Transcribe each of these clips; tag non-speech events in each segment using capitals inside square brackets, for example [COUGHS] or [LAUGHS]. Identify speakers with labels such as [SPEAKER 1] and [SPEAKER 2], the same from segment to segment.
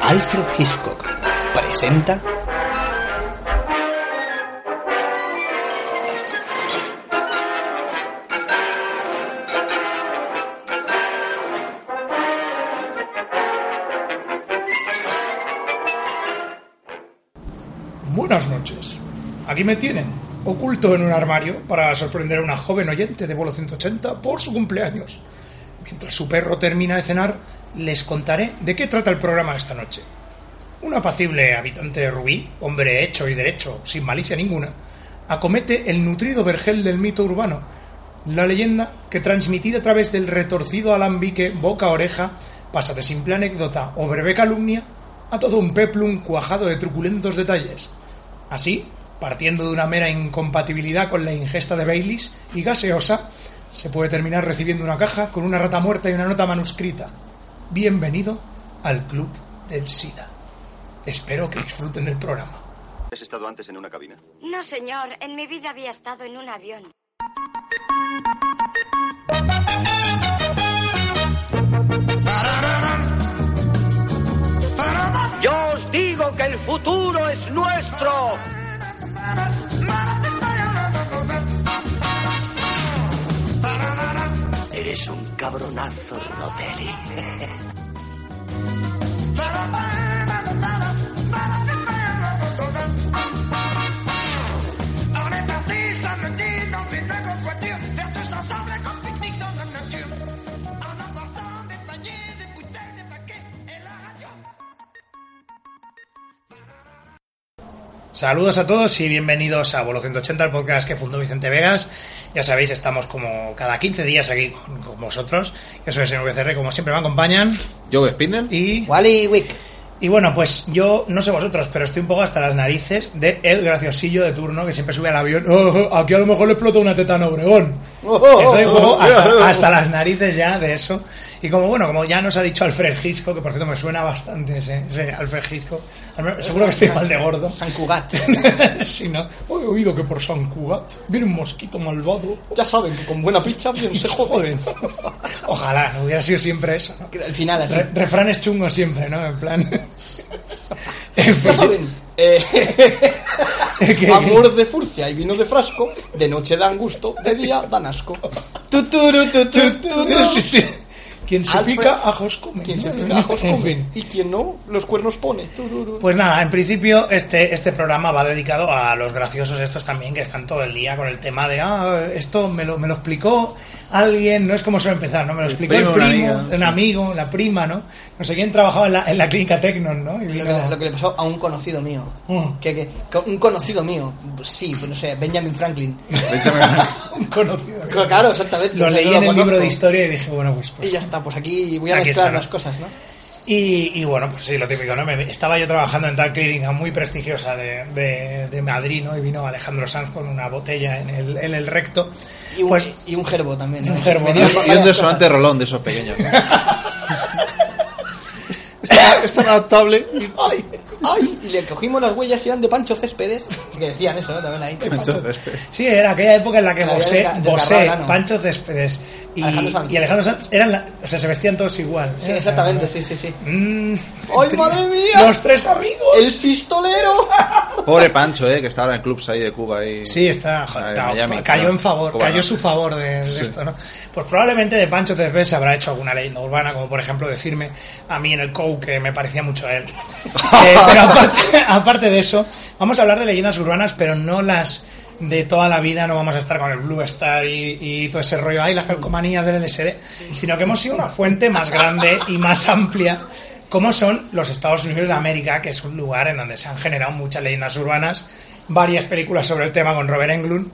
[SPEAKER 1] Alfred Hitchcock presenta
[SPEAKER 2] Buenas noches. Aquí me tienen, oculto en un armario para sorprender a una joven oyente de vuelo 180 por su cumpleaños. Mientras su perro termina de cenar, les contaré de qué trata el programa esta noche. Un apacible habitante de Rubí, hombre hecho y derecho, sin malicia ninguna, acomete el nutrido vergel del mito urbano, la leyenda que transmitida a través del retorcido alambique boca-oreja pasa de simple anécdota o breve calumnia a todo un peplum cuajado de truculentos detalles. Así, partiendo de una mera incompatibilidad con la ingesta de Baileys y gaseosa, se puede terminar recibiendo una caja con una rata muerta y una nota manuscrita. Bienvenido al Club del SIDA. Espero que disfruten del programa.
[SPEAKER 3] ¿Has estado antes en una cabina?
[SPEAKER 4] No, señor. En mi vida había estado en un avión.
[SPEAKER 5] Yo os digo que el futuro es nuestro. Eres un cabronazo, Rotelli.
[SPEAKER 2] Saludos a todos y bienvenidos a Bolo 180, el podcast que fundó Vicente Vegas. Ya sabéis, estamos como cada 15 días aquí con, con vosotros. Yo soy SNVCR, como siempre me acompañan.
[SPEAKER 6] Joe Spindle.
[SPEAKER 2] Y,
[SPEAKER 7] Wally Wick.
[SPEAKER 2] y bueno, pues yo no sé vosotros, pero estoy un poco hasta las narices de el graciosillo de turno que siempre sube al avión. "Oh, oh, aquí a lo mejor le explota una teta en Obregón. Estoy un poco hasta, hasta las narices ya de eso. Y como bueno, como ya nos ha dicho Alfred Hitchcock, que por cierto me suena bastante ese, ese Alfred Hitchcock. Al menos- Seguro que estoy mal de gordo. [LAUGHS]
[SPEAKER 7] San Cugat.
[SPEAKER 2] si no, he oído que por San Cugat viene un mosquito malvado.
[SPEAKER 7] Ya saben que con buena picha bien se joden.
[SPEAKER 2] [LAUGHS] Ojalá, no hubiera sido siempre eso. ¿no?
[SPEAKER 7] Al final así.
[SPEAKER 2] Re- refranes chungos siempre, ¿no? En plan. En
[SPEAKER 7] Ya [LAUGHS]
[SPEAKER 2] fin.
[SPEAKER 7] saben. eh,
[SPEAKER 2] ¿Qué?
[SPEAKER 7] amor de furcia y vino de frasco, de noche dan gusto, de día dan asco. Tu, tu, ru, tu, tu, tu, tu.
[SPEAKER 2] Sí, sí. Quien se
[SPEAKER 7] Alfred-
[SPEAKER 2] pica, ajos come.
[SPEAKER 7] Quien
[SPEAKER 2] ¿no?
[SPEAKER 7] se pica ajos
[SPEAKER 2] En
[SPEAKER 7] come,
[SPEAKER 2] fin.
[SPEAKER 7] y quien no, los cuernos pone. Tu, ru, ru.
[SPEAKER 2] Pues nada, en principio este, este programa va dedicado a los graciosos estos también que están todo el día con el tema de, ah, esto me lo, me lo explicó alguien, no es como suele empezar, ¿no? Me lo explicó
[SPEAKER 6] primo,
[SPEAKER 2] el
[SPEAKER 6] una
[SPEAKER 2] primo,
[SPEAKER 6] amiga,
[SPEAKER 2] un
[SPEAKER 6] sí.
[SPEAKER 2] amigo, la prima, ¿no? No sé quién trabajaba en la, en la clínica Tecnon, ¿no? Y
[SPEAKER 7] Lo
[SPEAKER 2] vino-
[SPEAKER 7] que, lo que le pasó a un conocido mío.
[SPEAKER 2] Mm.
[SPEAKER 7] Que, que- que un conocido mío. Sí, pues no sé, Benjamin Franklin.
[SPEAKER 2] un
[SPEAKER 7] [LAUGHS]
[SPEAKER 2] conocido.
[SPEAKER 7] Claro, exactamente.
[SPEAKER 2] Lo
[SPEAKER 7] o sea,
[SPEAKER 2] leí
[SPEAKER 7] yo
[SPEAKER 2] en el libro
[SPEAKER 7] conozco.
[SPEAKER 2] de historia y dije, bueno, pues... pues
[SPEAKER 7] Y ya está, pues aquí voy a
[SPEAKER 2] Aquí
[SPEAKER 7] mezclar
[SPEAKER 2] está, ¿no?
[SPEAKER 7] las cosas, ¿no?
[SPEAKER 2] Y, y bueno, pues sí, lo típico, ¿no? Me- estaba yo trabajando en tal clínica muy prestigiosa de, de- de Madrid, ¿no? Y vino Alejandro Sanz con una botella en el, en el recto.
[SPEAKER 7] Y un,
[SPEAKER 2] Pues
[SPEAKER 7] y un gerbo también. ¿no?
[SPEAKER 2] Un gerbo,
[SPEAKER 7] Venía con
[SPEAKER 6] Y
[SPEAKER 7] varias
[SPEAKER 6] un desodorante
[SPEAKER 7] cosas.
[SPEAKER 6] rolón de
[SPEAKER 7] [LAUGHS]
[SPEAKER 6] esos pequeños. Está- Es tan adaptable.
[SPEAKER 7] ¡Ay! ¡Ay! Y le cogimos las huellas y eran de Pancho Céspedes. Así que decían eso, ¿no? También ahí.
[SPEAKER 6] Entonces,
[SPEAKER 2] sí, era aquella época en la que
[SPEAKER 7] Había
[SPEAKER 2] Bosé,
[SPEAKER 7] desga- desgarrado
[SPEAKER 2] Bosé
[SPEAKER 7] el ano.
[SPEAKER 2] Pancho Céspedes y y
[SPEAKER 7] Alejandro Sanz.
[SPEAKER 2] Alejandro, Sanz eran la- o sea, se vestían todos igual.
[SPEAKER 7] Sí,
[SPEAKER 2] ¿eh?
[SPEAKER 7] exactamente, sí, sí, sí.
[SPEAKER 2] Mm,
[SPEAKER 7] ¡Ay,
[SPEAKER 2] tri-
[SPEAKER 7] madre mía!
[SPEAKER 2] ¡Los tres amigos!
[SPEAKER 7] ¡El pistolero!
[SPEAKER 6] [LAUGHS] Pobre Pancho, eh, que está ahora en clubs ahí de Cuba. ahí.
[SPEAKER 2] Sí, está. joder,
[SPEAKER 6] Ahí en
[SPEAKER 2] claro,
[SPEAKER 6] Miami,
[SPEAKER 2] cayó
[SPEAKER 6] claro.
[SPEAKER 2] en favor,
[SPEAKER 6] Cuba,
[SPEAKER 2] cayó
[SPEAKER 6] ¿no?
[SPEAKER 2] su favor de, de
[SPEAKER 6] Sí.
[SPEAKER 2] esto, ¿no? Pues probablemente de Pancho Céspedes se habrá hecho alguna leyenda urbana, como por ejemplo decirme a mí en el COU que me parecía mucho a él. Eh, pero aparte, aparte de eso, vamos a hablar de leyendas urbanas, pero no las de toda la vida, no vamos a estar con el Blue Star y, y todo ese rollo, ay, las calcomanías del LSD, sino que hemos sido una fuente más grande y más amplia como son los Estados Unidos de América, que es un lugar en donde se han generado muchas leyendas urbanas, varias películas sobre el tema con Robert Englund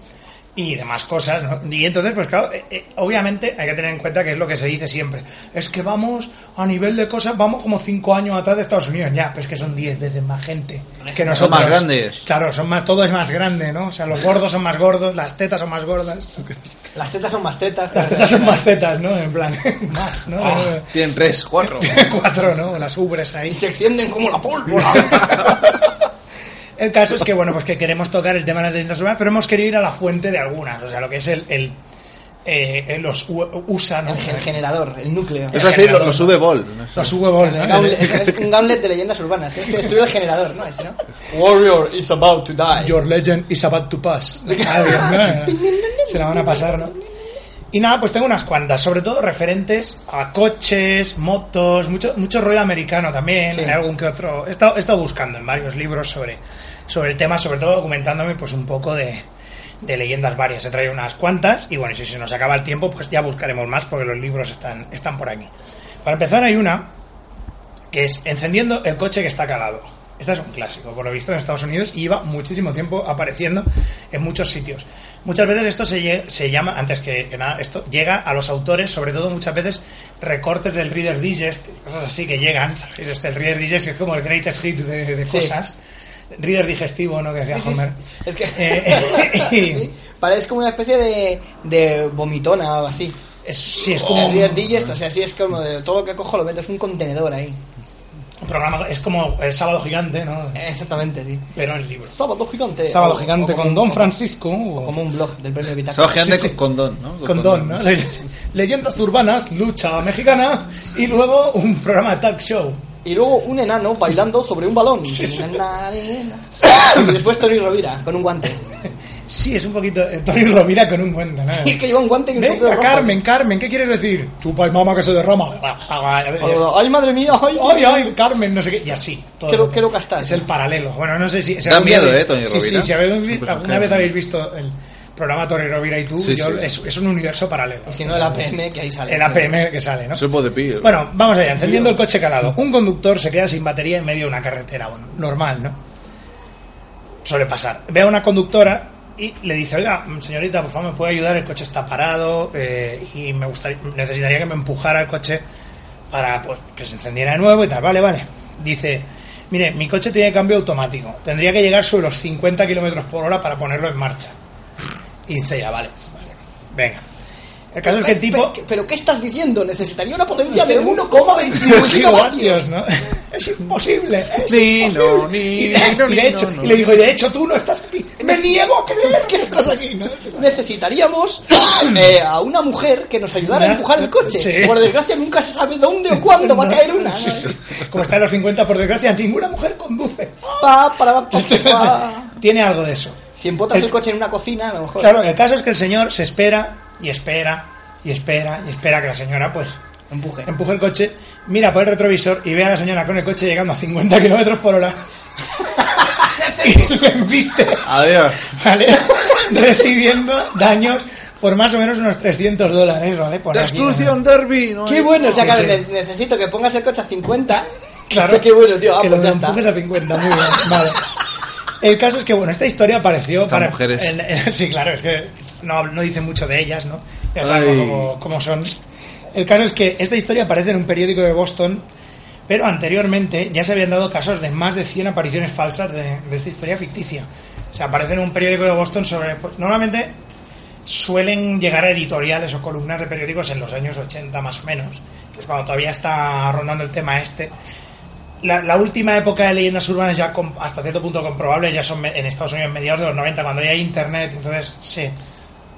[SPEAKER 2] y demás cosas, ¿no? Y entonces, pues claro, eh, eh, obviamente hay que tener en cuenta que es lo que se dice siempre. Es que vamos, a nivel de cosas, vamos como cinco años atrás de Estados Unidos, ya, pues que son diez veces más gente que nosotros.
[SPEAKER 6] Son más grandes.
[SPEAKER 2] Claro, son más, todo es más grande, ¿no? O sea, los gordos son más gordos, las tetas son más gordas,
[SPEAKER 7] Las tetas son más tetas.
[SPEAKER 2] las tetas son más tetas, ¿no? En plan, [LAUGHS] más, ¿no?
[SPEAKER 8] Ah.
[SPEAKER 6] Tienen tres, cuatro.
[SPEAKER 2] [LAUGHS] Cuatro, ¿no? Las ubres ahí.
[SPEAKER 7] Y se extienden como la pólvora.
[SPEAKER 2] El caso es que, bueno, pues que queremos tocar el tema de las leyendas urbanas, pero hemos querido ir a la fuente de algunas, o sea, lo que es el, el, eh, eh, los u- usan.
[SPEAKER 8] El, gen- generador, el núcleo.
[SPEAKER 6] [LAUGHS] Es decir, lo, lo sube Ball.
[SPEAKER 2] Los huevos de-
[SPEAKER 8] El gauntlet- es un gauntlet de leyendas urbanas.
[SPEAKER 7] ¿eh?
[SPEAKER 8] Tienes que destruir el generador, ¿no? Ese, ¿no?
[SPEAKER 6] Warrior is about to die.
[SPEAKER 2] Your legend is about to pass. Madre mía. Se la van a pasar, ¿no? Y nada, pues tengo unas cuantas, sobre todo referentes a coches, motos, mucho, mucho rollo americano también,
[SPEAKER 8] Sí.
[SPEAKER 2] en algún que otro. He estado, he estado buscando en varios libros sobre, sobre el tema, sobre todo documentándome pues un poco de, de leyendas varias. He traído unas cuantas y bueno, si se nos acaba el tiempo, pues ya buscaremos más porque los libros están, están por aquí. Para empezar hay una que es encendiendo el coche que está cagado. Esta es un clásico, por lo visto, en Estados Unidos y lleva muchísimo tiempo apareciendo en muchos sitios. Muchas veces esto se, lle- se llama, antes que, que nada, esto llega a los autores, sobre todo muchas veces recortes del Reader Digest, cosas así que llegan, ¿sabéis? Este, el Reader Digest es como el greatest hit de, de
[SPEAKER 8] Sí.
[SPEAKER 2] cosas. Reader digestivo, ¿no? Que decía
[SPEAKER 8] Sí, sí,
[SPEAKER 2] Homer.
[SPEAKER 8] sí. Es que. [LAUGHS]
[SPEAKER 2] Eh, [LAUGHS] y-
[SPEAKER 8] sí, parece como una especie de, de vomitona o algo así.
[SPEAKER 2] es- sí, es como
[SPEAKER 8] El
[SPEAKER 2] un,
[SPEAKER 8] Reader Digest, o sea, sí, es como de todo lo que cojo lo meto, es un contenedor ahí.
[SPEAKER 2] programa, es como el sábado gigante, ¿no?
[SPEAKER 8] Eh, Exactamente, sí.
[SPEAKER 2] Pero en libro.
[SPEAKER 8] Sábado gigante.
[SPEAKER 2] Sábado
[SPEAKER 8] O-
[SPEAKER 2] gigante
[SPEAKER 8] o
[SPEAKER 2] con
[SPEAKER 8] como-
[SPEAKER 2] Don
[SPEAKER 8] o-
[SPEAKER 2] Francisco.
[SPEAKER 8] o
[SPEAKER 2] o-
[SPEAKER 8] Como un blog del premio
[SPEAKER 6] Estaba
[SPEAKER 8] Bitácora.
[SPEAKER 6] girando
[SPEAKER 2] Sí, sí.
[SPEAKER 6] con Don, ¿no?
[SPEAKER 2] con Don, ¿no? Le- Leyendas urbanas, lucha mexicana y luego un programa de talk show.
[SPEAKER 8] Y luego un enano bailando sobre un balón. Na, na, na. ¡Ah! Y después Tony Rovira con un
[SPEAKER 2] [LAUGHS]
[SPEAKER 8] guante.
[SPEAKER 2] Sí, es un poquito eh, Tony Rovira con un guante, ¿no?
[SPEAKER 8] [LAUGHS] Y es que lleva un guante y un sombrero
[SPEAKER 2] Venga,
[SPEAKER 8] rojo.
[SPEAKER 2] Carmen, Carmen, ¿qué quieres decir? Chupa y mama que se derrama.
[SPEAKER 8] Ay, madre mía, ay,
[SPEAKER 2] Ay, ay, Carmen, no sé qué. Y así. todo.
[SPEAKER 8] Quiero- quiero gastar.
[SPEAKER 2] Es el paralelo. Bueno, no sé si. si
[SPEAKER 6] Da
[SPEAKER 2] algún
[SPEAKER 6] miedo,
[SPEAKER 2] día-
[SPEAKER 6] eh, Tony
[SPEAKER 2] Sí,
[SPEAKER 6] Rovira. Pues
[SPEAKER 2] sí, si habéis-
[SPEAKER 6] Es un personaje.
[SPEAKER 2] alguna vez habéis visto el programa Tony Rovira y tú,
[SPEAKER 6] Sí,
[SPEAKER 2] yo-
[SPEAKER 6] sí.
[SPEAKER 2] Es, es un universo paralelo.
[SPEAKER 8] Y si no, el APM que ahí sale.
[SPEAKER 2] El APM que sale, ¿no?
[SPEAKER 6] Supo de pillo.
[SPEAKER 2] Bueno, vamos allá, encendiendo el coche calado. Un conductor se queda sin batería en medio de una carretera, bueno, normal, ¿no? Suele pasar. Ve a una conductora y le dice, oiga, señorita, por favor, ¿me puede ayudar? El coche está parado eh, y me gustaría, necesitaría que me empujara el coche para pues, que se encendiera de nuevo y tal. Vale, vale. Dice, mire, mi coche tiene cambio automático. Tendría que llegar sobre los 50 kilómetros por hora para ponerlo en marcha. Y dice, ya, vale, vale. Venga. El caso es que el tipo...
[SPEAKER 8] ¿Pero, pero qué estás diciendo? Necesitaría una potencia de
[SPEAKER 2] [LAUGHS]
[SPEAKER 8] 1,25 gigavatios.
[SPEAKER 2] gigavatios, ¿no? Es imposible. Es
[SPEAKER 6] Ni,
[SPEAKER 2] imposible.
[SPEAKER 6] no, ni,
[SPEAKER 2] y de,
[SPEAKER 6] ni, no,
[SPEAKER 2] y de
[SPEAKER 6] ni,
[SPEAKER 2] hecho,
[SPEAKER 6] no, no.
[SPEAKER 2] y le digo, y de hecho tú no estás aquí. Me niego a creer que estás aquí, ¿no? [CLEARS THROAT]
[SPEAKER 8] Necesitaríamos eh, a una mujer que nos ayudara a
[SPEAKER 2] Una-
[SPEAKER 8] empujar el coche.
[SPEAKER 2] Sí.
[SPEAKER 8] Por desgracia, nunca se sabe dónde o cuándo va a caer una. ¿no?
[SPEAKER 2] Sí, sí. Como está en los 50, por desgracia, ninguna mujer conduce.
[SPEAKER 8] Pa, para, pa, pa, pa.
[SPEAKER 2] Tiene algo de eso.
[SPEAKER 8] Si empotas el
[SPEAKER 2] El-
[SPEAKER 8] coche en una cocina, a lo mejor.
[SPEAKER 2] Claro, el caso es que el señor se espera y espera y espera y espera que la señora, pues,
[SPEAKER 8] Empuje.
[SPEAKER 2] empuja el coche, mira por el retrovisor y ve a la señora con el coche llegando a 50 kilómetros por hora. [LAUGHS] y le embiste.
[SPEAKER 6] Adiós.
[SPEAKER 2] ¿vale? [LAUGHS] Recibiendo daños por más o menos unos 300 dólares, ¿vale? Por aquí, ¿no?
[SPEAKER 6] Destrucción Derby. ¿no?
[SPEAKER 8] Qué bueno, o sea,
[SPEAKER 2] Sí,
[SPEAKER 8] claro,
[SPEAKER 2] sí.
[SPEAKER 8] ne- necesito que pongas el coche a 50. [LAUGHS]
[SPEAKER 2] Claro.
[SPEAKER 8] Qué bueno, tío. Ah,
[SPEAKER 2] que
[SPEAKER 8] pues
[SPEAKER 2] lo
[SPEAKER 8] ya está.
[SPEAKER 2] empujes a 50, muy bien. Vale. El caso es que, bueno, esta historia apareció
[SPEAKER 6] Estas
[SPEAKER 2] para...
[SPEAKER 6] mujeres.
[SPEAKER 2] en- [LAUGHS] sí, claro, es que no, no dice mucho de ellas, ¿no? Ya sabemos
[SPEAKER 6] Ay.
[SPEAKER 2] cómo, cómo son. El caso es que esta historia aparece en un periódico de Boston, pero anteriormente ya se habían dado casos de más de 100 apariciones falsas de, de esta historia ficticia. O sea, aparece en un periódico de Boston sobre... pues, normalmente suelen llegar a editoriales o columnas de periódicos en los años 80 más o menos, que es cuando todavía está rondando el tema este. La, la última época de leyendas urbanas ya com- hasta cierto punto comprobables ya son me- en Estados Unidos mediados de los 90 cuando ya hay internet, entonces sí.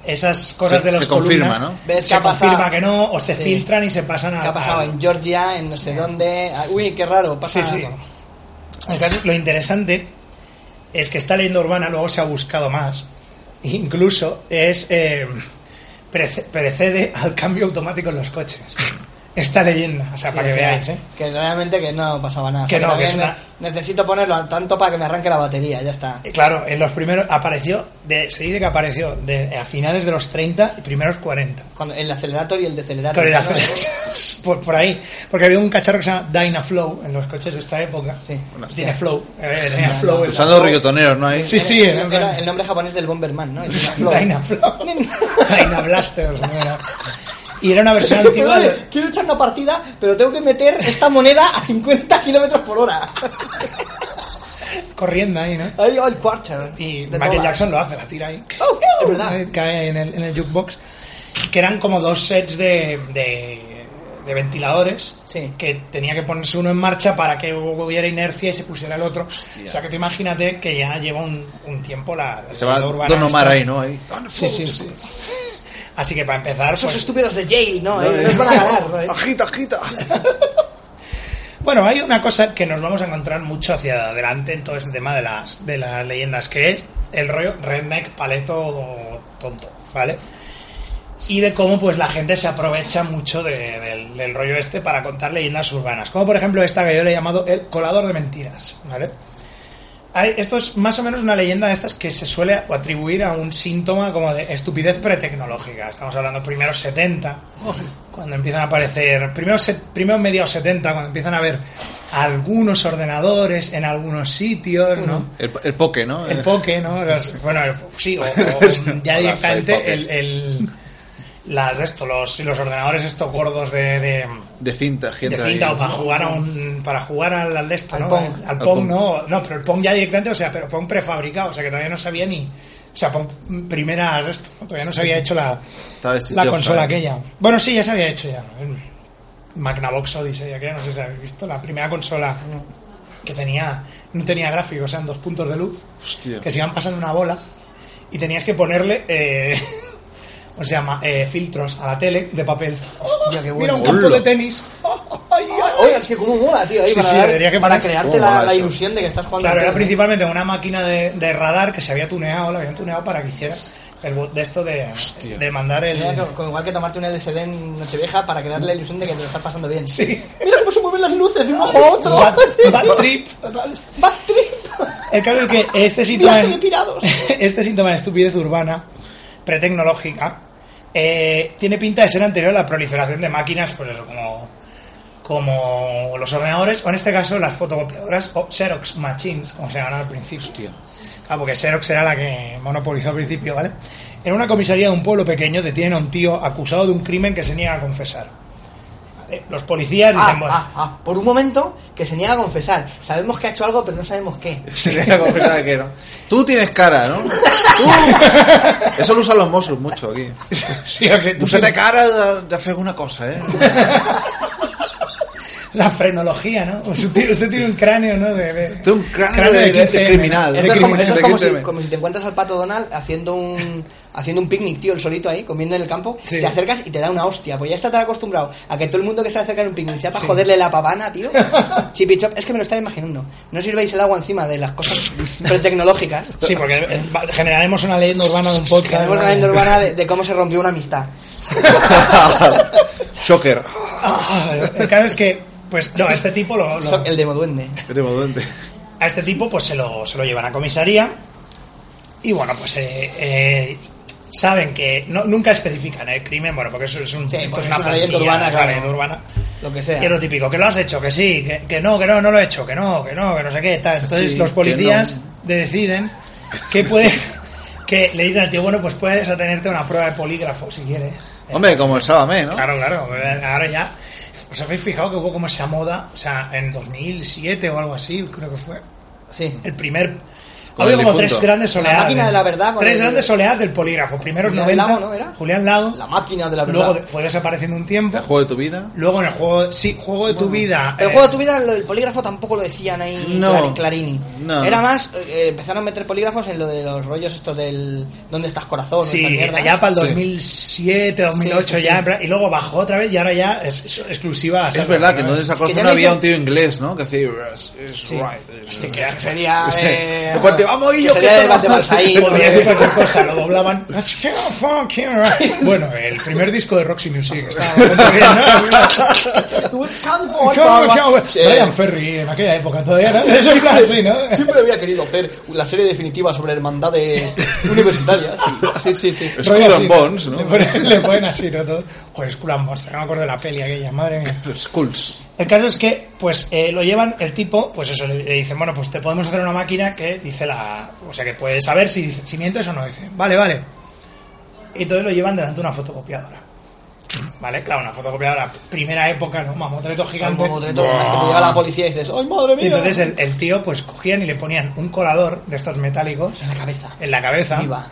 [SPEAKER 2] Esas cosas
[SPEAKER 6] Se-
[SPEAKER 2] de las
[SPEAKER 6] se confirma,
[SPEAKER 2] columnas
[SPEAKER 6] ¿no?
[SPEAKER 8] ¿Ves
[SPEAKER 2] se
[SPEAKER 8] que ha pasado?
[SPEAKER 2] confirma que no o se
[SPEAKER 8] Sí.
[SPEAKER 2] filtran y se pasan a
[SPEAKER 8] ¿Qué ha pasado
[SPEAKER 2] a-
[SPEAKER 8] en Georgia, en no sé dónde? Ah, Uy, qué raro, pasa
[SPEAKER 2] Sí, sí.
[SPEAKER 8] algo.
[SPEAKER 2] El caso- lo interesante es que esta leyenda urbana luego se ha buscado más. Incluso es eh, prece- precede al cambio automático en los coches. Esta leyenda, o sea,
[SPEAKER 8] Sí,
[SPEAKER 2] para
[SPEAKER 8] o
[SPEAKER 2] que
[SPEAKER 8] sea,
[SPEAKER 2] veáis, ¿eh?
[SPEAKER 8] Que realmente que no pasaba nada.
[SPEAKER 2] Que no, que es
[SPEAKER 8] también
[SPEAKER 2] una-
[SPEAKER 8] ne- Necesito ponerlo al tanto para que me arranque la batería, ya está.
[SPEAKER 2] Eh, Claro, en los primeros apareció, de, se dice que apareció de, a finales de los 30 y primeros 40.
[SPEAKER 8] Cuando, el acelerator y el decelerator.
[SPEAKER 2] Con el
[SPEAKER 8] ¿no?
[SPEAKER 2] acceso- [LAUGHS] por, por ahí. Porque había un cacharro que se llama Dynaflow en los coches de esta época.
[SPEAKER 8] Sí.
[SPEAKER 2] Tiene flow. eh, tenía flow. en la-
[SPEAKER 6] Usando reggaetoneros, ¿no? Ahí.
[SPEAKER 2] Sí, sí.
[SPEAKER 8] Era-
[SPEAKER 2] en
[SPEAKER 8] era
[SPEAKER 2] plan-
[SPEAKER 8] el nombre japonés del Bomberman,
[SPEAKER 2] [LAUGHS]
[SPEAKER 8] ¿no? El Dynaflow. [LAUGHS]
[SPEAKER 2] Dynaflow. [LAUGHS] Dynablaster. ¿no? Era- Y era una
[SPEAKER 8] [LAUGHS]
[SPEAKER 2] versión antigua de-
[SPEAKER 8] Quiero echar una partida, pero tengo que meter esta moneda a 50 kilómetros por
[SPEAKER 2] [LAUGHS]
[SPEAKER 8] hora.
[SPEAKER 2] corriendo ahí, ¿no?
[SPEAKER 8] Ahí va el quarter.
[SPEAKER 2] Y
[SPEAKER 8] de
[SPEAKER 2] Michael
[SPEAKER 8] dólar.
[SPEAKER 2] Jackson lo hace, la tira ahí.
[SPEAKER 8] Oh, es verdad.
[SPEAKER 2] Cae en el, en el jukebox. Que eran como dos sets de, de, de ventiladores
[SPEAKER 8] Sí.
[SPEAKER 2] que tenía que ponerse uno en marcha para que hubiera inercia y se pusiera el otro. O sea que tú imagínate que ya lleva un, un tiempo la,
[SPEAKER 6] Se
[SPEAKER 2] la
[SPEAKER 6] va
[SPEAKER 2] leyenda
[SPEAKER 6] Don Omar
[SPEAKER 2] esta.
[SPEAKER 6] ahí, ¿no? Ahí.
[SPEAKER 2] Sí, sí, sí. Así que para empezar,
[SPEAKER 8] Esos
[SPEAKER 2] pues,
[SPEAKER 8] estúpidos de Yale, no, eh, nos van a ganar.
[SPEAKER 2] [LAUGHS]
[SPEAKER 8] ¿no, eh?
[SPEAKER 6] Agita, agita.
[SPEAKER 2] Bueno, hay una cosa que nos vamos a encontrar mucho hacia adelante en todo este tema de las, de las leyendas, que es el rollo redneck paleto tonto, ¿vale? Y de cómo pues la gente se aprovecha mucho de- del, del rollo este para contar leyendas urbanas. Como por ejemplo esta que yo le he llamado el colador de mentiras, ¿vale? Hay- Esto es más o menos una leyenda de estas que se suele atribuir a un síntoma como de estupidez pretecnológica. Estamos hablando primero 70, cuando empiezan a aparecer, primero, se- primero mediados 70, cuando empiezan a haber algunos ordenadores en algunos sitios, ¿no?
[SPEAKER 6] El, el poke, ¿no?
[SPEAKER 2] El
[SPEAKER 6] Eh,
[SPEAKER 2] poke, ¿no? Las- Bueno, el- sí,
[SPEAKER 6] [LAUGHS]
[SPEAKER 2] o, o ya
[SPEAKER 6] Hola, soy
[SPEAKER 2] directamente
[SPEAKER 6] Poke.
[SPEAKER 2] el, el- las de esto, los, los ordenadores estos gordos de- de
[SPEAKER 6] De cinta,
[SPEAKER 2] de
[SPEAKER 6] gente.
[SPEAKER 2] cinta
[SPEAKER 6] ahí.
[SPEAKER 2] o para jugar a un para jugar al, al de esto,
[SPEAKER 8] Al
[SPEAKER 2] ¿no?
[SPEAKER 8] Pong.
[SPEAKER 2] Al
[SPEAKER 6] Al
[SPEAKER 2] Pong,
[SPEAKER 6] Pong.
[SPEAKER 2] no, no, pero el Pong ya directamente, o sea, pero Pong prefabricado, o sea que todavía no sabía ni o sea, Pong primera de esto, ¿no? todavía no se había hecho la,
[SPEAKER 6] Estaba este
[SPEAKER 2] la
[SPEAKER 6] tío
[SPEAKER 2] consola
[SPEAKER 6] Fry.
[SPEAKER 2] aquella. Bueno, sí, ya se había hecho ya. ¿no? El Magnavox Odyssey, aquella no sé si la habéis visto, la primera consola que tenía no tenía gráficos, eran dos puntos de luz
[SPEAKER 6] Hostia.
[SPEAKER 2] que se iban pasando una bola y tenías que ponerle eh, [LAUGHS] o sea, ma- eh, filtros a la tele de papel.
[SPEAKER 8] Hostia, qué
[SPEAKER 2] Mira
[SPEAKER 8] bueno.
[SPEAKER 2] un campo
[SPEAKER 6] Hola.
[SPEAKER 2] de tenis. [LAUGHS] Ay, ay.
[SPEAKER 8] Oye, es que cómo mola, tío, ahí
[SPEAKER 2] Sí,
[SPEAKER 8] para,
[SPEAKER 2] sí,
[SPEAKER 8] dar-
[SPEAKER 2] debería que-
[SPEAKER 8] para crearte
[SPEAKER 6] cómo
[SPEAKER 8] la,
[SPEAKER 6] mola
[SPEAKER 8] la
[SPEAKER 6] eso.
[SPEAKER 8] ilusión de que estás jugando.
[SPEAKER 2] Claro,
[SPEAKER 8] al
[SPEAKER 2] era
[SPEAKER 8] tenis.
[SPEAKER 2] principalmente una máquina de, de radar que se había tuneado, la habían tuneado para que hiciera el bot de esto de, de mandar el.
[SPEAKER 8] Mira, con- con igual que tomarte un LSD en Nochevieja para crear la ilusión de que te lo estás pasando bien.
[SPEAKER 2] Sí.
[SPEAKER 8] Mira cómo se mueven las luces de un ojo a otro. [LAUGHS]
[SPEAKER 2] Bad, bad trip. total.
[SPEAKER 8] Bad trip.
[SPEAKER 2] [LAUGHS] El caso es que este síntoma.
[SPEAKER 8] Viaje de pirados.
[SPEAKER 2] [LAUGHS] este síntoma de estupidez urbana, pretecnológica, eh, tiene pinta de ser anterior a la proliferación de máquinas, pues eso, como, como los ordenadores, o en este caso las fotocopiadoras, o Xerox Machines, como se llamaban al principio. Claro, porque Xerox era la que monopolizó al principio, ¿vale? En una comisaría de un pueblo pequeño detienen a un tío acusado de un crimen que se niega a confesar. Vale, Los policías dicen,
[SPEAKER 8] Ah,
[SPEAKER 2] bueno,
[SPEAKER 8] ah, ah, por un momento que se niega a confesar. Sabemos que ha hecho algo, pero no sabemos qué.
[SPEAKER 6] [LAUGHS] Se le hago pensar que no. Tú tienes cara, ¿no? Tú. Eso lo usan los Mossos mucho aquí.
[SPEAKER 2] [LAUGHS] sí, o que tú
[SPEAKER 6] Úsate
[SPEAKER 2] tienes
[SPEAKER 6] cara de hacer alguna cosa, ¿eh?
[SPEAKER 2] [LAUGHS] la frenología, ¿no? Pues Usted, usted tiene un cráneo, ¿no? De, de-
[SPEAKER 6] Tiene un cráneo de- de- de
[SPEAKER 2] 15M,
[SPEAKER 6] criminal.
[SPEAKER 2] ¿no?
[SPEAKER 8] Eso
[SPEAKER 6] De
[SPEAKER 8] es, como,
[SPEAKER 6] crimen-
[SPEAKER 8] eso es
[SPEAKER 6] de
[SPEAKER 8] como
[SPEAKER 6] crimen.
[SPEAKER 8] si, como si te encuentras al pato Donald haciendo un [LAUGHS] haciendo un picnic, tío, el solito ahí, comiendo en el campo.
[SPEAKER 2] Sí.
[SPEAKER 8] Te acercas y te da una hostia. Pues ya está tan acostumbrado a que todo el mundo que se acerca en un picnic sea para joderle la pavana,
[SPEAKER 2] [LAUGHS]
[SPEAKER 8] tío. Chip y chop. Es que me lo estaba imaginando. No sirvéis el agua encima de las
[SPEAKER 2] [LAUGHS]
[SPEAKER 8] cosas pretecnológicas.
[SPEAKER 2] Sí, porque eh, va- generaremos una leyenda urbana de un podcast.
[SPEAKER 8] Tenemos
[SPEAKER 2] ¿no?
[SPEAKER 8] una leyenda urbana de, de cómo se rompió una amistad.
[SPEAKER 6] Shocker.
[SPEAKER 2] [LAUGHS] Ah, el caso es que, pues, no, a este tipo lo, lo-
[SPEAKER 8] So- El demoduende.
[SPEAKER 6] Eres maldonte.
[SPEAKER 2] a este tipo pues se lo, se lo llevan a comisaría y bueno, pues eh, eh, saben que no, nunca especifican el crimen, bueno, porque eso es, un,
[SPEAKER 8] Sí,
[SPEAKER 2] esto
[SPEAKER 8] porque
[SPEAKER 2] es una,
[SPEAKER 8] es una leyenda
[SPEAKER 2] plantilla,
[SPEAKER 8] urbana,
[SPEAKER 2] es una
[SPEAKER 8] claro.
[SPEAKER 2] leyenda urbana.
[SPEAKER 8] Lo que sea.
[SPEAKER 2] Y es lo típico, que lo has hecho, que sí, que, que no, que no, no lo he hecho, que no, que no, que no sé qué, tal. Entonces
[SPEAKER 6] sí,
[SPEAKER 2] los
[SPEAKER 6] que
[SPEAKER 2] policías
[SPEAKER 6] no.
[SPEAKER 2] de- deciden que puede que le dicen al tío, bueno, pues puedes atenerte a una prueba de polígrafo si quieres.
[SPEAKER 6] Hombre, como el Sábame, ¿no?
[SPEAKER 2] Claro, claro, ahora ya. ¿Os habéis fijado que hubo como esa moda, o sea, en 2007 o algo así, creo que fue?
[SPEAKER 8] Sí.
[SPEAKER 2] El primer.
[SPEAKER 6] Con
[SPEAKER 2] Había
[SPEAKER 6] el
[SPEAKER 2] como
[SPEAKER 6] difunto.
[SPEAKER 2] tres grandes
[SPEAKER 8] La
[SPEAKER 2] oleadas.
[SPEAKER 8] máquina de la verdad con
[SPEAKER 2] Tres
[SPEAKER 8] el-
[SPEAKER 2] grandes oleadas del polígrafo. Primero
[SPEAKER 8] Julián
[SPEAKER 2] 90.
[SPEAKER 8] Lago, ¿no era?
[SPEAKER 2] Julián Lago.
[SPEAKER 8] La máquina de la verdad.
[SPEAKER 2] luego de- fue desapareciendo un tiempo.
[SPEAKER 6] El juego de tu vida.
[SPEAKER 2] Luego en el juego. Sí, juego de tu vida.
[SPEAKER 8] Pero
[SPEAKER 2] eh,
[SPEAKER 8] el juego de tu vida, lo del polígrafo tampoco lo decían ahí
[SPEAKER 6] No.
[SPEAKER 8] clar- Clarini.
[SPEAKER 6] No.
[SPEAKER 8] Era más, eh, empezaron a meter polígrafos en lo de los rollos estos del ¿Dónde estás corazón? Estas
[SPEAKER 2] Sí,
[SPEAKER 8] mierdas.
[SPEAKER 2] allá para el
[SPEAKER 6] Sí.
[SPEAKER 2] 2007, 2008
[SPEAKER 8] Sí, sí, sí.
[SPEAKER 2] ya, en plan- y luego bajó otra vez y ahora ya es, es exclusiva.
[SPEAKER 6] Es verdad que entonces en esa
[SPEAKER 8] Es que ya
[SPEAKER 6] corazón
[SPEAKER 8] no
[SPEAKER 6] había
[SPEAKER 8] hay-
[SPEAKER 6] un tío inglés, ¿no? Que hacía... "It's- it's right".
[SPEAKER 8] Sí, que sería.
[SPEAKER 6] Sí.
[SPEAKER 8] eh,
[SPEAKER 6] Pues te vamos, Guillo,
[SPEAKER 8] sería
[SPEAKER 6] que
[SPEAKER 8] de
[SPEAKER 6] te
[SPEAKER 8] Debate
[SPEAKER 6] vamos.
[SPEAKER 8] Balsaín,
[SPEAKER 2] Podría
[SPEAKER 8] porque- [LAUGHS]
[SPEAKER 2] decir cualquier cosa, lo doblaban. [LAUGHS] Let's get a fucking
[SPEAKER 6] [LAUGHS]
[SPEAKER 2] right. Bueno, el primer disco de Roxy Music estaba bastante bien, ¿no?
[SPEAKER 6] [LAUGHS]
[SPEAKER 8] It's
[SPEAKER 2] [LAUGHS]
[SPEAKER 8] cowboy,
[SPEAKER 2] Claro,
[SPEAKER 8] cowboy.
[SPEAKER 2] claro. pues,
[SPEAKER 8] Sí.
[SPEAKER 2] Brian Ferry en aquella época todavía, ¿no? Es en plan así, ¿no?
[SPEAKER 8] Siempre había querido hacer la serie definitiva sobre hermandades universitarias. Sí, sí, sí. sí.
[SPEAKER 6] Skull
[SPEAKER 2] Rollo
[SPEAKER 6] and
[SPEAKER 2] así,
[SPEAKER 6] Bones, ¿no?
[SPEAKER 2] Le ponen, le ponen así, ¿no? Todo. Joder, Skull and Bones, no me acuerdo de la peli aquella, madre mía.
[SPEAKER 6] Skulls.
[SPEAKER 2] El caso es que, pues, eh, lo llevan, el tipo, pues eso, le, le dicen, bueno, pues te podemos hacer una máquina que dice la... O sea, que puedes saber si, dice- si mientes o no. Dice, vale, vale. Y entonces lo llevan delante de una fotocopiadora. Vale, claro, una fotocopiadora, primera época, ¿no? Mamotreto gigante.
[SPEAKER 8] Como otro, además que te lleva la policía y dices, ¡ay, madre mía!
[SPEAKER 2] Y entonces el, el tío, pues cogían y le ponían un colador de estos metálicos
[SPEAKER 8] En la cabeza.
[SPEAKER 2] en la cabeza
[SPEAKER 8] Viva.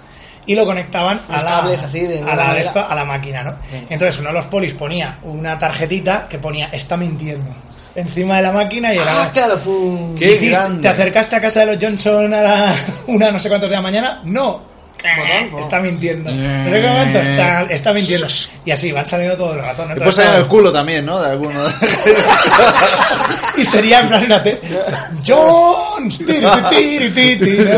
[SPEAKER 2] y lo conectaban a
[SPEAKER 8] Los
[SPEAKER 2] la,
[SPEAKER 8] cables así de
[SPEAKER 2] a,
[SPEAKER 8] alguna
[SPEAKER 2] la, de
[SPEAKER 8] manera.
[SPEAKER 2] esto- a la máquina, ¿no?
[SPEAKER 8] Venga.
[SPEAKER 2] Entonces uno de los polis ponía una tarjetita que ponía está mintiendo encima de la máquina y era
[SPEAKER 8] ¡Ah, claro! fu-
[SPEAKER 6] ¿Qué?
[SPEAKER 8] [LAUGHS]
[SPEAKER 2] "Hiciste- [LAUGHS]
[SPEAKER 6] grande!
[SPEAKER 2] ¿Te acercaste a casa de los Johnson a la una no sé cuántos de la mañana? No.
[SPEAKER 8] Botón, botón.
[SPEAKER 2] Está mintiendo.
[SPEAKER 6] Eh.
[SPEAKER 2] En qué momento está, está mintiendo. Y así van saliendo todas las razones.
[SPEAKER 6] Y pues en el culo también, ¿no? De alguno. [LAUGHS]
[SPEAKER 2] Y sería en plan, fíjate, Jones. tiri, tiri, tiri,
[SPEAKER 8] [LAUGHS]
[SPEAKER 2] tiri.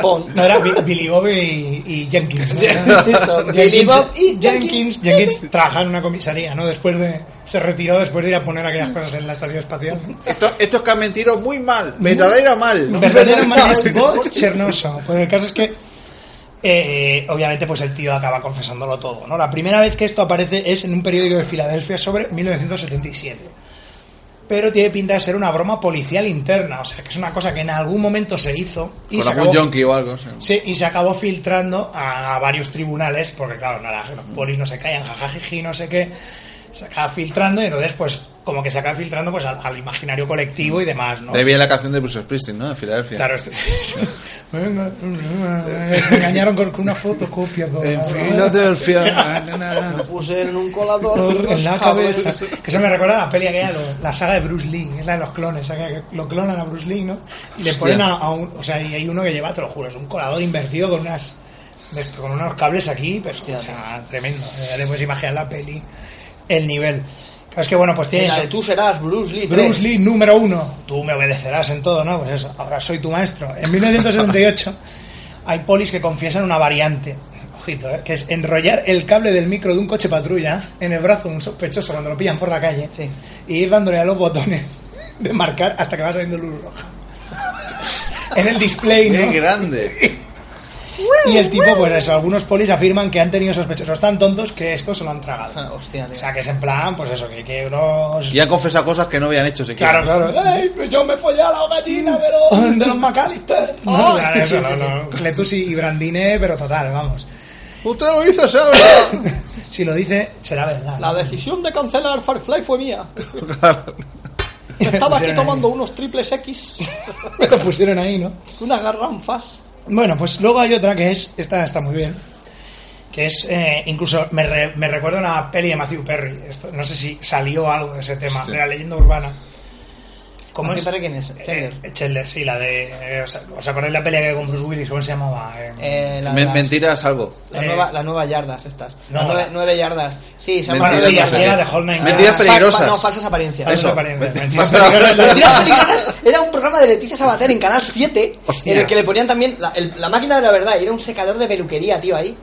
[SPEAKER 7] Pon.
[SPEAKER 2] No era Bi- Billy Bob y, y Jenkins. ¿no?
[SPEAKER 8] [LAUGHS]
[SPEAKER 2] [LAUGHS]
[SPEAKER 7] Billy Bob y
[SPEAKER 2] Jenkins. Jenkins trabajaba en una comisaría, ¿no? Después de. Se retiró después de ir a poner aquellas cosas en la estación espacial.
[SPEAKER 6] Estos, estos que han mentido muy mal, verdadero mal.
[SPEAKER 2] verdadero
[SPEAKER 6] [LAUGHS]
[SPEAKER 2] marisco chernoso. Pues el caso es que, eh, obviamente, pues el tío acaba confesándolo todo, ¿no? La primera vez que esto aparece es en un periódico de Filadelfia sobre 1977. Pero tiene pinta de ser una broma policial interna, o sea, que es una cosa que en algún momento se hizo y
[SPEAKER 6] Con
[SPEAKER 2] se
[SPEAKER 6] algún
[SPEAKER 2] acabó
[SPEAKER 6] yonki o algo. sí.
[SPEAKER 2] Sí, y se acabó filtrando a, a varios tribunales, porque claro, no, la- los polis no se callan, jajajiji, no sé qué. Se acaba filtrando y entonces, pues, como que se acaba filtrando pues al, al imaginario colectivo y demás, ¿no?
[SPEAKER 6] De ahí viene la canción de Bruce Springsteen, ¿no? En Filadelfia.
[SPEAKER 2] Claro, este- [LAUGHS] Venga, me engañaron con con una fotocopia.
[SPEAKER 6] En
[SPEAKER 2] dorada.
[SPEAKER 6] [LAUGHS] Filadelfia.
[SPEAKER 8] Ah,
[SPEAKER 6] na, na, na, na.
[SPEAKER 8] Pusieron un colador
[SPEAKER 2] En la cabeza. Que eso me recuerda a la peli aquella, lo- la saga de Bruce Lee, es la de los clones, aquella que lo clonan a Bruce Lee, ¿no? Y le
[SPEAKER 6] Hostia.
[SPEAKER 2] ponen a, a un, o sea, y hay uno que lleva, te lo juro, es un colador invertido con unas, de esto, con unos cables aquí, pero, o sea, tremendo. eh, Ya le puedes imaginar la peli, el nivel. Claro, es que bueno, pues tiene
[SPEAKER 8] Mira,
[SPEAKER 2] eso.
[SPEAKER 8] tú serás Bruce Lee.
[SPEAKER 2] Bruce
[SPEAKER 8] tres.
[SPEAKER 2] Lee número uno. Tú me obedecerás en todo, ¿no? Pues eso, ahora soy tu maestro. En 1978 hay polis que confiesan una variante, ojito, ¿eh? que es enrollar el cable del micro de un coche patrulla en el brazo de un sospechoso cuando lo pillan por la calle
[SPEAKER 8] Sí.
[SPEAKER 2] y ir dándole a los botones de marcar hasta que va saliendo luz roja. En el display,
[SPEAKER 6] Qué
[SPEAKER 2] ¿no?
[SPEAKER 6] grande.
[SPEAKER 2] Y el tipo, pues eso, algunos polis afirman que han tenido sospechosos tan tontos que esto se lo han
[SPEAKER 8] O sea,
[SPEAKER 2] tragado.
[SPEAKER 8] Ah, Hostia, tío.
[SPEAKER 2] O sea, que es en plan, pues eso, que, que unos...
[SPEAKER 6] Y han confesado cosas que no habían hecho siquiera.
[SPEAKER 2] Claro, claro. ¡Ay, pues yo me follé a la gallina de los, de los McAllister! No,
[SPEAKER 8] Ay,
[SPEAKER 2] claro, eso,
[SPEAKER 8] sí, sí,
[SPEAKER 2] no, no. Cletus y y Brandine, pero total, vamos.
[SPEAKER 6] Usted lo hizo, ¿sabes?
[SPEAKER 2] Si lo dice, será verdad.
[SPEAKER 7] La
[SPEAKER 2] ¿no?
[SPEAKER 7] decisión de cancelar Firefly fue mía.
[SPEAKER 8] [LAUGHS]
[SPEAKER 6] Claro.
[SPEAKER 7] Estaba aquí
[SPEAKER 2] Pusieron
[SPEAKER 7] tomando unos triples X,
[SPEAKER 2] ahí. [LAUGHS] Lo pusieron ahí, ¿no?
[SPEAKER 7] unas garranfas.
[SPEAKER 2] Bueno, pues luego hay otra que es... Esta está muy bien. Que es... eh, incluso me, re- me recuerda una peli de Matthew Perry. Esto, no sé si salió algo de ese tema,
[SPEAKER 6] Sí.
[SPEAKER 2] de la leyenda urbana. ¿Cómo
[SPEAKER 8] ¿Matthew
[SPEAKER 2] es?
[SPEAKER 8] Perry quién es? Chandler.
[SPEAKER 2] Eh, Chandler, sí, la de... eh, ¿os- ¿Os acordáis la pelea que con Bruce Willis? ¿Cómo se llamaba? Eh,
[SPEAKER 8] Eh, [LAUGHS] la-
[SPEAKER 6] Me-
[SPEAKER 8] las-
[SPEAKER 6] mentiras algo.
[SPEAKER 8] La
[SPEAKER 2] Eh.
[SPEAKER 8] nueva, la nueva yardas estas.
[SPEAKER 2] No.
[SPEAKER 8] Las nueve, nueve yardas. Sí, se llama
[SPEAKER 2] Bueno,
[SPEAKER 6] Mentiras,
[SPEAKER 8] nueve
[SPEAKER 2] sí,
[SPEAKER 6] no sé
[SPEAKER 2] era
[SPEAKER 6] qué.
[SPEAKER 2] de Hall Nine
[SPEAKER 6] mentiras
[SPEAKER 2] Yards.
[SPEAKER 8] Fa-
[SPEAKER 6] peligrosas.
[SPEAKER 8] No, falsas apariencias.
[SPEAKER 2] Falsas
[SPEAKER 6] Eso.
[SPEAKER 2] apariencias,
[SPEAKER 6] Menti-
[SPEAKER 2] mentiras
[SPEAKER 6] falsas-
[SPEAKER 2] peligrosas.
[SPEAKER 8] Mentiras peligrosas era un programa de Leticia Sabater en Canal 7
[SPEAKER 2] Hostia.
[SPEAKER 8] en el que le ponían también la, el- la máquina de la verdad y era un secador de peluquería, tío, ahí.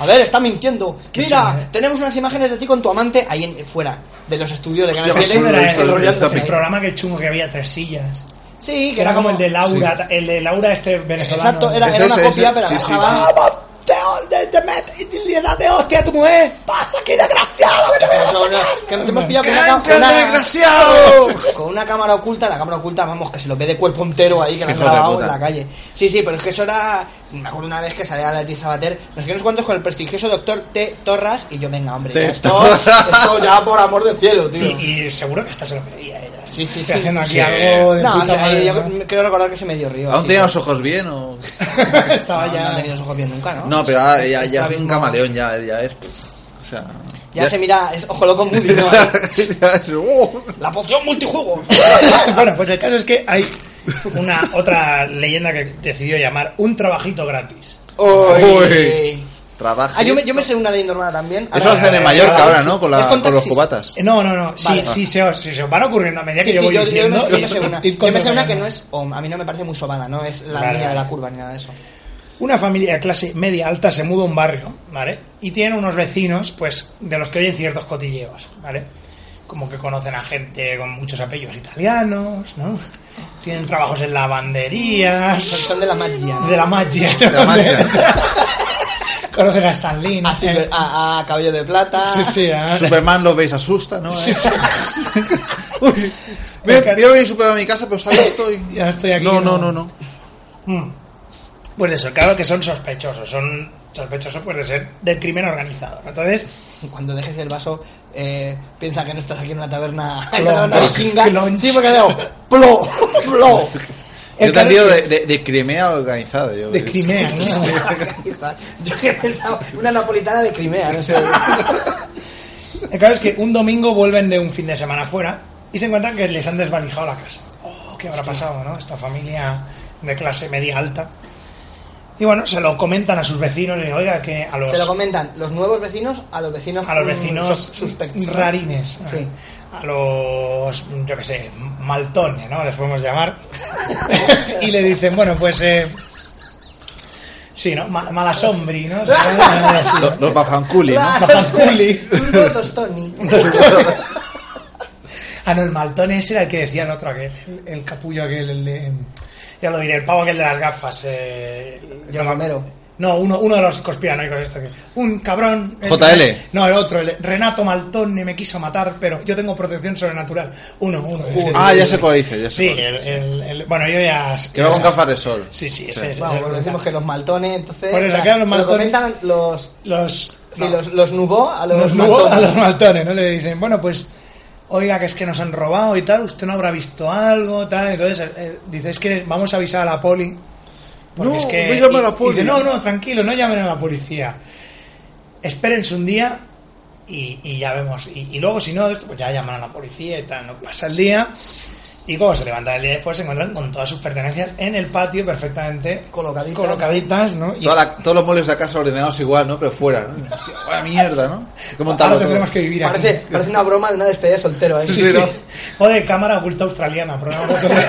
[SPEAKER 8] A ver, está mintiendo. Mira,
[SPEAKER 2] chulo, eh.
[SPEAKER 8] tenemos unas imágenes de ti con tu amante ahí en, fuera de los estudios de Canal
[SPEAKER 6] Hostia,
[SPEAKER 8] 7.
[SPEAKER 6] sí, lo he visto, lo he visto,
[SPEAKER 8] enrollándose
[SPEAKER 2] El
[SPEAKER 8] ahí.
[SPEAKER 2] programa que chungo que había tres sillas.
[SPEAKER 8] Sí,
[SPEAKER 2] Que era como el de Laura, el de Laura este venezolano.
[SPEAKER 8] Exacto, era,
[SPEAKER 6] Ese,
[SPEAKER 8] era una
[SPEAKER 6] ese,
[SPEAKER 8] copia,
[SPEAKER 6] ese.
[SPEAKER 8] pero
[SPEAKER 6] Sí,
[SPEAKER 8] la
[SPEAKER 6] sí.
[SPEAKER 8] bajaba.
[SPEAKER 2] te, te metes y te le das de hostia a tu mujer. Pasa aquí, desgraciado. que te voy a
[SPEAKER 8] Eso,
[SPEAKER 2] chocar.
[SPEAKER 8] que nos hemos pillado
[SPEAKER 6] ¡Qué
[SPEAKER 8] con una,
[SPEAKER 6] amplio
[SPEAKER 8] una- [LAUGHS]
[SPEAKER 6] desgraciado!
[SPEAKER 8] con una cámara oculta, la cámara oculta, vamos, que se lo ve de cuerpo entero ahí, que la han
[SPEAKER 6] Hijo de
[SPEAKER 8] grabado
[SPEAKER 6] puta.
[SPEAKER 8] en la calle. Sí, sí, pero es que eso era... Me acuerdo una vez que salía la Leticia Sabater, no sé qué nos cuantos, con el prestigioso doctor T. Torras, y yo, venga, hombre, ya
[SPEAKER 6] T. [LAUGHS]
[SPEAKER 8] esto,
[SPEAKER 6] Torras.
[SPEAKER 8] esto ya por amor del cielo, tío.
[SPEAKER 2] Y, y seguro que hasta se lo creía ella.
[SPEAKER 8] Sí, sí,
[SPEAKER 2] Estoy
[SPEAKER 8] sí.
[SPEAKER 2] haciendo aquí
[SPEAKER 6] Sí.
[SPEAKER 2] algo de
[SPEAKER 8] No,
[SPEAKER 2] puta
[SPEAKER 8] o sea,
[SPEAKER 2] madre,
[SPEAKER 8] yo
[SPEAKER 2] ¿no?
[SPEAKER 8] creo recordar que se medio rió.
[SPEAKER 6] ¿Aún
[SPEAKER 8] así
[SPEAKER 6] tenía
[SPEAKER 8] que-
[SPEAKER 6] los ojos bien o.?
[SPEAKER 2] [LAUGHS]
[SPEAKER 8] [LAUGHS]
[SPEAKER 2] Estaba
[SPEAKER 8] No, no ha
[SPEAKER 2] ya.
[SPEAKER 8] tenido los ojos bien nunca, ¿no?
[SPEAKER 6] No, pero ahora ya, ya
[SPEAKER 8] Está
[SPEAKER 6] es un
[SPEAKER 8] mismo-
[SPEAKER 6] camaleón, ya, ya es. O sea.
[SPEAKER 8] Ya se mira, es ojo loco Moody,
[SPEAKER 6] [LAUGHS]
[SPEAKER 8] ¿no?
[SPEAKER 6] ya es- ¡Oh!
[SPEAKER 8] La poción multijuego.
[SPEAKER 2] bueno, pues el caso es que hay una otra leyenda que decidió llamar un trabajito gratis.
[SPEAKER 6] Uy. Trabaja.
[SPEAKER 8] Ah, yo me, yo me sé una leyenda urbana también.
[SPEAKER 6] Eso
[SPEAKER 8] Ahora- eh,
[SPEAKER 6] hacen en Mallorca ahora, ¿no? Con, la-
[SPEAKER 8] Es con
[SPEAKER 6] con los
[SPEAKER 8] taxis.
[SPEAKER 6] cubatas.
[SPEAKER 2] Eh, No, no, no. Si
[SPEAKER 8] Vale.
[SPEAKER 2] se, os, si se os van ocurriendo a medida
[SPEAKER 8] Sí,
[SPEAKER 2] que yo
[SPEAKER 8] sí,
[SPEAKER 2] voy
[SPEAKER 8] yo, yo
[SPEAKER 2] diciendo.
[SPEAKER 8] me, yo me sé
[SPEAKER 2] [LAUGHS] ir-
[SPEAKER 8] una.
[SPEAKER 2] ir
[SPEAKER 8] Yo me sé una que
[SPEAKER 2] controlando.
[SPEAKER 8] no es. o a mí no me parece muy sobada, no es la
[SPEAKER 2] Vale.
[SPEAKER 8] niña de la curva ni nada de eso.
[SPEAKER 2] Una familia de clase media alta se muda a un barrio, ¿vale? Y tienen unos vecinos, pues, de los que oyen ciertos cotilleos, ¿vale? Como que conocen a gente con muchos apellidos italianos, ¿no? Tienen trabajos en
[SPEAKER 6] [LAUGHS]
[SPEAKER 8] Son,
[SPEAKER 2] lavanderías,
[SPEAKER 8] son de la magia.
[SPEAKER 2] [LAUGHS] de la magia.
[SPEAKER 8] [LAUGHS]
[SPEAKER 6] La mancha.
[SPEAKER 2] [LAUGHS] conocen a Stanley,
[SPEAKER 8] A, Silver- a, a Caballo de Plata.
[SPEAKER 2] Eh. Sí, sí, a-
[SPEAKER 6] ah, Superman lo veis, asusta, ¿no?
[SPEAKER 2] Ah. [LAUGHS] Sí,
[SPEAKER 6] Eh,
[SPEAKER 2] sí.
[SPEAKER 6] [LAUGHS] Uy, voy, voy a venir Superman a mi casa, pero ¿sabes? Estoy.
[SPEAKER 2] Eh, Ya estoy aquí,
[SPEAKER 6] No, no,
[SPEAKER 2] no.
[SPEAKER 6] no, no.
[SPEAKER 2] Mm. Pues eso, claro que son sospechosos, son sospechosos pues de ser del crimen organizado. ¿no? Entonces,
[SPEAKER 8] [LAUGHS] Cuando dejes el vaso, eh, piensa que no estás aquí en una taberna. [LAUGHS]
[SPEAKER 2] Plon.
[SPEAKER 8] En una taberna vikinga.
[SPEAKER 2] Plon.
[SPEAKER 8] Sí, porque leo. Plo, plo.
[SPEAKER 2] [LAUGHS] El
[SPEAKER 6] Yo te digo
[SPEAKER 2] caso
[SPEAKER 6] de,
[SPEAKER 2] es
[SPEAKER 6] de, de Crimea organizada. Yo,
[SPEAKER 2] de Crimea, ¿no?
[SPEAKER 8] Yo que he pensado una napolitana de Crimea,
[SPEAKER 2] [LAUGHS]
[SPEAKER 8] no sé.
[SPEAKER 2] El caso es que un domingo vuelven de un fin de semana fuera y se encuentran que les han desvalijado la casa. Oh, ¿qué habrá pasado, no? Esta familia de clase media alta. Y bueno, se lo comentan a sus vecinos y oiga que a los
[SPEAKER 8] Se lo comentan los nuevos vecinos a los vecinos
[SPEAKER 2] a los
[SPEAKER 8] mm,
[SPEAKER 2] vecinos
[SPEAKER 8] sos- suspectos. ¿no?
[SPEAKER 2] rarines.
[SPEAKER 8] Sí.
[SPEAKER 2] A los, yo qué sé, maltones, ¿no? Les podemos llamar. [LAUGHS] y le dicen, bueno, pues... Eh, sí, ¿no? Ma- malasombri, ¿no?
[SPEAKER 8] [LAUGHS]
[SPEAKER 2] Así,
[SPEAKER 6] Los, los bajanculi, ¿no?
[SPEAKER 2] Bajanculi.
[SPEAKER 8] Turbo
[SPEAKER 2] [LAUGHS]
[SPEAKER 8] Tostoni.
[SPEAKER 2] Ah, no, el maltón ese era el que decía el otro, aquel, el, el capullo aquel, el de... Ya lo diré, el pavo aquel de las gafas. Eh,
[SPEAKER 8] John Romero.
[SPEAKER 2] No, uno, uno de los conspiranoicos esto. que- Un cabrón... eh,
[SPEAKER 6] JL.
[SPEAKER 2] no, el otro, el Renato Maltón me quiso matar, pero yo tengo protección sobrenatural. Uno, uno. ese,
[SPEAKER 6] Ah,
[SPEAKER 2] ese,
[SPEAKER 6] ya
[SPEAKER 2] ese.
[SPEAKER 6] sé cuál dice, ya sé
[SPEAKER 2] Sí,
[SPEAKER 6] cuál
[SPEAKER 2] el, el- el- bueno, yo ya...
[SPEAKER 6] Que va con gafas de sol.
[SPEAKER 2] Sí, sí, ese, ese,
[SPEAKER 8] Vamos,
[SPEAKER 2] ese.
[SPEAKER 8] pues decimos que los maltones, entonces.
[SPEAKER 2] Por eso,
[SPEAKER 8] o sea,
[SPEAKER 2] que eran los
[SPEAKER 8] se lo
[SPEAKER 2] maltones.
[SPEAKER 8] comentan los.
[SPEAKER 2] Los...
[SPEAKER 8] Sí,
[SPEAKER 2] no.
[SPEAKER 8] los, los Nubó a los,
[SPEAKER 2] los nuevos a
[SPEAKER 8] maltones.
[SPEAKER 2] los maltones, ¿no? Le dicen, bueno, pues, oiga, que es que nos han robado y tal, usted no habrá visto algo, tal. Entonces, eh, dice, es que vamos a avisar a la poli. Porque
[SPEAKER 6] No,
[SPEAKER 2] es que,
[SPEAKER 6] no llame a la
[SPEAKER 2] y- y
[SPEAKER 6] poli.
[SPEAKER 2] Dice, no, no, tranquilo, no llamen a la policía. Espérense un día y, y ya vemos. Y, y luego, si no, esto, pues ya llaman a la policía y tal. No pasa el día. Y como se levantan el día después, se encuentran con todas sus pertenencias en el patio perfectamente
[SPEAKER 8] Colocaditas.
[SPEAKER 2] colocaditas ¿no? Y
[SPEAKER 6] Toda la- todos los muebles de la casa ordenados igual, ¿no? Pero fuera, ¿no? Hostia, vaya mierda, ¿no? Hay que montarlo
[SPEAKER 2] ahora tendremos
[SPEAKER 6] todo.
[SPEAKER 2] que vivir aquí.
[SPEAKER 8] Parece, parece una broma de una despedida de soltero, ¿eh?
[SPEAKER 2] Sí, sí. Joder, cámara oculta australiana, programa [LAUGHS] sobre-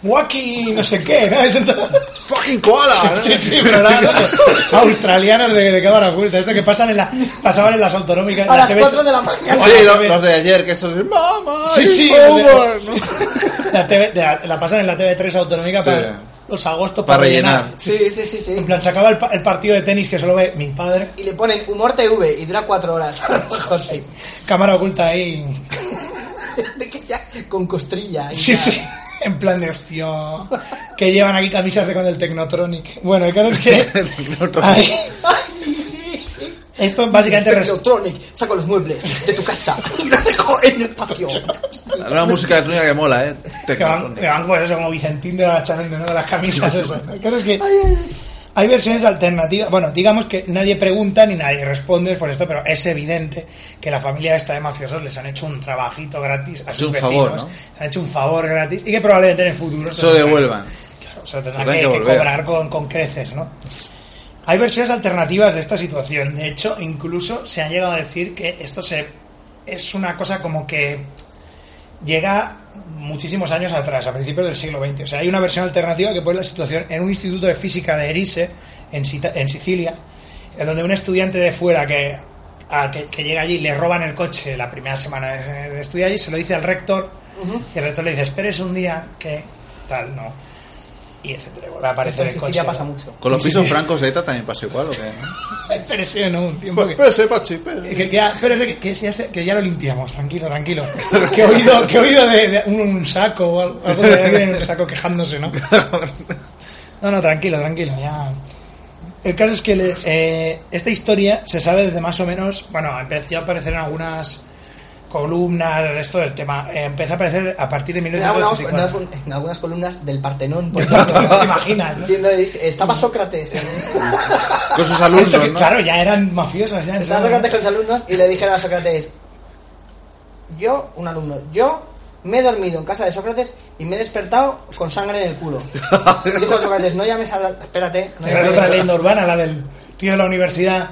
[SPEAKER 2] Wacky, no sé qué, ¿no? Es todo-
[SPEAKER 6] ¡Fucking koala! ¿no?
[SPEAKER 2] Sí, sí,
[SPEAKER 6] [LAUGHS]
[SPEAKER 2] programa [LAUGHS] australianos de, de cámara oculta. Esto que pasan en la, pasaban en las autonómicas. en
[SPEAKER 8] A
[SPEAKER 2] la
[SPEAKER 8] las
[SPEAKER 2] TV.
[SPEAKER 8] 4 de la mañana.
[SPEAKER 6] Sí, lo-
[SPEAKER 2] Hola,
[SPEAKER 6] los de ayer, que esos... ¡Mamá!
[SPEAKER 2] Sí,
[SPEAKER 6] it's
[SPEAKER 2] sí.
[SPEAKER 6] [LAUGHS] over",
[SPEAKER 2] sí.
[SPEAKER 6] ¿no?
[SPEAKER 2] La, TV de la, la pasan en la TV3 autonómica
[SPEAKER 6] Sí.
[SPEAKER 2] para los agostos
[SPEAKER 6] Para rellenar.
[SPEAKER 8] Sí, sí, sí,
[SPEAKER 2] En
[SPEAKER 8] sí.
[SPEAKER 2] plan, se acaba el, pa- el partido de tenis que solo ve mi padre.
[SPEAKER 8] Y le ponen humor TV y dura 4
[SPEAKER 2] [LAUGHS]
[SPEAKER 8] horas. José.
[SPEAKER 2] Cámara oculta ahí.
[SPEAKER 8] [LAUGHS] De que ya, con costrilla. y
[SPEAKER 2] Sí,
[SPEAKER 8] ya.
[SPEAKER 2] sí. En plan de hostia. Que llevan aquí camisas de con el Technotronic. Bueno, el caso es [LAUGHS] que. Ay. Esto básicamente. res-
[SPEAKER 8] Electronic, saco los muebles de tu casa y los dejo en el patio.
[SPEAKER 6] La nueva música electrónica que mola, ¿eh?
[SPEAKER 2] Que van,
[SPEAKER 6] Tecnotron.
[SPEAKER 2] que van pues eso, como Vicentín de la Chanel, ¿no? De las camisas esas. El caso es que. Hay versiones alternativas. Bueno, digamos que nadie pregunta ni nadie responde por esto, pero es evidente que la familia esta de mafiosos les han hecho un trabajito gratis a
[SPEAKER 6] hecho
[SPEAKER 2] sus
[SPEAKER 6] un
[SPEAKER 2] vecinos.
[SPEAKER 6] favor, ¿no?
[SPEAKER 2] Les han hecho un favor gratis y que probablemente en el futuro
[SPEAKER 6] Eso
[SPEAKER 2] tendrán-
[SPEAKER 6] devuelvan.
[SPEAKER 2] O sea, tendrá
[SPEAKER 6] Tendrán
[SPEAKER 2] que,
[SPEAKER 6] que
[SPEAKER 2] que
[SPEAKER 6] volver.
[SPEAKER 2] cobrar con, con creces, ¿no? Hay versiones alternativas de esta situación. De hecho, incluso se han llegado a decir que esto se es una cosa como que llega muchísimos años atrás, a principios del siglo XX. O sea, hay una versión alternativa que pone la situación en un instituto de física de Erice, en, Sita- en Sicilia, en donde un estudiante de fuera que, a- que, que llega allí y le roban el coche la primera semana de, de estudiar allí, se lo dice al rector, y el rector le dice, esperes un día que tal, no. Y etcétera, vuelve a aparecer
[SPEAKER 8] en
[SPEAKER 2] el coche.
[SPEAKER 8] Sicilia pasa mucho.
[SPEAKER 6] Con los
[SPEAKER 2] Sí,
[SPEAKER 6] pisos
[SPEAKER 2] sí. [LAUGHS]
[SPEAKER 6] francos de ETA también pasa igual, ¿o qué?
[SPEAKER 2] Espérese, ¿no? Un tiempo que...
[SPEAKER 6] Espérese, Pachi, espérese.
[SPEAKER 2] Que ya, pero es que, que ya, se- que ya lo limpiamos, tranquilo, tranquilo. Que he oído, que he oído de, de un, un saco o algo, algo de alguien en un saco quejándose, ¿no? No, no, tranquilo, tranquilo, ya. El caso es que le- eh, esta historia se sabe desde más o menos, bueno, empezó a aparecer en algunas columnas de esto del tema. Eh, empezó a aparecer a partir de
[SPEAKER 8] En algunas, en
[SPEAKER 2] 1984.
[SPEAKER 8] algunas- en algunas columnas del Partenón.
[SPEAKER 2] [LAUGHS]
[SPEAKER 8] por
[SPEAKER 2] Del
[SPEAKER 8] ejemplo.
[SPEAKER 2] Partenón, ¿te imaginas, no?
[SPEAKER 8] Diciéndoles, Estaba Sócrates.
[SPEAKER 6] Con sus
[SPEAKER 2] Eso que,
[SPEAKER 6] alumnos, ¿no?
[SPEAKER 2] Claro, ya eran mafiosos, ya. en
[SPEAKER 8] Estaba
[SPEAKER 2] serio, ¿no?
[SPEAKER 8] Sócrates con los alumnos y le dijeron a Sócrates, yo, un alumno, yo me he dormido en casa de Sócrates y me he despertado con sangre en el culo. Y dijo Sócrates, no llames a la... Espérate. No
[SPEAKER 2] Esa es otra
[SPEAKER 8] llames a
[SPEAKER 2] leyenda urbana, la del tío de la universidad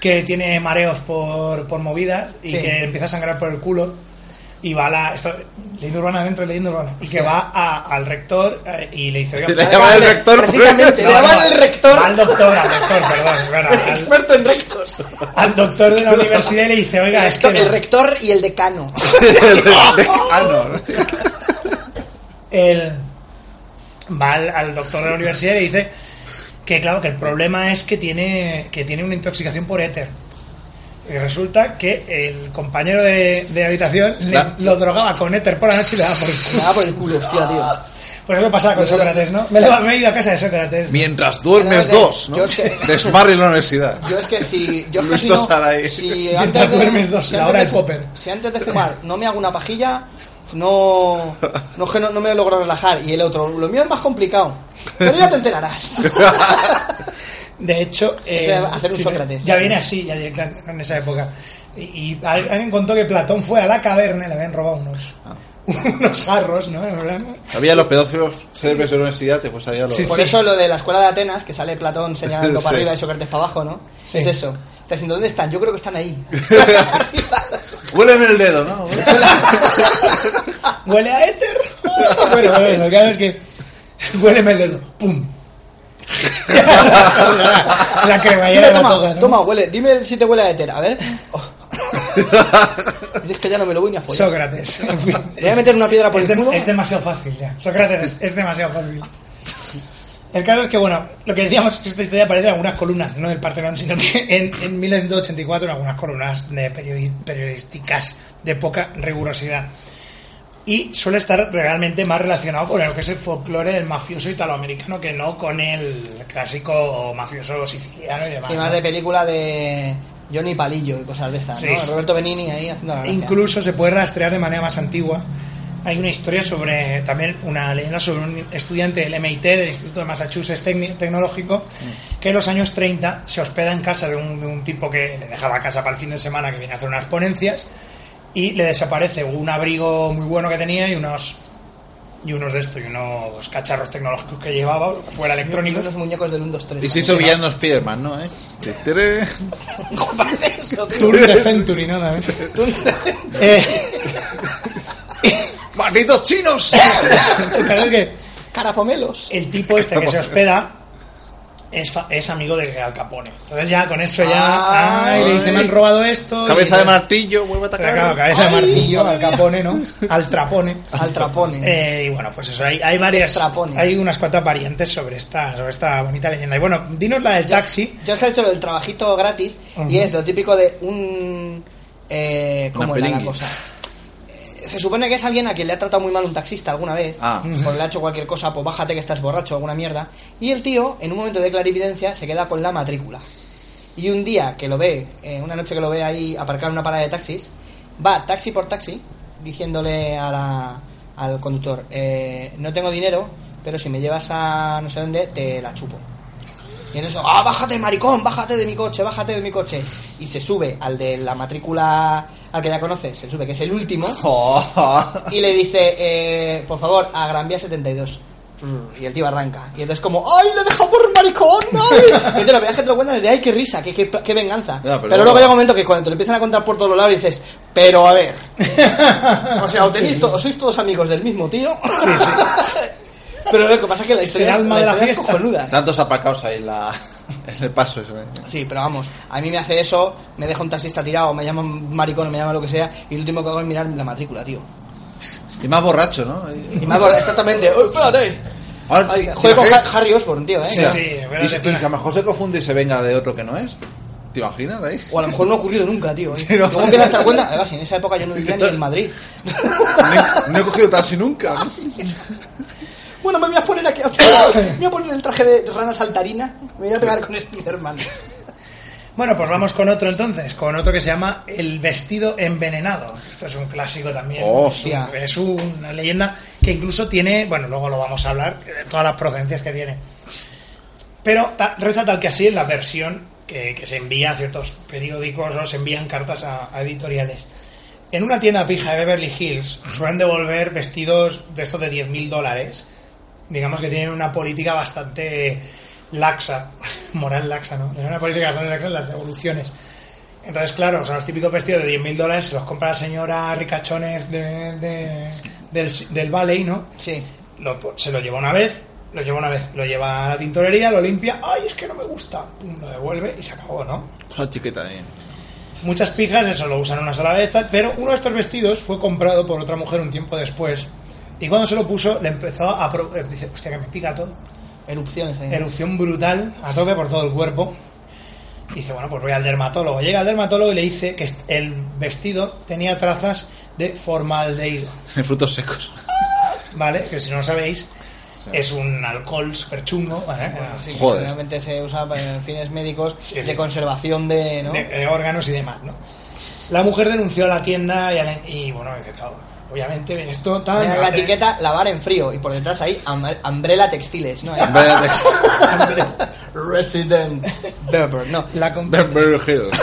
[SPEAKER 2] que tiene mareos por, por movidas y
[SPEAKER 8] Sí.
[SPEAKER 2] que empieza a sangrar por el culo. Y va a la. Esto, leyenda urbana dentro de leyenda urbana. Y que va a- al rector eh, y
[SPEAKER 8] [LAUGHS]
[SPEAKER 2] le dice: Oiga,
[SPEAKER 6] Le
[SPEAKER 2] no,
[SPEAKER 6] llaman al rector.
[SPEAKER 8] Precisamente,
[SPEAKER 2] no,
[SPEAKER 8] le llaman
[SPEAKER 2] no,
[SPEAKER 6] [LAUGHS]
[SPEAKER 8] al rector.
[SPEAKER 2] va Al doctor, al rector, perdón. bueno,
[SPEAKER 8] El [LAUGHS] experto en rectos.
[SPEAKER 2] al, al doctor de la universidad y le dice: Oiga, es que.
[SPEAKER 8] El rector y el decano.
[SPEAKER 6] Decano, Ah, ¿no?
[SPEAKER 2] el va al, al doctor de la universidad y le dice que claro que el problema es que tiene que tiene una intoxicación por éter y resulta que el compañero de, de habitación le-
[SPEAKER 6] La-
[SPEAKER 2] lo drogaba con éter por la noche y le daba por el culo.
[SPEAKER 8] Me daba por el culo, hostia, tío.
[SPEAKER 2] Por eso pasaba con Sócrates, ¿no? Me, lo- me he ido a casa de Sócrates.
[SPEAKER 6] Mientras duermes
[SPEAKER 8] Yo es que-
[SPEAKER 6] dos, ¿no?
[SPEAKER 8] yo es que-
[SPEAKER 6] Desmarre en la universidad.
[SPEAKER 8] Yo es que si... Yo es que
[SPEAKER 6] Luis
[SPEAKER 8] si no...
[SPEAKER 6] Tosharay.
[SPEAKER 8] Si
[SPEAKER 2] Mientras
[SPEAKER 8] antes de...
[SPEAKER 2] duermes dos,
[SPEAKER 8] si
[SPEAKER 2] la
[SPEAKER 8] antes
[SPEAKER 2] hora
[SPEAKER 8] de
[SPEAKER 2] del
[SPEAKER 8] fu-
[SPEAKER 2] popper.
[SPEAKER 8] Si antes de fumar no me hago una pajilla, no... No es que no, no me logro relajar. Y el otro, lo mío es más complicado. Pero ya te enterarás.
[SPEAKER 2] De hecho, eh,
[SPEAKER 8] Es de hacer un
[SPEAKER 2] sí,
[SPEAKER 8] Sócrates.
[SPEAKER 2] ya viene así, ya directamente en esa época. Y, y alguien contó que Platón fue a la caverna y le habían robado unos, [LAUGHS] unos jarros, ¿no?
[SPEAKER 6] Había los pedófilos célebres de la universidad, te pues había los.
[SPEAKER 2] Sí,
[SPEAKER 8] Por
[SPEAKER 2] sí.
[SPEAKER 8] eso lo de la escuela de Atenas, que sale Platón
[SPEAKER 2] [LAUGHS]
[SPEAKER 8] señalando
[SPEAKER 6] Sí.
[SPEAKER 8] para arriba y Sócrates para abajo, ¿no?
[SPEAKER 2] Sí.
[SPEAKER 8] Es eso. Está diciendo, ¿dónde están? Yo creo que están
[SPEAKER 2] [LAUGHS]
[SPEAKER 8] ahí. [LAUGHS]
[SPEAKER 6] Huéleme el dedo, ¿no?
[SPEAKER 2] Huele a éter. [LAUGHS] bueno, bueno, lo que hago es que huéleme el dedo. ¡Pum! la, la cremallera
[SPEAKER 8] Dime,
[SPEAKER 2] de la
[SPEAKER 8] toma,
[SPEAKER 2] toga, ¿no?
[SPEAKER 8] toma, huele. Dime si te huele a éter. A ver.
[SPEAKER 2] [LAUGHS]
[SPEAKER 8] Oh. es que ya no me lo voy ni a follar.
[SPEAKER 2] Sócrates. [LAUGHS] En fin,
[SPEAKER 8] Voy a meter una piedra por
[SPEAKER 2] es,
[SPEAKER 8] el
[SPEAKER 2] de-
[SPEAKER 8] culo.
[SPEAKER 2] es demasiado fácil ya. Sócrates es, es demasiado fácil. El caso es que, bueno, lo que decíamos es que esta historia aparece en algunas columnas, no del Partenón, sino que en, en 1984 en algunas columnas de periodi- periodísticas de poca rigurosidad. Y suele estar realmente más relacionado con lo que es el folclore del mafioso italoamericano que no con el clásico mafioso siciliano y demás.
[SPEAKER 8] Y más
[SPEAKER 2] ¿no?
[SPEAKER 8] de película de Johnny Palillo y cosas de estas, ¿no?
[SPEAKER 2] Sí.
[SPEAKER 8] Roberto Benini ahí haciendo la gracia.
[SPEAKER 2] Incluso se puede rastrear de manera más antigua. Hay una historia sobre, también una leyenda sobre un estudiante del MIT, del Instituto de Massachusetts Tecni- Tecnológico, que en los años 30 se hospeda en casa de un, de un tipo que le dejaba a casa para el fin de semana, que viene a hacer unas ponencias, y le desaparece un abrigo muy bueno que tenía y unos y unos de estos, y unos cacharros tecnológicos que llevaba, o fuera
[SPEAKER 8] Y
[SPEAKER 2] electrónicos.
[SPEAKER 8] unos muñecos del 1, 2, 3.
[SPEAKER 6] Y se hizo villano Spiderman, ¿no? ¿Eh? Tere.
[SPEAKER 2] Tour de Century, ¿no? También. Eh,
[SPEAKER 6] ¡Malditos chinos!
[SPEAKER 2] el caso es que
[SPEAKER 8] Carapomelos.
[SPEAKER 2] el tipo este que se hospeda es, fa- es amigo de Al Capone. Entonces ya con eso ya...
[SPEAKER 8] Ay.
[SPEAKER 2] Ay, le dice, me han robado esto. y
[SPEAKER 6] Cabeza de
[SPEAKER 2] entonces-
[SPEAKER 6] martillo, vuelve a
[SPEAKER 2] Pero
[SPEAKER 6] atacar.
[SPEAKER 2] claro, cabeza de
[SPEAKER 8] Ay,
[SPEAKER 2] martillo,
[SPEAKER 8] madre
[SPEAKER 2] Al Capone, ¿no? Al Trapone.
[SPEAKER 8] Al trapone.
[SPEAKER 2] Eh, y bueno, pues eso, hay, hay varias...
[SPEAKER 8] Trapone.
[SPEAKER 2] Hay unas cuantas variantes sobre esta, sobre esta bonita leyenda. Y bueno, dinos la del taxi.
[SPEAKER 8] Yo os he hecho lo del trabajito gratis y
[SPEAKER 2] Ujú.
[SPEAKER 8] es lo típico de un... Eh,
[SPEAKER 6] Una
[SPEAKER 8] ¿Cómo era la
[SPEAKER 6] pelingui.
[SPEAKER 8] cosa? Eh, Se supone que es alguien a quien le ha tratado muy mal un taxista alguna vez.
[SPEAKER 6] Ah.
[SPEAKER 8] O le ha hecho cualquier cosa, pues bájate que estás borracho o alguna mierda. Y el tío, en un momento de clarividencia, se queda con la matrícula. Y un día que lo ve, eh, una noche que lo ve ahí aparcar en una parada de taxis, va taxi por taxi diciéndole a la- al conductor, eh, no tengo dinero, pero si me llevas a no sé dónde, te la chupo. Y en eso, ah, bájate, maricón, bájate de mi coche, bájate de mi coche. Y se sube al de la matrícula, al que ya conoces, se sube, que es el último,
[SPEAKER 6] [LAUGHS] Oh.
[SPEAKER 8] y le dice, eh, por favor, a Gran Vía 72. Y el tío arranca. Y entonces como, ¡ay, le he dejado por maricón! ¡Ay! Y entonces lo primero que te lo cuentan es de, ¡ay, qué risa! ¡Qué, qué, qué venganza!
[SPEAKER 6] Ya, pero
[SPEAKER 8] pero
[SPEAKER 6] luego-
[SPEAKER 8] luego llega un momento que cuando te lo empiezan a contar por todos los lados dices, pero a ver... O sea, o, tenéis to- o sois todos amigos del mismo tío... [LAUGHS] pero lo que pasa es que la historia
[SPEAKER 2] El
[SPEAKER 8] es,
[SPEAKER 2] alma de la
[SPEAKER 8] historia es
[SPEAKER 2] fiesta.
[SPEAKER 8] cojonuda.
[SPEAKER 6] Tantos aparcados ahí en, la, en el paso. Eso, ¿eh?
[SPEAKER 8] Sí, pero vamos, a mí me hace eso, me deja un taxista tirado, me llama un maricón, me llama lo que sea, y lo último que hago es mirar la matrícula, tío.
[SPEAKER 6] Y más borracho, ¿no?
[SPEAKER 8] Y me hago exactamente, ¡oh, espérate!
[SPEAKER 6] Ahora,
[SPEAKER 8] Ay,
[SPEAKER 6] ¿te
[SPEAKER 8] joder con
[SPEAKER 6] imaginas?
[SPEAKER 8] Ha- Harry Osborn, tío, ¿eh?
[SPEAKER 2] Sí, sí, espérate,
[SPEAKER 6] y, se- y
[SPEAKER 2] espérate.
[SPEAKER 6] que a lo mejor se confunde y se venga de otro que no es. ¿Te imaginas ahí?
[SPEAKER 8] O a lo mejor no ha ocurrido nunca, tío. ¿eh?
[SPEAKER 6] Sí, no.
[SPEAKER 8] Luego empiezas a dar cuenta, además, en esa época yo no vivía ni en Madrid.
[SPEAKER 2] Oh.
[SPEAKER 6] [LAUGHS] No he, no he cogido taxi nunca. ¿no?
[SPEAKER 8] bueno, me voy a poner aquí, me voy a poner el traje de rana saltarina, me voy a pegar con Spiderman.
[SPEAKER 2] Bueno, pues vamos con otro entonces, con otro que se llama El vestido envenenado. Esto es un clásico también. ah,
[SPEAKER 6] Hostia.
[SPEAKER 2] es, un- es una leyenda que incluso tiene, bueno, luego lo vamos a hablar, eh, de todas las procedencias que tiene. Pero ta- reza tal que así en la versión que, que se envía a ciertos periódicos o se envían cartas a, a editoriales. En una tienda pija de Beverly Hills suelen devolver vestidos de estos de 10.000 dólares. Digamos que tienen una política bastante laxa, [LAUGHS] moral laxa, ¿no? Tienen una política bastante laxa en las devoluciones. Entonces, claro, son los típicos vestidos de 10.000 dólares, se los compra la señora ricachones de- de- del, del Valley, ¿no?
[SPEAKER 8] Sí.
[SPEAKER 2] Lo po- se lo lleva una vez, lo lleva una vez, lo lleva a la tintorería, lo limpia, ay, es que no me gusta, pum, lo devuelve y se acabó, ¿no?
[SPEAKER 6] Una chiquita bien.
[SPEAKER 2] Muchas pijas eso lo usan una sola vez, tal, pero uno de estos vestidos fue comprado por otra mujer un tiempo después y cuando se lo puso le empezó a... pro- eh, dice, hostia, que me pica todo.
[SPEAKER 8] Erupciones ahí.
[SPEAKER 2] Erupción brutal, a tope por todo el cuerpo. Dice, bueno, pues voy al dermatólogo. Llega al dermatólogo y le dice que est- el vestido tenía trazas de formaldehído.
[SPEAKER 6] Frutos secos.
[SPEAKER 2] ¿vale? Que si no lo sabéis, es un alcohol súper chungo, ¿vale?
[SPEAKER 8] Bueno, sí,
[SPEAKER 6] Joder.
[SPEAKER 8] Realmente se usa para fines médicos
[SPEAKER 2] Sí, sí.
[SPEAKER 8] de conservación de... ¿no?
[SPEAKER 2] de, de órganos y demás, ¿no? La mujer denunció a la tienda y, a la- y, bueno, dice, claro, obviamente esto tan...
[SPEAKER 8] Mira la
[SPEAKER 2] [LAUGHS]
[SPEAKER 8] etiqueta, lavar en frío. Y por detrás ahí, am- Umbrella Textiles, ¿no?
[SPEAKER 6] En vez de taxi. [LAUGHS]
[SPEAKER 8] Resident Berber, no.
[SPEAKER 2] La com-
[SPEAKER 6] Beverly Hills.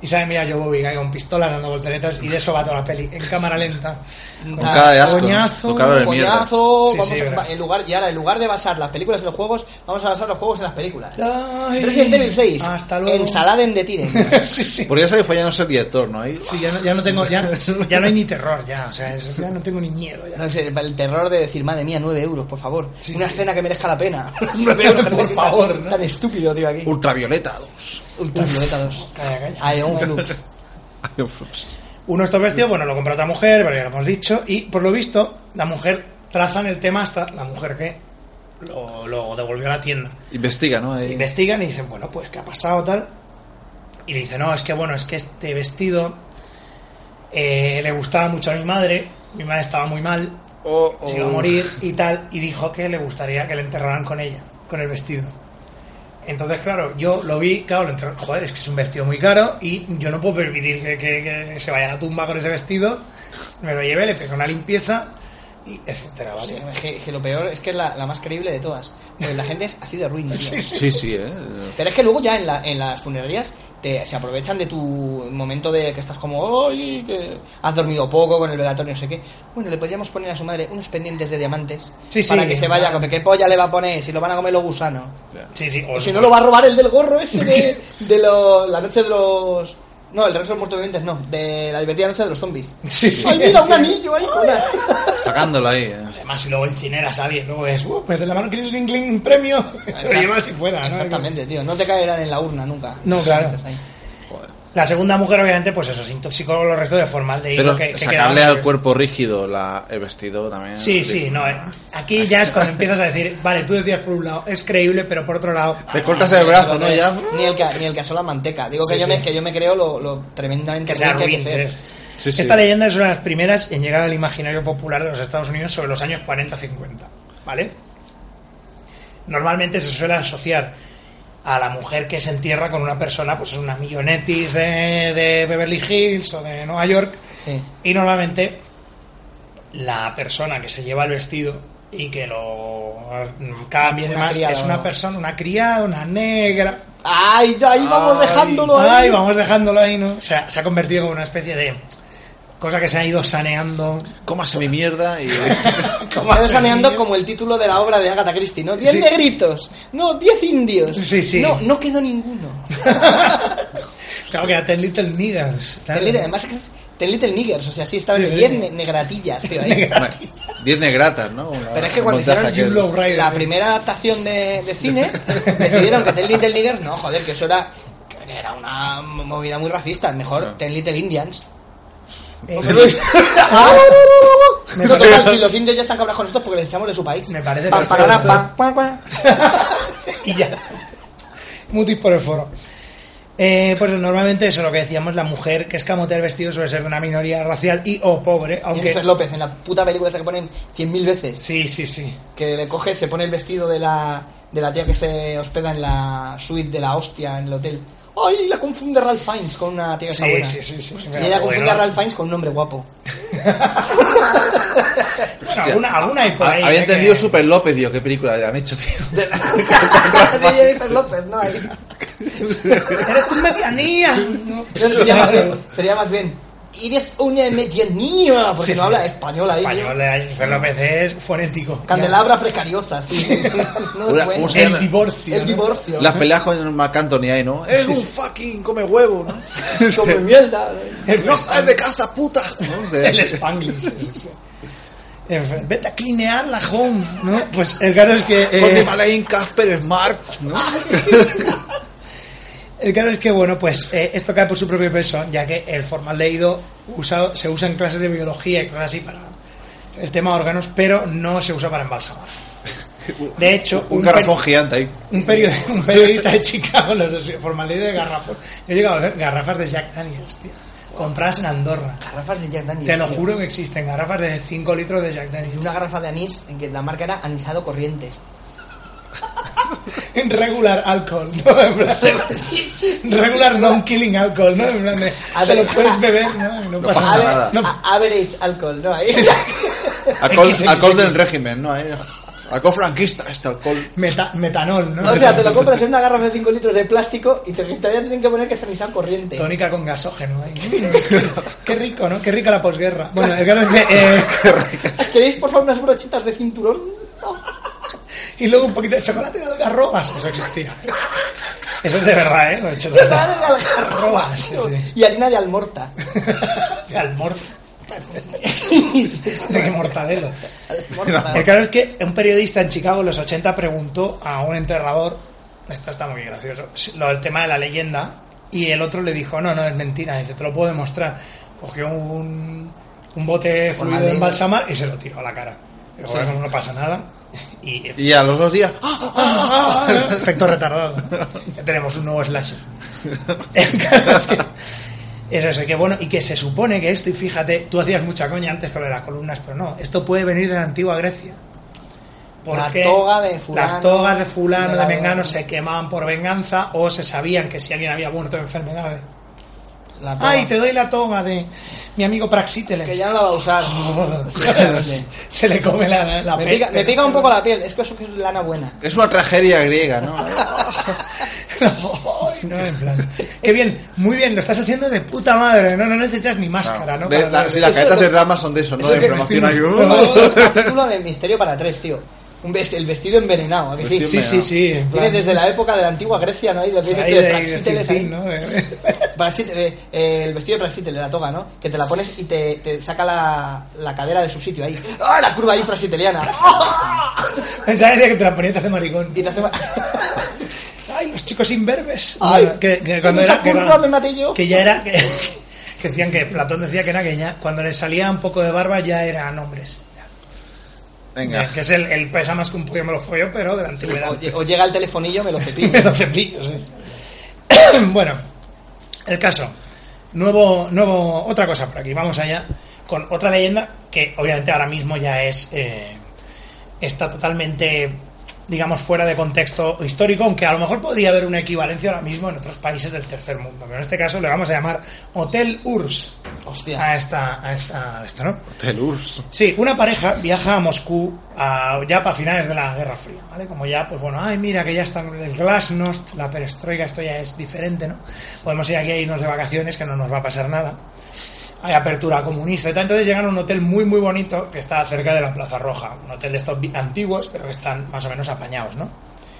[SPEAKER 2] Y sale, mira, yo Bobby, cae con pistola dando volteretas y de eso va toda la peli, en cámara lenta.
[SPEAKER 6] Con cara de
[SPEAKER 2] Ah,
[SPEAKER 6] asco. ¿no?
[SPEAKER 2] Coñazo,
[SPEAKER 6] Con cara de mierda.
[SPEAKER 8] Coñazo,
[SPEAKER 2] Sí,
[SPEAKER 8] vamos
[SPEAKER 2] sí,
[SPEAKER 8] a-
[SPEAKER 2] verdad.
[SPEAKER 8] en lugar, y ahora, en lugar de basar las películas en los juegos, vamos a basar los juegos en las películas.
[SPEAKER 2] Ay,
[SPEAKER 8] Resident Evil 6,
[SPEAKER 2] Hasta luego.
[SPEAKER 8] ensalada en de tire.
[SPEAKER 2] [LAUGHS] sí, sí.
[SPEAKER 6] Porque ya sabéis, fue ya no ser director, ¿no? Ahí,
[SPEAKER 2] Sí, ya no, ya no tengo, ya, ya no hay ni terror, ya, o sea, es- ya no tengo ni miedo, ya.
[SPEAKER 8] No sé, el terror de decir, madre mía, 9 euros, por favor.
[SPEAKER 2] Sí,
[SPEAKER 8] Una
[SPEAKER 2] sí.
[SPEAKER 8] escena que merezca la
[SPEAKER 2] [LAUGHS]
[SPEAKER 8] pena. 9 euros, por favor. Tan, estúpido, tío, aquí.
[SPEAKER 6] Ultravioleta 2.
[SPEAKER 8] Ultravioleta 2.
[SPEAKER 2] Calla, calla.
[SPEAKER 8] [LAUGHS] Aeon Flux.
[SPEAKER 6] [LAUGHS] Ay, pues, ups.
[SPEAKER 2] Uno de estos vestidos, bueno, lo compró otra mujer, pero ya lo hemos dicho, y por lo visto, la mujer trazan el tema hasta la mujer que lo, lo devolvió a la tienda.
[SPEAKER 6] Investiga, ¿no? Ahí.
[SPEAKER 2] Investigan y dicen, bueno, pues, ¿qué ha pasado, tal? Y le dice, no, es que, bueno, es que este vestido eh, le gustaba mucho a mi madre, mi madre estaba muy mal,
[SPEAKER 6] Oh, oh.
[SPEAKER 2] se iba a morir y tal, y dijo que le gustaría que le enterraran con ella, con el vestido. Entonces, claro, yo lo vi, claro, lo enterraron. Joder, es que es un vestido muy caro y yo no puedo permitir que, que- que se vaya a la tumba con ese vestido. Me lo llevé, le pegué una limpieza y etcétera,
[SPEAKER 8] Sí,
[SPEAKER 2] ¿vale?
[SPEAKER 8] es que, que lo peor es que es la, la más creíble de todas. Porque la gente es así de ruin, tío.
[SPEAKER 2] Sí, sí.
[SPEAKER 6] Sí, sí, ¿eh?
[SPEAKER 8] Pero es que luego ya en, la- en las funerarias te, se aprovechan de tu momento de que estás como, ¡ay! que has dormido poco con el velatorio, no sé qué. Bueno, le podríamos poner a su madre unos pendientes de diamantes
[SPEAKER 2] Sí, sí.
[SPEAKER 8] para que se vaya a comer. ¿Qué polla le va a poner? Si lo van a comer los gusanos.
[SPEAKER 2] Sí, sí, o-
[SPEAKER 8] O Pues si no lo va a robar el del gorro ese de,
[SPEAKER 2] [LAUGHS]
[SPEAKER 8] de lo- la noche de los. No, el regreso de los muertos vivientes, no. De la divertida noche de los
[SPEAKER 2] [LAUGHS]
[SPEAKER 8] zombies.
[SPEAKER 2] Sí, sí.
[SPEAKER 8] ¡Ay, mira, un anillo ahí! con una-
[SPEAKER 6] Sacándolo ahí, ¿eh?
[SPEAKER 2] Además, si luego incineras a alguien, luego es, uh, mete la mano, cling, cling, cling, premio. Te lo llevas y fuera, ¿no?
[SPEAKER 8] Exactamente, tío. No te caerán en la urna nunca.
[SPEAKER 2] No,
[SPEAKER 8] Esas
[SPEAKER 2] claro.
[SPEAKER 8] veces ahí.
[SPEAKER 2] La segunda mujer, obviamente, pues eso, se intoxicó con los restos de formaldehído
[SPEAKER 6] Pero
[SPEAKER 2] que, que
[SPEAKER 6] sacarle
[SPEAKER 2] quedaban.
[SPEAKER 6] al cuerpo rígido la, el vestido también.
[SPEAKER 2] Sí, sí, no. eh. Aquí ya es cuando empiezas a decir, vale, tú decías por un lado, es creíble, pero por otro lado.
[SPEAKER 6] Te cortas el brazo, ¿no? Ya.
[SPEAKER 8] Ni el, que, ni el que asó la manteca. Digo que,
[SPEAKER 2] Sí,
[SPEAKER 8] yo
[SPEAKER 2] sí.
[SPEAKER 8] Me, que yo me creo lo, lo tremendamente
[SPEAKER 2] Que sea
[SPEAKER 8] ruin que hay que
[SPEAKER 2] ruin,
[SPEAKER 8] ser.
[SPEAKER 2] es.
[SPEAKER 6] Sí, sí.
[SPEAKER 2] Esta leyenda es una de las primeras en llegar al imaginario popular de los Estados Unidos sobre los años 40-50, ¿vale? Normalmente se suele asociar a la mujer que se entierra con una persona, pues es una millonetis de, de Beverly Hills o de Nueva York,
[SPEAKER 8] Sí.
[SPEAKER 2] y normalmente la persona que se lleva el vestido y que lo cambia y
[SPEAKER 8] Una
[SPEAKER 2] demás
[SPEAKER 8] criada,
[SPEAKER 2] es una
[SPEAKER 8] ¿no?
[SPEAKER 2] persona, una criada, una negra.
[SPEAKER 8] ¡Ay, ya! Ahí vamos dejándolo
[SPEAKER 2] ay,
[SPEAKER 8] ahí.
[SPEAKER 2] vamos dejándolo ahí, ¿no? O sea, se ha convertido en una especie de cosa que se ha
[SPEAKER 8] [LAUGHS]
[SPEAKER 2] ido saneando.
[SPEAKER 6] Cómase mi mierda y.
[SPEAKER 8] Me quedo saneando como el título de la obra de Agatha Christie, ¿no? Diez
[SPEAKER 2] Sí.
[SPEAKER 8] negritos. No, diez indios.
[SPEAKER 2] Sí, sí.
[SPEAKER 8] No, no quedó
[SPEAKER 2] [LAUGHS]
[SPEAKER 8] ninguno.
[SPEAKER 2] Claro que a Ten Little Niggas. claro.
[SPEAKER 8] Ten Little- además es que es Ten Little Niggers, o sea, sí estaban
[SPEAKER 2] Sí, sí.
[SPEAKER 8] 10 ne- negratillas,
[SPEAKER 2] [LAUGHS]
[SPEAKER 8] tío, ahí.
[SPEAKER 6] Bueno, [LAUGHS] Diez negratas, ¿no? Una-
[SPEAKER 8] Pero es que
[SPEAKER 6] un
[SPEAKER 8] cuando hicieron
[SPEAKER 6] montaje
[SPEAKER 2] Jim
[SPEAKER 6] aquel.
[SPEAKER 2] Low Rider.
[SPEAKER 8] La primera adaptación de, de cine [LAUGHS] decidieron que Ten Little Niggers, no, joder, que eso era, que era una movida muy racista, mejor Ten Little Indians. [LAUGHS]
[SPEAKER 2] Eh,
[SPEAKER 6] [LAUGHS]
[SPEAKER 8] Ah, No, total, si los indios ya están cabreados con nosotros porque les echamos de su país.
[SPEAKER 2] Me parece
[SPEAKER 8] Pam,
[SPEAKER 2] perfecto.
[SPEAKER 8] parara, pam, pam, pam.
[SPEAKER 2] y ya. Mutis por el foro. Eh, pues normalmente eso, lo que decíamos, la mujer que escamotea el vestido suele ser de una minoría racial y o pobre, aunque...
[SPEAKER 8] Jennifer López, en la puta película esa que ponen 100.000 veces.
[SPEAKER 2] Sí, sí, sí.
[SPEAKER 8] que le coge, se pone el vestido de la, de la tía que se hospeda en la suite de la hostia en el hotel. ¡Ay! La confunde Ralph Fiends con una tía que está
[SPEAKER 2] Sí,
[SPEAKER 8] buena.
[SPEAKER 2] sí, sí, sí, sí, me
[SPEAKER 8] y
[SPEAKER 2] la
[SPEAKER 8] ella confunde
[SPEAKER 2] juego,
[SPEAKER 8] a
[SPEAKER 2] ¿no?
[SPEAKER 8] Ralph Fiennes con un hombre
[SPEAKER 2] [LAUGHS]
[SPEAKER 8] guapo.
[SPEAKER 2] Bueno, alguna, alguna hay por
[SPEAKER 6] Ha-
[SPEAKER 2] ahí.
[SPEAKER 6] Había
[SPEAKER 2] ¿eh?
[SPEAKER 6] entendido
[SPEAKER 2] que-
[SPEAKER 6] Super López, digo, qué película le han hecho, tío.
[SPEAKER 8] De Jennifer López, ¿no? Ahí.
[SPEAKER 2] [LAUGHS] ¡Eres tu medianía! [LAUGHS]
[SPEAKER 8] No, sería, más bien, sería más bien. Eres una medianía, porque
[SPEAKER 2] Sí,
[SPEAKER 8] no
[SPEAKER 2] sí.
[SPEAKER 8] habla español ahí.
[SPEAKER 2] Español de Jennifer López es fonético.
[SPEAKER 8] Candelabra precariosa, sí. [LAUGHS] No es
[SPEAKER 6] Una-
[SPEAKER 8] bueno.
[SPEAKER 6] un
[SPEAKER 8] el,
[SPEAKER 2] El divorcio. ¿no?
[SPEAKER 8] divorcio.
[SPEAKER 6] Las peleas con Marc Anthony ahí, ¿no? Es un
[SPEAKER 2] sí.
[SPEAKER 6] fucking come huevo,
[SPEAKER 2] [LAUGHS]
[SPEAKER 6] ¿no?
[SPEAKER 8] Como mierda.
[SPEAKER 2] El,
[SPEAKER 6] No sales de casa, puta. ¿No? O sea,
[SPEAKER 2] [LAUGHS] el Spanglish. sí, sí, sí. En fin, Vete a clinear la home, ¿no? Pues el caso es que... eh,
[SPEAKER 6] Conde Malain, Casper, Smart, ¿no?
[SPEAKER 2] El caso es que, bueno, pues eh, esto cae por su propio peso, ya que el formaldehído usado, se usa en clases de biología y cosas así para el tema órganos, pero no se usa para embalsamar. De hecho,
[SPEAKER 6] Un
[SPEAKER 2] per-
[SPEAKER 6] garrafón gigante
[SPEAKER 2] [LAUGHS]
[SPEAKER 6] ahí.
[SPEAKER 2] un, period- un periodista de Chicago, no sé si formaldehído de garrafón. Yo he llegado a ver garrafas de Jack Daniels, tío. Compradas en Andorra.
[SPEAKER 8] Garrafas de Jack Daniels.
[SPEAKER 2] Te lo
[SPEAKER 8] tío.
[SPEAKER 2] juro que existen garrafas de 5 litros de Jack
[SPEAKER 8] Y
[SPEAKER 2] Daniels.
[SPEAKER 8] una garrafa de anís en que la marca era anisado corriente. [LAUGHS]
[SPEAKER 2] En regular alcohol, ¿no? En plan- regular non-killing alcohol, ¿no? En plan de,
[SPEAKER 8] A
[SPEAKER 2] te lo
[SPEAKER 8] ver.
[SPEAKER 2] puedes beber, ¿no? Y no pasa
[SPEAKER 6] pasa
[SPEAKER 2] nada.
[SPEAKER 6] nada.
[SPEAKER 2] No-
[SPEAKER 8] A- average alcohol, ¿no? Ahí.
[SPEAKER 6] Alcohol,
[SPEAKER 2] XXX.
[SPEAKER 6] alcohol del régimen, ¿no? Ahí. Alcohol franquista,
[SPEAKER 2] [LAUGHS]
[SPEAKER 6] este alcohol.
[SPEAKER 2] Meta- metanol, ¿no?
[SPEAKER 8] [LAUGHS] O sea, te lo compras en una garrafa de 5 litros de plástico y te, todavía te tienen que poner que está necesitado corriente.
[SPEAKER 2] Tónica con gasógeno ahí. ¿no? [LAUGHS] Qué rico, ¿no? Qué rica la posguerra. Bueno, el caso es que... eh,
[SPEAKER 8] [LAUGHS] [LAUGHS] ¿Queréis, por favor, unas brochitas de
[SPEAKER 2] [LAUGHS]
[SPEAKER 8] cinturón?
[SPEAKER 2] y luego un poquito de chocolate de algarrobas. Eso existía. Eso es de verdad, ¿eh? Lo he hecho de
[SPEAKER 8] Madre de
[SPEAKER 2] verdad.
[SPEAKER 8] algarroba,
[SPEAKER 2] Sí,
[SPEAKER 8] tío.
[SPEAKER 2] sí.
[SPEAKER 8] Y harina de almorta.
[SPEAKER 2] [LAUGHS]
[SPEAKER 8] [LAUGHS]
[SPEAKER 2] De almor... De que mortadelo. [LAUGHS]
[SPEAKER 8] Almorta.
[SPEAKER 2] El caso es que un periodista en Chicago en los 80 preguntó a un enterrador, esto está muy gracioso, lo del tema de la leyenda, y el otro le dijo, no, no, es mentira, dice, te lo puedo demostrar. Cogió un, un bote fluido
[SPEAKER 8] Con la
[SPEAKER 2] de embalsamar y se lo tiró a la cara. Pero bueno, no pasa nada. [LAUGHS] Y
[SPEAKER 6] Y a los dos días. ¡ah!
[SPEAKER 2] [LAUGHS] Efecto retardado. Ya tenemos un nuevo slasher. [LAUGHS] Es que- Eso es que bueno, y que se supone que esto, y fíjate, tú hacías mucha coña antes con lo de las columnas, pero no, esto puede venir de la antigua Grecia. Porque
[SPEAKER 8] La toga de fulano,
[SPEAKER 2] Las togas de fulano,
[SPEAKER 8] de
[SPEAKER 2] de
[SPEAKER 8] la-
[SPEAKER 2] mengano, se quemaban por venganza o se sabían que si alguien había muerto de enfermedades.
[SPEAKER 8] La toga.
[SPEAKER 2] ¡Ay, te doy la toga de mi amigo Praxíteles!
[SPEAKER 8] Que ya no la va a usar.
[SPEAKER 2] [LAUGHS] se le come la, la
[SPEAKER 8] me,
[SPEAKER 2] peste.
[SPEAKER 8] pica, me pica un poco la piel. Es que eso que es lana buena.
[SPEAKER 6] Es una tragedia
[SPEAKER 2] [LAUGHS]
[SPEAKER 6] griega, ¿no?
[SPEAKER 2] Ay, no, en plan. Qué bien, muy bien, lo estás haciendo de puta madre. No, no necesitas ni máscara, ¿no?
[SPEAKER 6] Claro. De-
[SPEAKER 2] Para
[SPEAKER 6] la-
[SPEAKER 2] ver-
[SPEAKER 6] si las
[SPEAKER 8] eso
[SPEAKER 6] caretas
[SPEAKER 8] lo-
[SPEAKER 6] de dramas son de eso, ¿no?
[SPEAKER 2] eso
[SPEAKER 6] De ¡uh!
[SPEAKER 2] que
[SPEAKER 6] información
[SPEAKER 2] estoy-
[SPEAKER 6] [LAUGHS] ayuda.
[SPEAKER 8] Capítulo de Misterio para tres, tío. Un vest- el vestido envenenado, ¿a que sí?
[SPEAKER 6] Vestido
[SPEAKER 2] Sí, sí, sí. en
[SPEAKER 8] Viene
[SPEAKER 2] plan-
[SPEAKER 8] desde la época de la antigua Grecia, ¿no? Y de,
[SPEAKER 2] ahí
[SPEAKER 8] de,
[SPEAKER 2] de-
[SPEAKER 8] Praxíteles
[SPEAKER 2] de-
[SPEAKER 8] ahí.
[SPEAKER 2] ¿no? De- [LAUGHS]
[SPEAKER 8] Praxíteles, eh, el vestido de Praxíteles, la toga, ¿no? Que te la pones y te, te saca la, la cadera de su sitio ahí. ¡Ah, la curva ahí praxiteliana!
[SPEAKER 2] [LAUGHS]
[SPEAKER 8] ¡Ah!
[SPEAKER 2] Pensaba que te la ponía y te hace maricón.
[SPEAKER 8] Y te hace... ma-
[SPEAKER 2] Ay, los chicos imberbes.
[SPEAKER 8] [LAUGHS] Ay,
[SPEAKER 2] Bueno, que, que cuando
[SPEAKER 8] en
[SPEAKER 2] era,
[SPEAKER 8] esa
[SPEAKER 2] que,
[SPEAKER 8] curva
[SPEAKER 2] cuando-
[SPEAKER 8] me maté yo.
[SPEAKER 2] que ya era. Que, [LAUGHS] que decían que Platón decía que era que ya, cuando le salía un poco de barba ya eran hombres. [LAUGHS]
[SPEAKER 6] Venga.
[SPEAKER 2] Que es el, el pesa más que un pollo me lo follo, pero de la antigüedad.
[SPEAKER 8] O, lle- o llega el telefonillo, me lo cepillo.
[SPEAKER 2] [LAUGHS] Me lo cepillo, sí. [COUGHS] bueno, el caso. Nuevo, nuevo, otra cosa por aquí. Vamos allá con otra leyenda que obviamente ahora mismo ya es eh, está totalmente, digamos, fuera de contexto histórico, aunque a lo mejor podría haber una equivalencia ahora mismo en otros países del tercer mundo. Pero en este caso le vamos a llamar Hotel URSS
[SPEAKER 8] Hostia.
[SPEAKER 2] a esta, a esta, a esta, ¿no?
[SPEAKER 6] Hotel Urs.
[SPEAKER 2] Sí, una pareja viaja a Moscú a- ya para finales de la Guerra Fría, ¿vale? Como ya, pues bueno, ay, mira que ya está el glasnost, la perestroika, esto ya es diferente, ¿no? Podemos ir aquí a irnos de vacaciones, que no nos va a pasar nada. Hay apertura comunista y tal. Entonces llegan a un hotel muy, muy bonito que está cerca de la Plaza Roja. Un hotel de estos bi- antiguos, pero que están más o menos apañados, ¿no?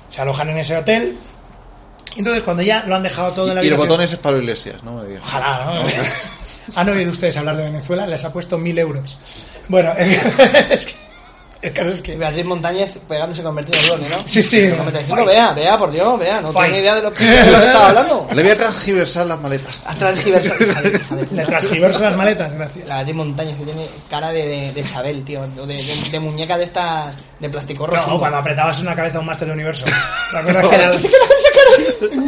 [SPEAKER 2] Se alojan en ese hotel. Y entonces cuando ya lo han dejado todo en la
[SPEAKER 6] Y los
[SPEAKER 2] habitación-
[SPEAKER 6] botones es Pablo Iglesias, ¿no? Me digas.
[SPEAKER 2] Ojalá, ¿no? [LAUGHS] ¿Han oído ustedes hablar de Venezuela? Les ha puesto mil euros. Bueno, [LAUGHS] el, es que- el caso es
[SPEAKER 8] Y
[SPEAKER 2] que...
[SPEAKER 8] Beatriz Montañez pegándose con Bertino Blone, ¿no?
[SPEAKER 2] Sí, sí.
[SPEAKER 8] Con 95, vea, vea, por Dios, vea. No
[SPEAKER 2] Fine.
[SPEAKER 8] tiene idea de lo que, de [LAUGHS] lo que estaba hablando.
[SPEAKER 6] Le voy a transgiversar las maletas.
[SPEAKER 8] A transgiversar. hija de- hija de
[SPEAKER 2] Les
[SPEAKER 8] puta.
[SPEAKER 2] transgiverso las maletas, gracias.
[SPEAKER 8] La Beatriz Montañez que tiene cara de, de, de Isabel, tío. o De, de- de muñeca de estas. de plástico rojo.
[SPEAKER 2] No, cuando apretabas una cabeza a un máster del universo. La cosa es que [LAUGHS] era-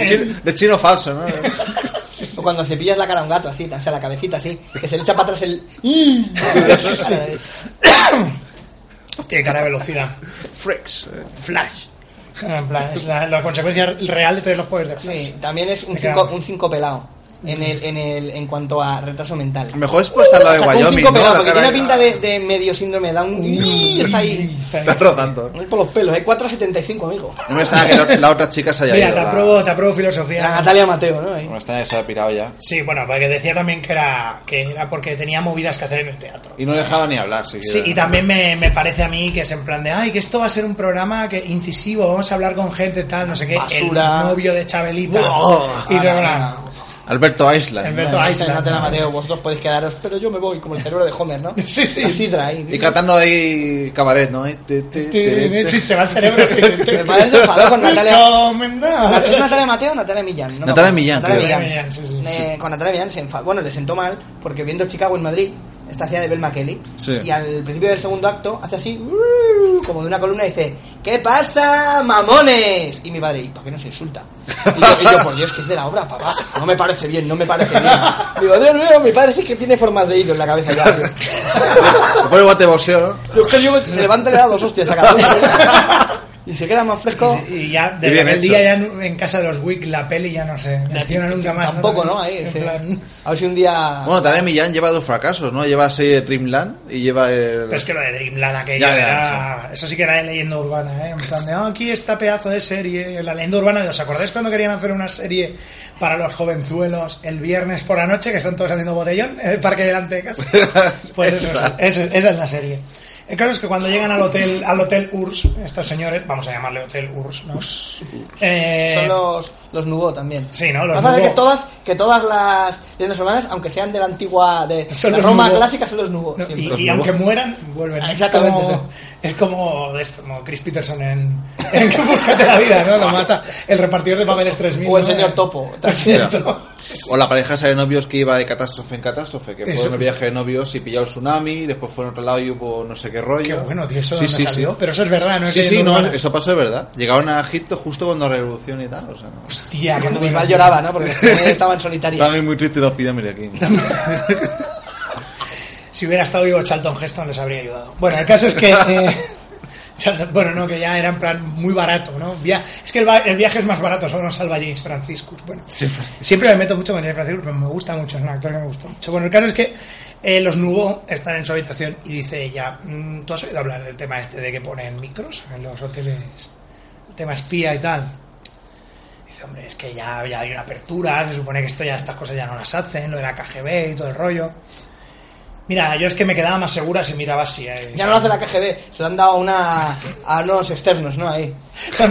[SPEAKER 6] De, chi- de chino falso, ¿no?
[SPEAKER 8] O cuando cepillas la cara a un gato, así, o sea, la cabecita así. Que se le echa para atrás el. Cara de-
[SPEAKER 2] Tiene cara de velocidad.
[SPEAKER 6] Freaks. eh.
[SPEAKER 2] Flash. En plan, es la, la consecuencia real de tener los poderes de Flash.
[SPEAKER 8] Sí, también es un
[SPEAKER 2] Me queda-
[SPEAKER 8] cinco, un cinco pelado. En, el, en, el, en cuanto a retraso mental.
[SPEAKER 6] Mejor es puesta la de
[SPEAKER 8] O sea, un
[SPEAKER 6] Wyoming,
[SPEAKER 8] cinco
[SPEAKER 6] ¿no?
[SPEAKER 8] pelado,
[SPEAKER 6] La
[SPEAKER 8] porque
[SPEAKER 6] cara
[SPEAKER 8] tiene
[SPEAKER 6] de-
[SPEAKER 8] pinta
[SPEAKER 6] [LAUGHS]
[SPEAKER 8] de, de medio síndrome de Down. Y está
[SPEAKER 2] [LAUGHS]
[SPEAKER 8] ahí.
[SPEAKER 6] Estás rozando.
[SPEAKER 8] No es por los pelos, ¿eh? hay 4,75, amigo.
[SPEAKER 6] No me sabe que la, la otra chica se haya
[SPEAKER 2] Mira,
[SPEAKER 6] ido.
[SPEAKER 2] te
[SPEAKER 6] la-
[SPEAKER 2] apruebo, te apruebo
[SPEAKER 8] La
[SPEAKER 2] filosofía.
[SPEAKER 8] Natalia Mateo, ¿no? Ahí.
[SPEAKER 6] Bueno, esta ya se ha pirado ya.
[SPEAKER 2] Sí, bueno, porque decía también que era, que era porque tenía movidas que hacer en el teatro.
[SPEAKER 6] Y no dejaba ni hablar, si
[SPEAKER 2] Sí,
[SPEAKER 6] quieres.
[SPEAKER 2] y también me, me parece a mí que es en plan de, ay, que esto va a ser un programa que incisivo, vamos a hablar con gente tal, no sé qué,
[SPEAKER 8] Basura.
[SPEAKER 2] el novio de Chabelita.
[SPEAKER 6] Buah,
[SPEAKER 2] y luego
[SPEAKER 8] no,
[SPEAKER 2] la-
[SPEAKER 8] no,
[SPEAKER 6] Alberto Island.
[SPEAKER 2] Alberto-
[SPEAKER 8] Bueno,
[SPEAKER 2] ahí
[SPEAKER 8] esta
[SPEAKER 2] está.
[SPEAKER 8] Natalia Mateo, vosotros podéis quedaros, pero yo me voy, como el cerebro de Homer, [LAUGHS] ¿no?
[SPEAKER 2] Sí, sí.
[SPEAKER 8] Y Sidra ahí.
[SPEAKER 6] Y cantando ahí cabaret, ¿no? Y te- te- te- te-
[SPEAKER 2] Sí, se va el cerebro. sí.
[SPEAKER 8] [LAUGHS] Me parece enfadado con Natalia.
[SPEAKER 2] Recomendado.
[SPEAKER 8] ¿Es Natalia Mateo o Natalia Millán? No me
[SPEAKER 6] Natalia
[SPEAKER 8] acuerdo.
[SPEAKER 6] Millán,
[SPEAKER 8] Natalia
[SPEAKER 6] creo.
[SPEAKER 8] Millán.
[SPEAKER 2] Natalia Millán, sí, sí.
[SPEAKER 8] Eh, Con Natalia Millán se enfadó. Bueno, le sentó mal porque viendo Chicago en Madrid, esta hacía de Belma Kelly.
[SPEAKER 6] Sí.
[SPEAKER 8] Y al principio del segundo acto hace así, uh, como de una columna, y dice: ¿Qué pasa, mamones? Y mi padre, ¿y por qué nos insulta? Y yo, y yo, por Dios, que es de la obra, papá. No me parece bien, no me parece bien. Digo, Dios mío, mi padre sí que tiene formas de hilo en la cabeza ya.
[SPEAKER 6] [LAUGHS]
[SPEAKER 8] tío.
[SPEAKER 6] Te pone guate de boxeo, ¿no? [LAUGHS]
[SPEAKER 8] Yo es que yo- se levanta y le da dos hostias a cada uno. Y se queda más fresco.
[SPEAKER 2] Y ya, de
[SPEAKER 6] Y bien
[SPEAKER 2] el
[SPEAKER 6] hecho.
[SPEAKER 2] día ya en en casa de los Wick la peli ya no se menciona nunca más.
[SPEAKER 8] Tampoco, ¿no? Ahí,
[SPEAKER 2] En
[SPEAKER 8] sí.
[SPEAKER 2] plan,
[SPEAKER 8] A ver si un día.
[SPEAKER 6] Bueno, también Millán lleva dos fracasos, ¿no? Lleva serie de Dreamland y lleva el...
[SPEAKER 2] Pero es que lo de Dreamland aquello
[SPEAKER 6] Ya, ya,
[SPEAKER 2] era... Eso sí que era de leyenda urbana, ¿eh? En plan de, "Ah, aquí está pedazo de serie, la leyenda urbana de... ¿Os acordáis cuando querían hacer una serie para los jovenzuelos el viernes por la noche, que están todos haciendo botellón en el parque delante de
[SPEAKER 6] [LAUGHS]
[SPEAKER 2] casa? Pues eso,
[SPEAKER 6] Esa.
[SPEAKER 2] es- esa- esa es la serie. El caso es que cuando llegan al hotel, al hotel URSS, estos señores, vamos a llamarle hotel URSS, ¿no? Eh,
[SPEAKER 8] Son los, los Nubo también.
[SPEAKER 2] Sí, ¿no? Los
[SPEAKER 8] Lo que pasa es
[SPEAKER 2] Nubo.
[SPEAKER 8] que todas, que todas las leyendas urbanas, aunque sean de la antigua, de
[SPEAKER 2] Son
[SPEAKER 8] la
[SPEAKER 2] los
[SPEAKER 8] Roma
[SPEAKER 2] Nubo.
[SPEAKER 8] clásica, son los Nubo.
[SPEAKER 2] No,
[SPEAKER 8] siempre.
[SPEAKER 2] y, y aunque mueran, vuelven.
[SPEAKER 8] Ah, exactamente,
[SPEAKER 2] Es como, es como, esto, como Chris Peterson en, [LAUGHS] en que Búscate la vida, ¿no? Lo mata el repartidor de papeles 3000.
[SPEAKER 8] O el
[SPEAKER 2] ¿no?
[SPEAKER 8] señor Topo.
[SPEAKER 2] El señor
[SPEAKER 6] Mira.
[SPEAKER 2] Topo.
[SPEAKER 6] O la pareja esa de novios que iba de catástrofe en catástrofe, que
[SPEAKER 2] Eso.
[SPEAKER 6] fue un viaje de novios y pilló el tsunami, después fue a otro lado y hubo no sé qué rollo.
[SPEAKER 2] Qué bueno, tío, eso
[SPEAKER 6] sí,
[SPEAKER 2] sí,
[SPEAKER 6] sí,
[SPEAKER 2] salió.
[SPEAKER 6] sí.
[SPEAKER 2] Pero eso es verdad, ¿no? Es
[SPEAKER 6] Sí, sí,
[SPEAKER 2] leyenda
[SPEAKER 6] no,
[SPEAKER 2] urbana.
[SPEAKER 6] eso pasó de verdad. Llegaron a Egipto justo cuando la revolución y tal. O sea, no.
[SPEAKER 2] Hostia,
[SPEAKER 8] Cuando
[SPEAKER 2] qué bueno,
[SPEAKER 8] Bisbal
[SPEAKER 2] tío.
[SPEAKER 8] lloraba, ¿no?
[SPEAKER 2] [LAUGHS]
[SPEAKER 8] Porque [LAUGHS] estaban solitarios.
[SPEAKER 6] También muy triste dos pirámides aquí.
[SPEAKER 2] Si hubiera estado vivo Charlton Heston les habría ayudado. Bueno, el caso es
[SPEAKER 6] [LAUGHS]
[SPEAKER 2] que... eh, Charlton- bueno, no, que ya era en plan muy barato, ¿no? Via- es que el, va- el viaje es más barato, solo nos salva James Franciscus. Bueno, siempre me meto mucho con James Franciscus, pero me gusta mucho, es un actor que me gusta mucho. Bueno, el caso es que eh, los Nubo están en su habitación y dice ella, "Mm, ¿tú has oído hablar del tema este de que ponen micros en los hoteles? El tema espía y tal. Dice, hombre, es que ya, ya hay una apertura, se supone que esto ya estas cosas ya no las hacen, lo de la KGB y todo el rollo. Mira, yo es que me quedaba más segura si miraba así. eh.
[SPEAKER 8] Ya no lo hace
[SPEAKER 2] [LAUGHS]
[SPEAKER 8] la KGB, se lo han dado a una, a unos externos, ¿no? Ahí.
[SPEAKER 2] Han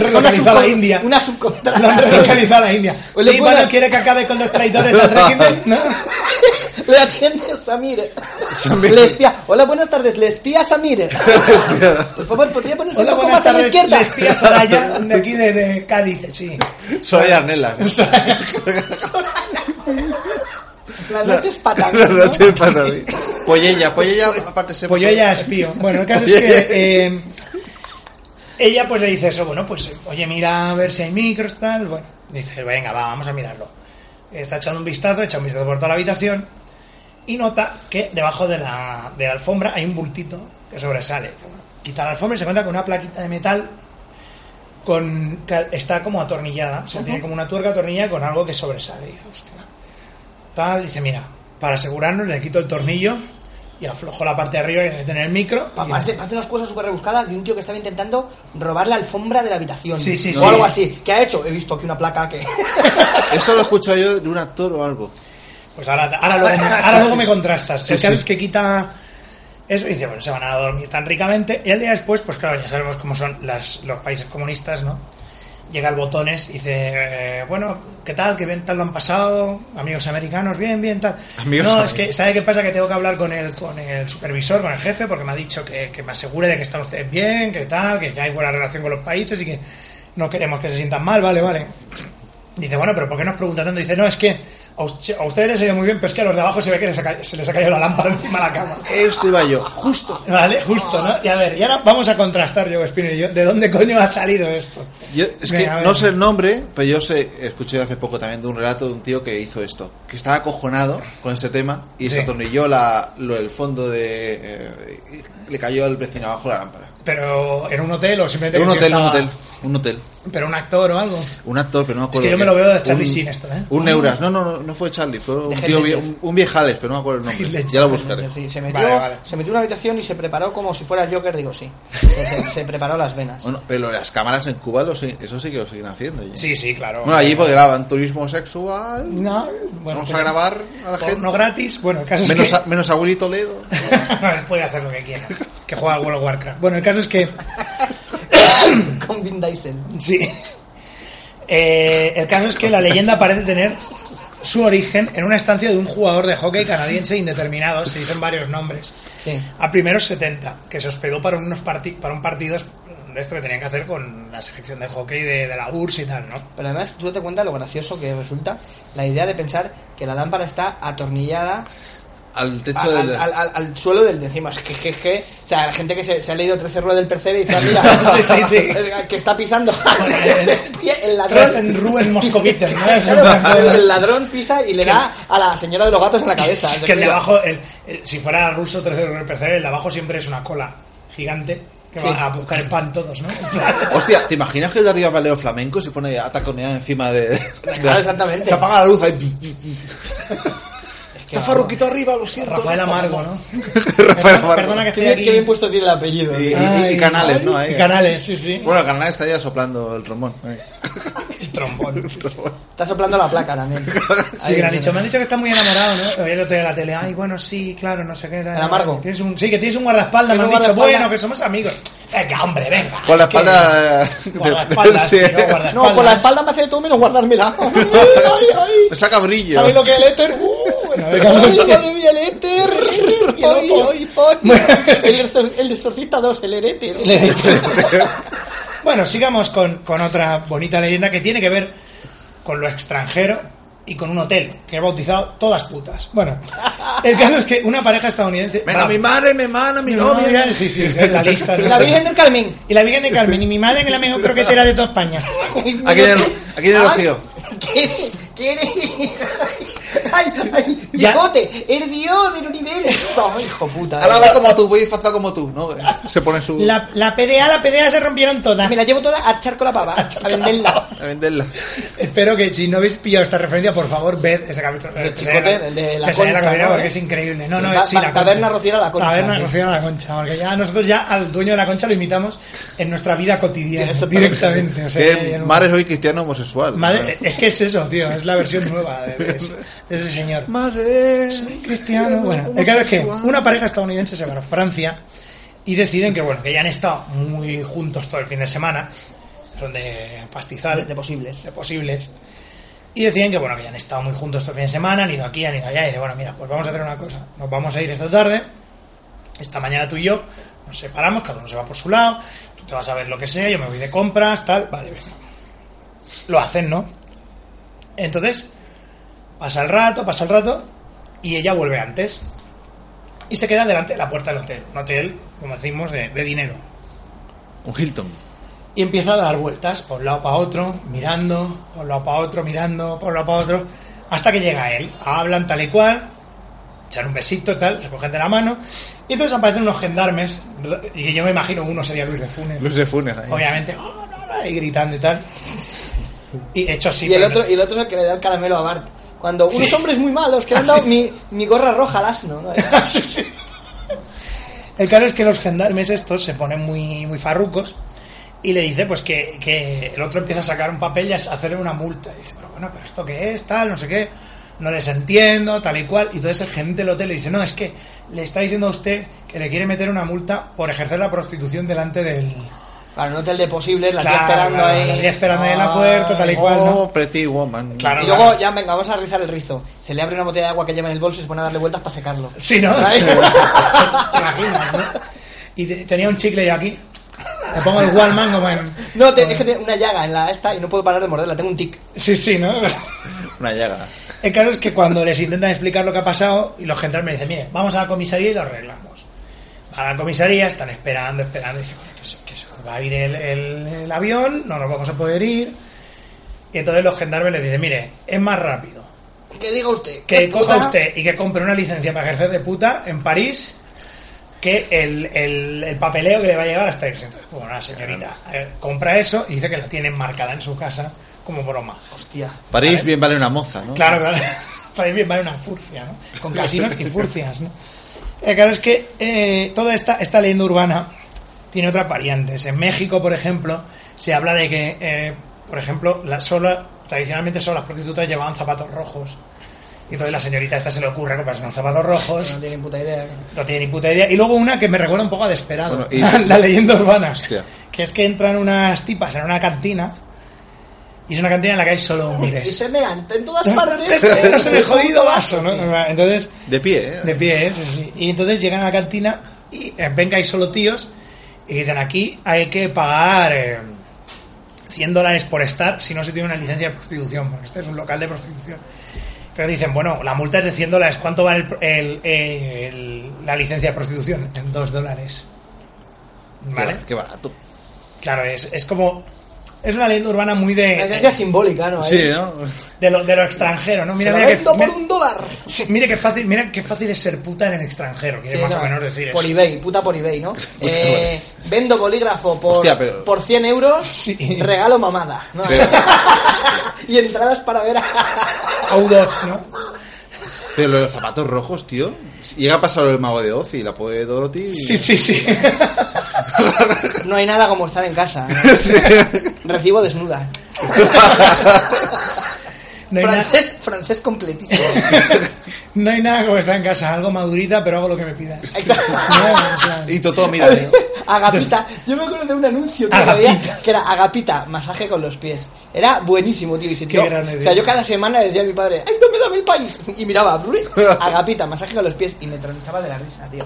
[SPEAKER 8] Una
[SPEAKER 2] relocalizado a
[SPEAKER 8] subcon-
[SPEAKER 2] India.
[SPEAKER 8] Una
[SPEAKER 2] Lo han
[SPEAKER 8] subcontrata.
[SPEAKER 2] relocalizado a India.
[SPEAKER 8] Oye,
[SPEAKER 2] Sí,
[SPEAKER 8] buenas.
[SPEAKER 2] bueno, quiere que acabe con los traidores del régimen,
[SPEAKER 8] [LAUGHS]
[SPEAKER 2] ¿no?
[SPEAKER 8] [LAUGHS] Le atiende Samir.
[SPEAKER 6] Samir.
[SPEAKER 8] Le espía. Hola, buenas tardes. Le espía
[SPEAKER 2] [LAUGHS]
[SPEAKER 8] Samir. Por favor, ¿podría ponerse
[SPEAKER 2] Hola,
[SPEAKER 8] un poco
[SPEAKER 2] buenas
[SPEAKER 8] más a la
[SPEAKER 2] tardes.
[SPEAKER 8] izquierda?
[SPEAKER 2] La espía Soraya, de aquí de, de Cádiz, sí.
[SPEAKER 6] Soy Arnela.
[SPEAKER 2] Soraya.
[SPEAKER 8] Las noches patan.
[SPEAKER 6] [LAUGHS] La
[SPEAKER 8] ¿no?
[SPEAKER 6] noche para mí. Pollella, Pollella, aparte se
[SPEAKER 2] Pues yo ya espío. Bueno, el caso es que eh, ella pues le dice eso, bueno, pues oye, mira a ver si hay micros, tal. Bueno, dice, venga, va, vamos a mirarlo. Está echando un vistazo, echa un vistazo por toda la habitación y nota que debajo de la, de la alfombra hay un bultito que sobresale. Dice, bueno, Quita la alfombra y se encuentra con una plaquita de metal con, que está como atornillada, o sea, tiene como una tuerca atornillada con algo que sobresale. Dice, hostia. Tal, dice, mira, para asegurarnos le quito el tornillo y aflojo la parte de arriba que tiene el micro.
[SPEAKER 8] Pa-
[SPEAKER 2] y-
[SPEAKER 8] Parece, parece unas cosas súper rebuscadas de un tío que estaba intentando robar la alfombra de la habitación.
[SPEAKER 2] Sí, sí,
[SPEAKER 8] o
[SPEAKER 2] sí.
[SPEAKER 8] algo así. ¿Qué ha hecho? He visto aquí una placa que.
[SPEAKER 6] Esto lo he escuchado yo de un actor o algo.
[SPEAKER 2] Pues ahora, ahora
[SPEAKER 6] [LAUGHS]
[SPEAKER 2] luego, me, ahora
[SPEAKER 6] Sí,
[SPEAKER 2] luego
[SPEAKER 6] sí,
[SPEAKER 2] me
[SPEAKER 6] sí.
[SPEAKER 2] contrastas.
[SPEAKER 6] Sí,
[SPEAKER 2] el caso
[SPEAKER 6] sí.
[SPEAKER 2] es que quita eso y dice, bueno, se van a dormir tan ricamente. Y el día después, pues claro, ya sabemos cómo son las, los países comunistas, ¿no? Llega el botones y dice, eh, bueno, ¿qué tal? ¿Qué bien tal lo han pasado? Amigos americanos, bien, bien, tal.
[SPEAKER 6] Amigos
[SPEAKER 2] no,
[SPEAKER 6] americanos.
[SPEAKER 2] es que, ¿sabe qué pasa? Que tengo que hablar con el, con el supervisor, con el jefe, porque me ha dicho que, que me asegure de que están ustedes bien, que tal, que ya hay buena relación con los países y que no queremos que se sientan mal, vale, vale. Dice, bueno, pero ¿por qué nos pregunta tanto? Dice, no, es que a, usted- a ustedes les ha ido muy bien, pero es que a los de abajo se ve que les ha ca- se les ha caído la lámpara [LAUGHS] encima de la cama.
[SPEAKER 6] Esto iba yo, justo.
[SPEAKER 2] Vale, justo, ¿no? Y a ver, y ahora vamos a contrastar, yo, Spinner y yo, ¿de dónde coño ha salido esto?
[SPEAKER 6] Yo- es que
[SPEAKER 2] Venga, a ver.
[SPEAKER 6] no sé el nombre, pero yo sé, escuché hace poco también de un relato de un tío que hizo esto, que estaba acojonado con este tema y
[SPEAKER 2] Sí.
[SPEAKER 6] se atornilló la, lo, el fondo de... eh, y le cayó al vecino abajo la lámpara.
[SPEAKER 2] Pero, ¿en un hotel o simplemente...
[SPEAKER 6] Era
[SPEAKER 2] que
[SPEAKER 6] un hotel, un
[SPEAKER 2] estaba-
[SPEAKER 6] hotel, un hotel.
[SPEAKER 2] Pero un actor o algo.
[SPEAKER 6] Un actor, pero no me acuerdo.
[SPEAKER 2] Es que yo me
[SPEAKER 6] qué.
[SPEAKER 2] lo veo de Charlie
[SPEAKER 6] Un-
[SPEAKER 2] Sheen esto, ¿eh?
[SPEAKER 6] Un Neuras. No, no, no, no fue Charlie, fue un
[SPEAKER 8] Heath
[SPEAKER 6] tío, vie-
[SPEAKER 8] Ledger.
[SPEAKER 6] un, un viejales, pero no me acuerdo
[SPEAKER 2] [LAUGHS]
[SPEAKER 6] el
[SPEAKER 2] Heath
[SPEAKER 6] nombre.
[SPEAKER 2] Ledger.
[SPEAKER 6] Ya lo buscaré.
[SPEAKER 8] Sí, se metió,
[SPEAKER 2] Vale, vale.
[SPEAKER 8] se metió en una habitación y se preparó como si fuera el Joker, digo sí. Se, se- se preparó las venas.
[SPEAKER 6] Bueno, pero las cámaras en Cuba, lo sig- eso sí que lo siguen haciendo. ya.
[SPEAKER 2] Sí, sí, claro.
[SPEAKER 6] Bueno, allí porque graban turismo sexual.
[SPEAKER 2] No, bueno,
[SPEAKER 6] Vamos a
[SPEAKER 2] pero-
[SPEAKER 6] grabar a la gente.
[SPEAKER 2] Porno gratis, bueno, el caso es
[SPEAKER 6] Menos,
[SPEAKER 2] que...
[SPEAKER 6] a, menos a Willy Toledo.
[SPEAKER 2] [LAUGHS] Puede hacer lo que quiera. Que juega al World of Warcraft. Bueno, el caso es que...
[SPEAKER 8] [LAUGHS] Con Vin Diesel.
[SPEAKER 2] Sí. Eh, el caso es que la leyenda parece tener su origen en una estancia de un jugador de hockey canadiense indeterminado, se dicen varios nombres,
[SPEAKER 8] Sí.
[SPEAKER 2] a primeros 70, que se hospedó para, unos parti- para un partido de esto que tenían que hacer con la selección de hockey de, de la URSS y tal, ¿no?
[SPEAKER 8] Pero además, tú te cuenta lo gracioso que resulta la idea de pensar que la lámpara está atornillada
[SPEAKER 6] Al
[SPEAKER 8] a-
[SPEAKER 6] techo
[SPEAKER 8] al,
[SPEAKER 6] del.
[SPEAKER 8] al- al- al suelo del de encima. Es que, que, que- O sea, la gente que se, se ha leído 13 ruedas del Percebe y dice, "Ah, mira,
[SPEAKER 2] [LAUGHS] Sí, sí, sí.
[SPEAKER 8] el [LAUGHS] que está pisando. [LAUGHS] el
[SPEAKER 2] Treffen
[SPEAKER 8] ladrón.
[SPEAKER 2] Ruben Moscovite, [LAUGHS] ¿no? Es un
[SPEAKER 8] Claro, [LAUGHS] el, el
[SPEAKER 2] campeón.
[SPEAKER 8] ladrón pisa y le da a la señora de los gatos en la cabeza.
[SPEAKER 2] Es [LAUGHS] que el de
[SPEAKER 8] Mira.
[SPEAKER 2] abajo, el- el- si fuera ruso 3 del PC, el de abajo siempre es una cola gigante Que
[SPEAKER 8] Sí.
[SPEAKER 2] van a buscar el pan todos, ¿no?
[SPEAKER 6] Hostia, ¿te imaginas que el de arriba valero flamenco y se pone a taconear encima de. [LAUGHS] de-
[SPEAKER 8] Claro, exactamente.
[SPEAKER 6] Se apaga la luz ahí.
[SPEAKER 8] Es que
[SPEAKER 6] Está
[SPEAKER 8] va,
[SPEAKER 6] Farruquito arriba, lo siento.
[SPEAKER 2] Rafael Amargo, ¿no?
[SPEAKER 6] [LAUGHS] Rafael Amargo.
[SPEAKER 2] Perdona que
[SPEAKER 7] Qué
[SPEAKER 2] estoy
[SPEAKER 7] bien,
[SPEAKER 2] aquí.
[SPEAKER 7] qué bien puesto tiene el apellido.
[SPEAKER 6] Y,
[SPEAKER 7] tío.
[SPEAKER 6] y- y
[SPEAKER 2] Ay,
[SPEAKER 6] canales, ¿no? Ahí.
[SPEAKER 2] Ah, Y canales, sí, sí.
[SPEAKER 6] Bueno, canales está ya soplando el trombón. eh. ahí.
[SPEAKER 2] El
[SPEAKER 6] [LAUGHS]
[SPEAKER 2] trombón. Sí,
[SPEAKER 8] Está soplando la placa
[SPEAKER 2] [LAUGHS]
[SPEAKER 8] también. Ahí
[SPEAKER 2] que le
[SPEAKER 8] viene.
[SPEAKER 2] han dicho, me han dicho que está muy enamorado, ¿no? Lo vi el otro día en la tele. Ay, bueno, sí, claro, no sé qué. tal,
[SPEAKER 8] El amargo.
[SPEAKER 2] Tienes un, sí, que tienes un guardaespaldas, me han
[SPEAKER 8] Tengo
[SPEAKER 2] dicho.
[SPEAKER 8] guardaespaldas.
[SPEAKER 2] Bueno, que somos amigos. Venga, hombre, venga.
[SPEAKER 6] Con la
[SPEAKER 2] que-
[SPEAKER 6] espalda. eh,
[SPEAKER 2] Guardaespaldas,
[SPEAKER 6] [LAUGHS] sí.
[SPEAKER 2] tío, guardaespaldas.
[SPEAKER 7] No, con la espalda me hace de todo menos
[SPEAKER 2] [LAUGHS]
[SPEAKER 7] guardármela. [LAUGHS] ¡Ay, ay, ay!
[SPEAKER 2] Pues
[SPEAKER 6] Me saca brillo.
[SPEAKER 7] ¿Sabéis lo que es el éter? ¡Uh!
[SPEAKER 2] No, venga, no,
[SPEAKER 7] ¡Ay,
[SPEAKER 2] no.
[SPEAKER 7] madre mía, el
[SPEAKER 2] [LAUGHS]
[SPEAKER 7] éter! ¡El éter! ¡Ay, ay, ay! El exor- El exorcista 2, el éter.
[SPEAKER 6] [LAUGHS]
[SPEAKER 2] Le he dicho. [LAUGHS] bueno, sigamos con, con otra bonita leyenda que tiene que ver con lo extranjero y con un hotel que he bautizado todas putas. Bueno, el caso es que una pareja estadounidense.
[SPEAKER 6] Menos
[SPEAKER 2] va-
[SPEAKER 6] mi madre, mi hermana, mi
[SPEAKER 2] Mi
[SPEAKER 6] novia.
[SPEAKER 2] novia, sí,
[SPEAKER 6] [LAUGHS]
[SPEAKER 2] sí, es la lista. ¿no?
[SPEAKER 8] La Virgen del Carmen.
[SPEAKER 2] Y la Virgen de Carmen, y mi madre que es la mejor croquetera de toda España.
[SPEAKER 6] Aquí en el, aquí en el
[SPEAKER 8] Ah,
[SPEAKER 6] Rocío.
[SPEAKER 8] ¿Qué? ¿Qué eres? [LAUGHS] ¡Ay, ay!
[SPEAKER 2] Ya.
[SPEAKER 8] ¡Chicote! ¡El dios del universo!
[SPEAKER 2] [LAUGHS]
[SPEAKER 8] ¡Hijo puta!
[SPEAKER 6] Ahora
[SPEAKER 2] eh.
[SPEAKER 6] va como tú, voy disfrazado como tú, ¿no? Se pone su.
[SPEAKER 2] La, la PDA, la PDA se rompieron todas.
[SPEAKER 8] Me la llevo toda a charco la
[SPEAKER 2] [LAUGHS]
[SPEAKER 8] pava, a venderla.
[SPEAKER 6] A venderla.
[SPEAKER 2] Espero que si no habéis pillado esta referencia, por favor, ved ese capítulo.
[SPEAKER 8] El
[SPEAKER 2] Que
[SPEAKER 8] chicote,
[SPEAKER 2] sea-
[SPEAKER 8] el de la
[SPEAKER 2] que sea
[SPEAKER 8] concha,
[SPEAKER 2] cadena,
[SPEAKER 8] ¿no?
[SPEAKER 2] porque es increíble. No,
[SPEAKER 8] Sí,
[SPEAKER 2] no,
[SPEAKER 8] ta-
[SPEAKER 2] sí, la
[SPEAKER 8] ta- taberna rociera la concha,
[SPEAKER 2] Taberna
[SPEAKER 8] sí.
[SPEAKER 2] rociera la concha, porque ya nosotros ya al dueño de la concha lo imitamos en nuestra vida cotidiana
[SPEAKER 8] Exactamente.
[SPEAKER 2] directamente. O sea,
[SPEAKER 6] Que
[SPEAKER 2] ya no-
[SPEAKER 6] madre soy cristiano homosexual.
[SPEAKER 2] Madre- es que es eso, tío, es la versión nueva de, de ese- de ese señor.
[SPEAKER 6] Madre.
[SPEAKER 2] Pues, Cristiano. Bueno, el caso es que una pareja estadounidense se va a Francia y deciden que, bueno, que ya han estado muy juntos todo el fin de semana, son de
[SPEAKER 8] De,
[SPEAKER 2] pastizal,
[SPEAKER 8] de
[SPEAKER 2] de,
[SPEAKER 8] posibles.
[SPEAKER 2] posibles, y deciden que, bueno, que ya han estado muy juntos todo el fin de semana, han ido aquí, han ido allá, y dicen, bueno, mira, pues vamos a hacer una cosa, nos vamos a ir esta tarde, esta mañana tú y yo nos separamos, cada uno se va por su lado, tú te vas a ver lo que sea, yo me voy de compras, tal, vale, venga. Lo hacen, ¿no? Entonces, pasa el rato, pasa el rato, y ella vuelve antes. Y se queda delante de la puerta del hotel, un hotel, como decimos, de, de dinero.
[SPEAKER 6] Un Hilton.
[SPEAKER 2] Y empieza a dar vueltas, por un lado para otro, mirando, por un lado para otro, mirando, por un lado para otro, hasta que llega él. Hablan tal y cual, echan un besito, tal, se cogen de la mano, y entonces aparecen unos gendarmes, y yo me imagino uno sería Luis de Funes,
[SPEAKER 6] Luis de Funes ahí.
[SPEAKER 2] obviamente, "Oh, no, no", y gritando y tal. Y hecho así.
[SPEAKER 8] y, el
[SPEAKER 2] pero no-
[SPEAKER 8] otro, y el otro es el que le da el caramelo a Bart. Cuando unos
[SPEAKER 2] Sí.
[SPEAKER 8] hombres muy malos que le han
[SPEAKER 2] Ah,
[SPEAKER 8] dado
[SPEAKER 2] sí,
[SPEAKER 8] mi, mi gorra roja al asno. ¿no?
[SPEAKER 2] [LAUGHS] Sí, sí. El caso es que los gendarmes estos se ponen muy, muy farrucos y le dice pues que, que el otro empieza a sacar un papel y a hacerle una multa. Y dice, pero bueno, pero esto qué es, tal, no sé qué, no les entiendo, tal y cual. Y entonces el gerente del hotel le dice, no, es que le está diciendo a usted que le quiere meter una multa por ejercer la prostitución delante del...
[SPEAKER 8] Para un hotel de posibles, la tía
[SPEAKER 2] Claro,
[SPEAKER 8] esperando
[SPEAKER 2] claro,
[SPEAKER 8] ahí.
[SPEAKER 2] la tía esperando ahí en la
[SPEAKER 8] Ah,
[SPEAKER 2] puerta, tal y cual, ¿no?
[SPEAKER 6] Oh, Pretty Woman.
[SPEAKER 2] Claro.
[SPEAKER 8] Y luego, ya, venga, vamos a rizar el rizo. Se le abre una botella de agua que lleva en el bolso y se pone a darle vueltas para secarlo.
[SPEAKER 2] Sí, ¿no?
[SPEAKER 8] Ay.
[SPEAKER 2] [LAUGHS] Te imaginas, ¿no? Y te- tenía un chicle yo aquí. Le pongo el Wallman como en...
[SPEAKER 8] No, te, es que tengo una llaga en la esta y no puedo parar de morderla, tengo un tic.
[SPEAKER 2] Sí, sí, ¿no?
[SPEAKER 6] Una llaga.
[SPEAKER 2] El caso es que cuando les intentan explicar lo que ha pasado y los gendarmes dicen, mire, vamos a la comisaría y lo arreglamos. Van a la comisaría, están esperando, esperando, y dicen, "Bueno, que se, que se nos va a ir el, el- el avión, no nos vamos a poder ir. Y entonces los gendarmes les dicen, mire, es más rápido
[SPEAKER 8] ¿Qué diga usted?
[SPEAKER 2] que
[SPEAKER 8] ¿Qué
[SPEAKER 2] coja
[SPEAKER 8] puta?
[SPEAKER 2] usted y que compre una licencia para ejercer de puta en París que el, el- el papeleo que le va a llegar hasta irse. Entonces, bueno, la señorita eh, compra eso y dice que la tiene marcada en su casa como broma.
[SPEAKER 8] Hostia.
[SPEAKER 6] París bien vale una moza, ¿no?
[SPEAKER 2] Claro, claro. [LAUGHS] Para mí vale una furcia, ¿no? Con casinos y furcias, ¿no? Eh, claro, es que eh, toda esta, esta leyenda urbana tiene otras variantes. En México, por ejemplo, se habla de que, eh, por ejemplo, las sola, tradicionalmente solo las prostitutas llevaban zapatos rojos. Y entonces la señorita esta se le ocurre comprarse unos zapatos
[SPEAKER 8] No
[SPEAKER 2] rojos,
[SPEAKER 8] tiene ni puta idea.
[SPEAKER 2] no tiene ni puta idea. Y luego una que me recuerda un poco a Desperado,
[SPEAKER 6] Bueno,
[SPEAKER 2] [LAUGHS]
[SPEAKER 6] y-
[SPEAKER 2] la, la leyenda urbana.
[SPEAKER 6] Hostia.
[SPEAKER 2] Que es que entran unas tipas en una cantina y es una cantina en la que hay solo
[SPEAKER 8] Y
[SPEAKER 2] hombres.
[SPEAKER 8] se mean en
[SPEAKER 2] [LAUGHS]
[SPEAKER 8] todas [LAUGHS]
[SPEAKER 2] Es
[SPEAKER 8] partes. eh,
[SPEAKER 2] que no se me jodido vaso, ¿no? Entonces,
[SPEAKER 6] De pie, ¿eh?
[SPEAKER 2] de pie, ¿eh? Sí, sí. Y entonces llegan a la cantina y eh, ven que hay solo tíos y dicen, aquí hay que pagar eh, 100 dólares por estar si no se tiene una licencia de prostitución, porque este es un local de prostitución. Entonces dicen, bueno, la multa es de 100 dólares, ¿cuánto vale el- el- el- la licencia de prostitución? En 2 dólares.
[SPEAKER 6] Qué
[SPEAKER 2] ¿Vale?
[SPEAKER 6] ba- Qué barato.
[SPEAKER 2] Claro, es, es como Es una leyenda urbana muy de,
[SPEAKER 8] Una esencia simbólica, ¿no? Ahí.
[SPEAKER 6] Sí, ¿no?
[SPEAKER 2] de, lo, de lo extranjero, ¿no?
[SPEAKER 8] Se
[SPEAKER 2] Mira,
[SPEAKER 8] la
[SPEAKER 2] mira, que,
[SPEAKER 8] vendo por
[SPEAKER 2] mira,
[SPEAKER 8] un dólar.
[SPEAKER 2] sí, mira qué fácil, mira qué fácil es ser puta en el extranjero, quiere
[SPEAKER 8] Sí,
[SPEAKER 2] más
[SPEAKER 8] no,
[SPEAKER 2] o menos decir eso.
[SPEAKER 8] Por eBay, puta por eBay,
[SPEAKER 2] [LAUGHS]
[SPEAKER 8] ¿no? Eh, vendo bolígrafo por,
[SPEAKER 6] Hostia, pero-
[SPEAKER 8] por 100 euros,
[SPEAKER 2] Sí.
[SPEAKER 8] regalo mamada. ¿no?
[SPEAKER 6] Pero-
[SPEAKER 8] [LAUGHS] y entradas para ver a... [LAUGHS]
[SPEAKER 2] Audox, ¿no?
[SPEAKER 6] Pero los zapatos rojos, tío. Llega a pasar el mago de Oz y la puede Dorothy. y-
[SPEAKER 2] Sí, sí,
[SPEAKER 8] [LAUGHS]
[SPEAKER 2] sí.
[SPEAKER 8] No hay nada como estar en casa.
[SPEAKER 6] [LAUGHS]
[SPEAKER 8] ¿no? Recibo desnuda.
[SPEAKER 2] [LAUGHS] No hay, nada-
[SPEAKER 8] francés, francés
[SPEAKER 2] [LAUGHS]
[SPEAKER 8] completísimo.
[SPEAKER 2] no hay nada como estar en casa, algo madurita, pero hago lo que me pidas.
[SPEAKER 8] Exacto.
[SPEAKER 2] No, en plan-
[SPEAKER 6] Y
[SPEAKER 2] [LAUGHS]
[SPEAKER 6] Totó, mira. ¿eh?
[SPEAKER 8] Agapita. Yo me acuerdo de un anuncio tío, que
[SPEAKER 2] Agapita.
[SPEAKER 8] había que era Agapita, masaje con los pies. Era buenísimo, tío. Y se
[SPEAKER 2] Qué
[SPEAKER 8] tiró.
[SPEAKER 2] gran
[SPEAKER 8] O
[SPEAKER 2] idea.
[SPEAKER 8] sea, yo cada semana le decía a mi padre, ¡ay, no me da el país! Y miraba, Agapita, masaje con los pies. Y me tronchaba de la risa, tío.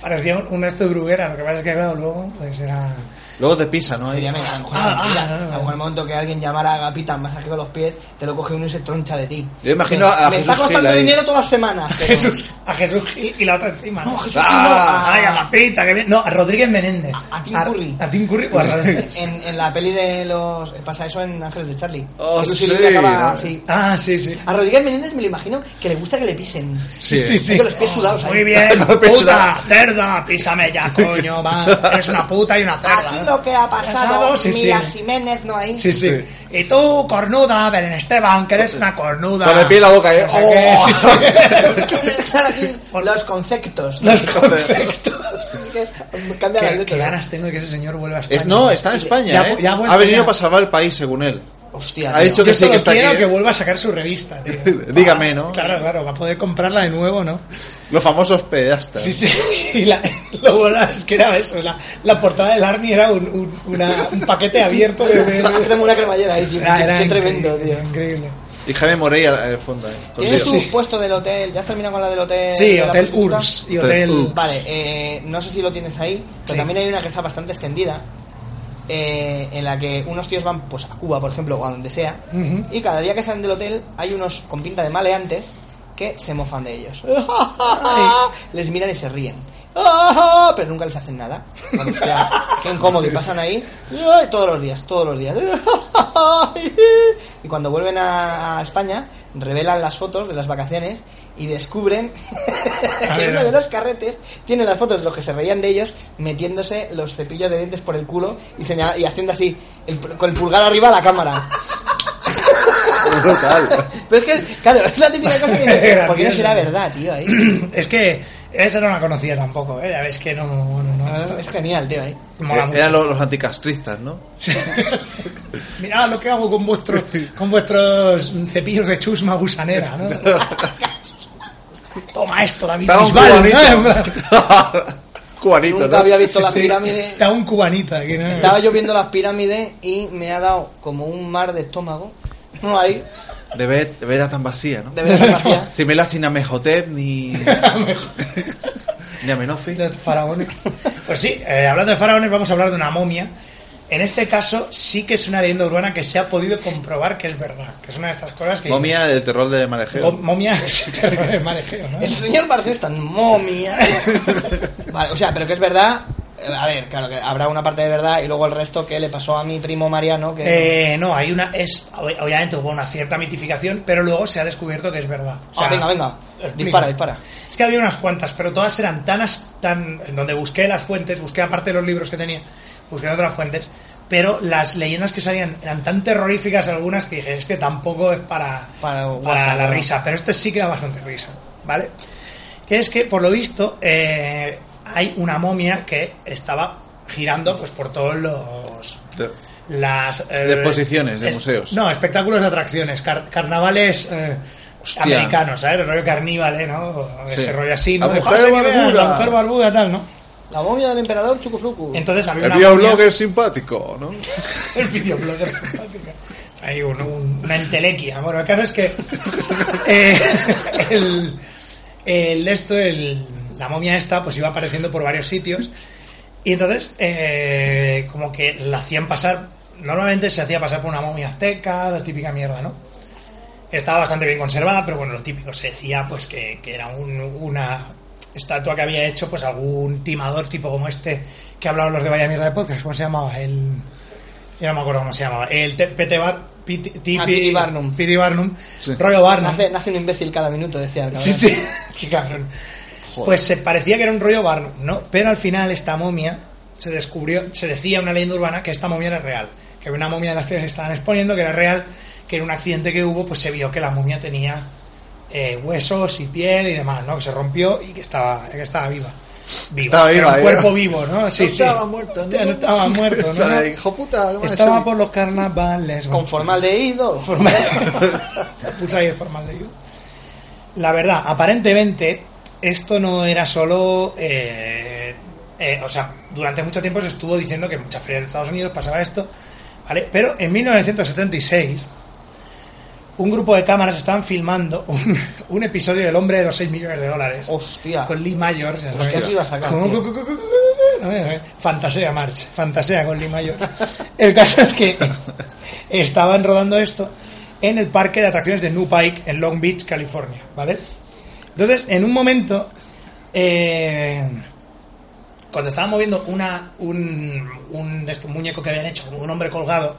[SPEAKER 2] Parecía un- una esto de bruguera, lo que pasa es que claro, luego pues era...
[SPEAKER 6] Luego te pisa, ¿no?
[SPEAKER 8] Sería
[SPEAKER 6] Ahí.
[SPEAKER 8] mega. A lo mejor
[SPEAKER 2] Ah, ah,
[SPEAKER 8] mira,
[SPEAKER 2] no, no,
[SPEAKER 8] a lo mejor el momento que alguien llamara a Agapita, masaje con los pies, te lo coge uno y se troncha de ti.
[SPEAKER 6] Yo imagino a- a
[SPEAKER 8] Me
[SPEAKER 6] Jesús
[SPEAKER 8] está
[SPEAKER 6] Gil
[SPEAKER 8] costando
[SPEAKER 6] ahí.
[SPEAKER 8] dinero todas las semanas. pero-
[SPEAKER 2] Jesús, a Jesús Gil y la otra encima.
[SPEAKER 8] No,
[SPEAKER 2] ¿no?
[SPEAKER 8] Jesús Gil, no,
[SPEAKER 6] Ah,
[SPEAKER 8] a-
[SPEAKER 2] Ay, a la pita, que bien. No, a Rodríguez Menéndez.
[SPEAKER 8] A- a Tim Curry.
[SPEAKER 2] A, Tim Curry o a
[SPEAKER 8] [LAUGHS]
[SPEAKER 2] Rodríguez.
[SPEAKER 8] En, en la peli de los. Pasa eso en Ángeles de Charlie.
[SPEAKER 6] Oh,
[SPEAKER 8] Jesús
[SPEAKER 6] sí,
[SPEAKER 8] Gil acaba
[SPEAKER 6] ¿no?
[SPEAKER 8] así.
[SPEAKER 2] ah, sí, sí.
[SPEAKER 8] A Rodríguez Menéndez me lo imagino que le gusta que le pisen.
[SPEAKER 6] Sí,
[SPEAKER 2] Sí, sí.
[SPEAKER 8] Con los pies sudados ahí.
[SPEAKER 2] Muy bien,
[SPEAKER 6] [LAUGHS] Los pies
[SPEAKER 2] puta,
[SPEAKER 6] sudados.
[SPEAKER 2] cerda, písame ya, coño, va.
[SPEAKER 6] [LAUGHS]
[SPEAKER 2] Eres una puta y una cerda.
[SPEAKER 8] Aquí lo que ha pasado,
[SPEAKER 2] Pasado, sí, sí.
[SPEAKER 8] Mira Jiménez no hay.
[SPEAKER 2] Sí, sí,
[SPEAKER 6] Sí.
[SPEAKER 2] Y tú, cornuda, Belén Esteban, que eres una cornuda.
[SPEAKER 6] Con el pie en la boca, ¿eh?
[SPEAKER 2] O sea que-
[SPEAKER 6] ¡Oh!
[SPEAKER 2] sí,
[SPEAKER 8] [LAUGHS]
[SPEAKER 2] sí.
[SPEAKER 8] Claro,
[SPEAKER 2] [LAUGHS]
[SPEAKER 8] aquí los conceptos. ¿no?
[SPEAKER 6] [LAUGHS]
[SPEAKER 2] Los conceptos.
[SPEAKER 8] Es que [LAUGHS] Cambia la
[SPEAKER 2] ¿Qué, qué
[SPEAKER 8] letra.
[SPEAKER 2] ganas tengo de que ese señor vuelva a España.
[SPEAKER 6] Es, no, está en España,
[SPEAKER 2] Ya-
[SPEAKER 6] ¿eh?
[SPEAKER 2] ya ha vuelto
[SPEAKER 6] ha venido
[SPEAKER 2] ya.
[SPEAKER 6] para salvar el país, según él.
[SPEAKER 8] Hostia,
[SPEAKER 6] Ha
[SPEAKER 8] tío.
[SPEAKER 6] dicho
[SPEAKER 2] Yo
[SPEAKER 6] que sí,
[SPEAKER 2] solo
[SPEAKER 6] que está
[SPEAKER 2] quiero
[SPEAKER 6] aquí.
[SPEAKER 2] que
[SPEAKER 6] ¿eh?
[SPEAKER 2] vuelva a sacar su revista, tío.
[SPEAKER 6] [LAUGHS]
[SPEAKER 2] Ah,
[SPEAKER 6] Dígame, ¿no?
[SPEAKER 2] Claro, claro, va a poder comprarla de nuevo, ¿no?
[SPEAKER 6] Los famosos pedastas.
[SPEAKER 2] Sí, [LAUGHS] sí. Y la- lo bueno es que era eso. La, la portada del Army era un, un- una- un paquete
[SPEAKER 8] [LAUGHS]
[SPEAKER 2] abierto de. de-
[SPEAKER 8] Yo tengo una cremallera ahí, tío.
[SPEAKER 2] Era, era
[SPEAKER 8] Qué
[SPEAKER 2] increíble,
[SPEAKER 8] tremendo, tío.
[SPEAKER 2] Increíble.
[SPEAKER 6] Y Jaime Moreira en el fondo, ¿eh? Con
[SPEAKER 8] ¿Tienes
[SPEAKER 6] Dios.
[SPEAKER 8] tu
[SPEAKER 2] Sí.
[SPEAKER 8] puesto del hotel? ¿Ya has terminado con la del hotel?
[SPEAKER 2] Sí,
[SPEAKER 8] de Eh, la
[SPEAKER 2] Hotel
[SPEAKER 8] prostituta?
[SPEAKER 2] URSS y Hotel.
[SPEAKER 6] Hotel URSS.
[SPEAKER 8] Vale, eh, no sé si lo tienes ahí, pero
[SPEAKER 2] Mm. Sí.
[SPEAKER 8] también hay una que está bastante extendida, eh, en la que unos tíos van pues a Cuba, por ejemplo, o a donde sea,
[SPEAKER 2] Ujú.
[SPEAKER 8] y cada día que salen del hotel hay unos con pinta de maleantes que se mofan de
[SPEAKER 2] [LAUGHS]
[SPEAKER 8] ellos. les miran y se ríen. [LAUGHS] Pero nunca les hacen nada. Bueno, ya, qué incómodo. Y pasan ahí ay, todos los días, todos los días. [LAUGHS] Y cuando vuelven a a España, revelan las fotos de las vacaciones y descubren
[SPEAKER 2] A
[SPEAKER 8] que
[SPEAKER 2] ver,
[SPEAKER 8] uno
[SPEAKER 2] a
[SPEAKER 8] de
[SPEAKER 2] ver.
[SPEAKER 8] los carretes tiene las fotos de los que se reían de ellos metiéndose los cepillos de dientes por el culo y, señala- y haciendo así, el- con el pulgar arriba a la
[SPEAKER 2] [LAUGHS]
[SPEAKER 8] cámara.
[SPEAKER 6] [LAUGHS] Brutal.
[SPEAKER 8] Pero es que, claro, es la típica cosa
[SPEAKER 2] [LAUGHS]
[SPEAKER 8] que dices,
[SPEAKER 2] Era
[SPEAKER 8] ¿por qué no
[SPEAKER 2] mierda.
[SPEAKER 8] será verdad, tío? eh? ahí?
[SPEAKER 2] [CLEARS THROAT] Es que esa no la conocía tampoco, ¿eh? Ya ves que no. no, no,
[SPEAKER 8] Es es genial, tío, eh". ahí.
[SPEAKER 2] Mola mucho.
[SPEAKER 6] Eran los, los anticastristas, ¿no?
[SPEAKER 2] Sí. Mirad lo que hago con
[SPEAKER 6] [LAUGHS]
[SPEAKER 2] vuestros con vuestros cepillos de chusma gusanera,
[SPEAKER 6] [LAUGHS]
[SPEAKER 2] ¿no? Toma esto, David.
[SPEAKER 6] Estaba un
[SPEAKER 2] Bisbal, ¿no? [LAUGHS] En plan-
[SPEAKER 6] [LAUGHS] cubanito. cubanito,
[SPEAKER 8] Nunca
[SPEAKER 6] ¿no?
[SPEAKER 8] había visto las
[SPEAKER 2] Sí,
[SPEAKER 8] pirámides.
[SPEAKER 2] Estaba un cubanita aquí, ¿no? [LAUGHS]
[SPEAKER 8] Estaba yo viendo las pirámides y me ha dado como un mar de estómago. No hay,
[SPEAKER 6] De ver, de ver a tan vacía, ¿no?
[SPEAKER 8] de verdad, gracia.
[SPEAKER 6] Si me la sin Amejotep
[SPEAKER 2] [LAUGHS]
[SPEAKER 6] ni. [LAUGHS] ni Amenofi.
[SPEAKER 2] Los faraones. Pues sí, eh, hablando de faraones, vamos a hablar de una momia. En este caso, sí que es una leyenda urbana que se ha podido comprobar que es verdad. Que es una de estas cosas que.
[SPEAKER 6] Momia del terror de
[SPEAKER 2] dices, "Mo-
[SPEAKER 6] Marejeo.
[SPEAKER 2] momia es terror [LAUGHS] de marejeo, ¿no?
[SPEAKER 8] El señor Barcés tan
[SPEAKER 2] [LAUGHS]
[SPEAKER 8] momia. Vale, o sea, pero que es verdad. eh, A ver, claro, que habrá una parte de verdad y luego el resto que le pasó a mi primo Mariano. Que...
[SPEAKER 2] Eh, no, hay una. es ob- Obviamente hubo una cierta mitificación, pero luego se ha descubierto que es verdad. O sea,
[SPEAKER 8] Ah, venga, venga.
[SPEAKER 2] explica.
[SPEAKER 8] Dispara, dispara.
[SPEAKER 2] Es que había unas cuantas, pero todas eran tan, as- tan... En donde busqué las fuentes, busqué aparte de los libros que tenía, busqué otras fuentes, pero las leyendas que salían eran tan terroríficas algunas que dije, es que tampoco es para,
[SPEAKER 8] Para WhatsApp,
[SPEAKER 2] la
[SPEAKER 8] ¿no?
[SPEAKER 2] risa, pero este sí que da bastante risa, ¿vale? Que es que, por lo visto, eh, hay una momia que estaba girando pues por todos los las eh,
[SPEAKER 6] Exposiciones de museos.
[SPEAKER 2] No, espectáculos de atracciones, car- carnavales eh,
[SPEAKER 6] Hostia.
[SPEAKER 2] americanos, ¿sabes? El rollo carníval, ¿eh? ¿no? O
[SPEAKER 6] Sí.
[SPEAKER 2] Este rollo así, ¿no?
[SPEAKER 6] La
[SPEAKER 2] De,
[SPEAKER 6] mujer
[SPEAKER 2] "Pase, que vean,
[SPEAKER 6] barbuda".
[SPEAKER 2] la mujer barbuda, tal, ¿no?
[SPEAKER 8] La momia del emperador Chucuflucu.
[SPEAKER 2] Entonces había
[SPEAKER 6] El
[SPEAKER 2] una
[SPEAKER 6] videoblogger simpático, ¿no?
[SPEAKER 2] [LAUGHS] el videoblogger simpático. Hay un- un- una entelequia. Bueno, el caso es
[SPEAKER 6] [LAUGHS]
[SPEAKER 2] que eh, [LAUGHS] el, el esto, el- la momia esta, pues iba apareciendo por varios sitios. Y entonces, eh, como que la hacían pasar. Normalmente se hacía pasar por una momia azteca, la típica mierda, ¿no? Estaba bastante bien conservada, pero bueno, lo típico se decía pues que, que era un- una estatua que había hecho pues algún timador tipo como este que hablaban los de Vaya Mierda de Podcast, ¿cómo se llamaba? El, ya no me acuerdo cómo se llamaba, el T- PT Bar, Pit- Tipi-
[SPEAKER 8] P.T. Barnum.
[SPEAKER 2] P.T. Barnum,
[SPEAKER 6] Sí.
[SPEAKER 2] rollo Barnum.
[SPEAKER 8] Nace, nace un imbécil cada minuto, decía el
[SPEAKER 2] Sí,
[SPEAKER 8] cabrón.
[SPEAKER 2] sí, [LAUGHS] qué cabrón.
[SPEAKER 6] Joder.
[SPEAKER 2] Pues se parecía que era un rollo Barnum, ¿no? Pero al final esta momia se descubrió, se decía una leyenda urbana que esta momia era real, que había una momia de las que se estaban exponiendo que era real, que en un accidente que hubo pues se vio que la momia tenía eh, huesos y piel y demás, ¿no? Que se rompió y que estaba, que estaba viva. Viva,
[SPEAKER 6] Estaba
[SPEAKER 2] que era
[SPEAKER 6] viva,
[SPEAKER 2] un
[SPEAKER 6] eh.
[SPEAKER 2] cuerpo vivo,
[SPEAKER 6] [LAUGHS]
[SPEAKER 2] ¿no? Sí,
[SPEAKER 6] No
[SPEAKER 2] sí.
[SPEAKER 6] estaba muerto,
[SPEAKER 2] [LAUGHS]
[SPEAKER 6] ¿no?
[SPEAKER 2] No estaba muerto,
[SPEAKER 6] [LAUGHS] O sea,
[SPEAKER 2] ¿no?
[SPEAKER 6] hijo puta, ¿cómo es
[SPEAKER 2] Estaba
[SPEAKER 6] el-
[SPEAKER 2] por los carnavales.
[SPEAKER 8] Con formaldehído.
[SPEAKER 2] [LAUGHS] Se puso ahí el formaldehído. La verdad, aparentemente, esto no era solo. eh, eh, o sea, durante mucho tiempo se estuvo diciendo que en muchas ferias de Estados Unidos pasaba esto. ¿vale? Pero en 1976, un grupo de cámaras estaban filmando un, [LAUGHS] un episodio del hombre de los 6 millones de dólares.
[SPEAKER 8] [LAUGHS] Hostia.
[SPEAKER 2] Con Lee Mayor. ya sabes.
[SPEAKER 8] Hostia, sí iba a sacar,
[SPEAKER 2] Como-
[SPEAKER 8] tío.
[SPEAKER 2] no, no, no. Fantasea, March. Fantasea con Lee Mayor. El caso es que estaban rodando esto en el parque de atracciones de New Pike en Long Beach, California. ¿Vale? Entonces, en un momento, eh, cuando estaban moviendo una, un, un, de estos muñeco que habían hecho, como un hombre colgado,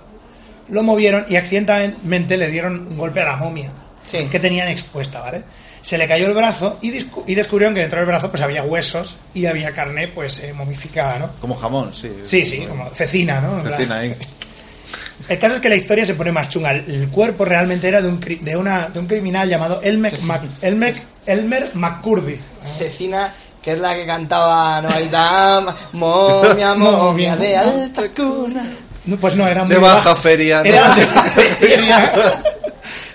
[SPEAKER 2] lo movieron y accidentalmente le dieron un golpe a la momia
[SPEAKER 8] Sí.
[SPEAKER 2] que tenían expuesta, ¿vale? Se le cayó el brazo y, discu- y descubrieron que dentro del brazo pues había huesos y había carne pues eh, momificada, ¿no?
[SPEAKER 6] Como jamón, sí.
[SPEAKER 2] Sí, sí, como cecina, ¿no? En plan-
[SPEAKER 6] Cecina ahí.
[SPEAKER 2] El caso es que la historia se pone más chunga. El- El cuerpo realmente era de un, cri- de una, de un criminal llamado Elmer, Mac- Elmer, Elmer McCurdy.
[SPEAKER 8] Cecina, que es la que cantaba No hay dama,
[SPEAKER 2] [LAUGHS]
[SPEAKER 8] momia, momia de alta cuna.
[SPEAKER 2] No, Pues no, era muy
[SPEAKER 6] De baja feria, ¿no?
[SPEAKER 2] Era de baja
[SPEAKER 8] [LAUGHS]
[SPEAKER 2] feria.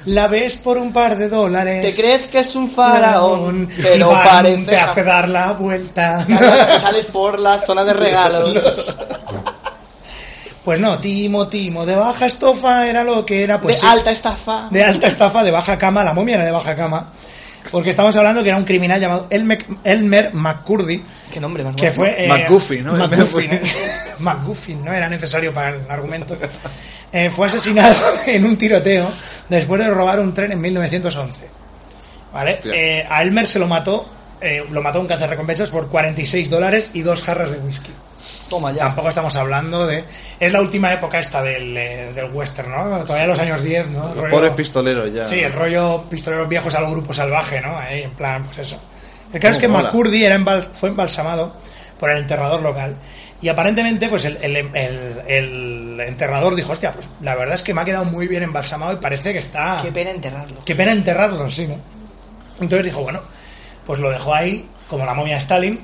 [SPEAKER 2] La ves por un par de dólares.
[SPEAKER 8] Te crees que es un faraón,
[SPEAKER 2] Y
[SPEAKER 8] pero
[SPEAKER 2] van,
[SPEAKER 8] parece...
[SPEAKER 2] Te hace dar la vuelta.
[SPEAKER 8] Cada- Sales por la zona
[SPEAKER 2] [LAUGHS]
[SPEAKER 8] de regalos.
[SPEAKER 2] Pues no, Timo, Timo, de baja estofa era lo que era, pues.
[SPEAKER 8] de
[SPEAKER 2] sí.
[SPEAKER 8] alta estafa.
[SPEAKER 2] de alta estafa, de baja cama, la momia era de baja cama. Porque estamos hablando que era un criminal llamado Elmer, Elmer McCurdy,
[SPEAKER 8] Qué nombre más
[SPEAKER 2] que
[SPEAKER 8] guapo.
[SPEAKER 2] fue... eh,
[SPEAKER 6] McGuffin, ¿no? [LAUGHS]
[SPEAKER 2] McGuffin, ¿eh? McGuffin, no era necesario para el argumento. Eh, fue asesinado [LAUGHS] en un tiroteo después de robar un tren en 1911. ¿Vale?
[SPEAKER 6] Hostia.
[SPEAKER 2] Eh, a Elmer se lo mató, eh, lo mató un cazarrecompensas por 46 dólares y dos jarras de whisky.
[SPEAKER 8] Toma ya.
[SPEAKER 2] Tampoco estamos hablando de... Es la última época esta del, eh, del western, ¿no? Todavía los años 10, ¿no?
[SPEAKER 6] Los
[SPEAKER 2] Rollo-
[SPEAKER 6] [LAUGHS] pobres pistoleros ya.
[SPEAKER 2] Sí, el rollo pistoleros viejos al grupo salvaje, ¿no? Ahí, en plan, pues eso. El caso es que
[SPEAKER 6] mola.
[SPEAKER 2] McCurdy era embal- fue embalsamado por el enterrador local. Y aparentemente, pues el, el- el- el enterrador dijo, hostia, pues la verdad es que me ha quedado muy bien embalsamado y parece que está...
[SPEAKER 8] Qué pena enterrarlo.
[SPEAKER 2] Qué pena enterrarlo, sí, ¿no? Entonces dijo, bueno, pues lo dejó ahí, como la momia de Stalin,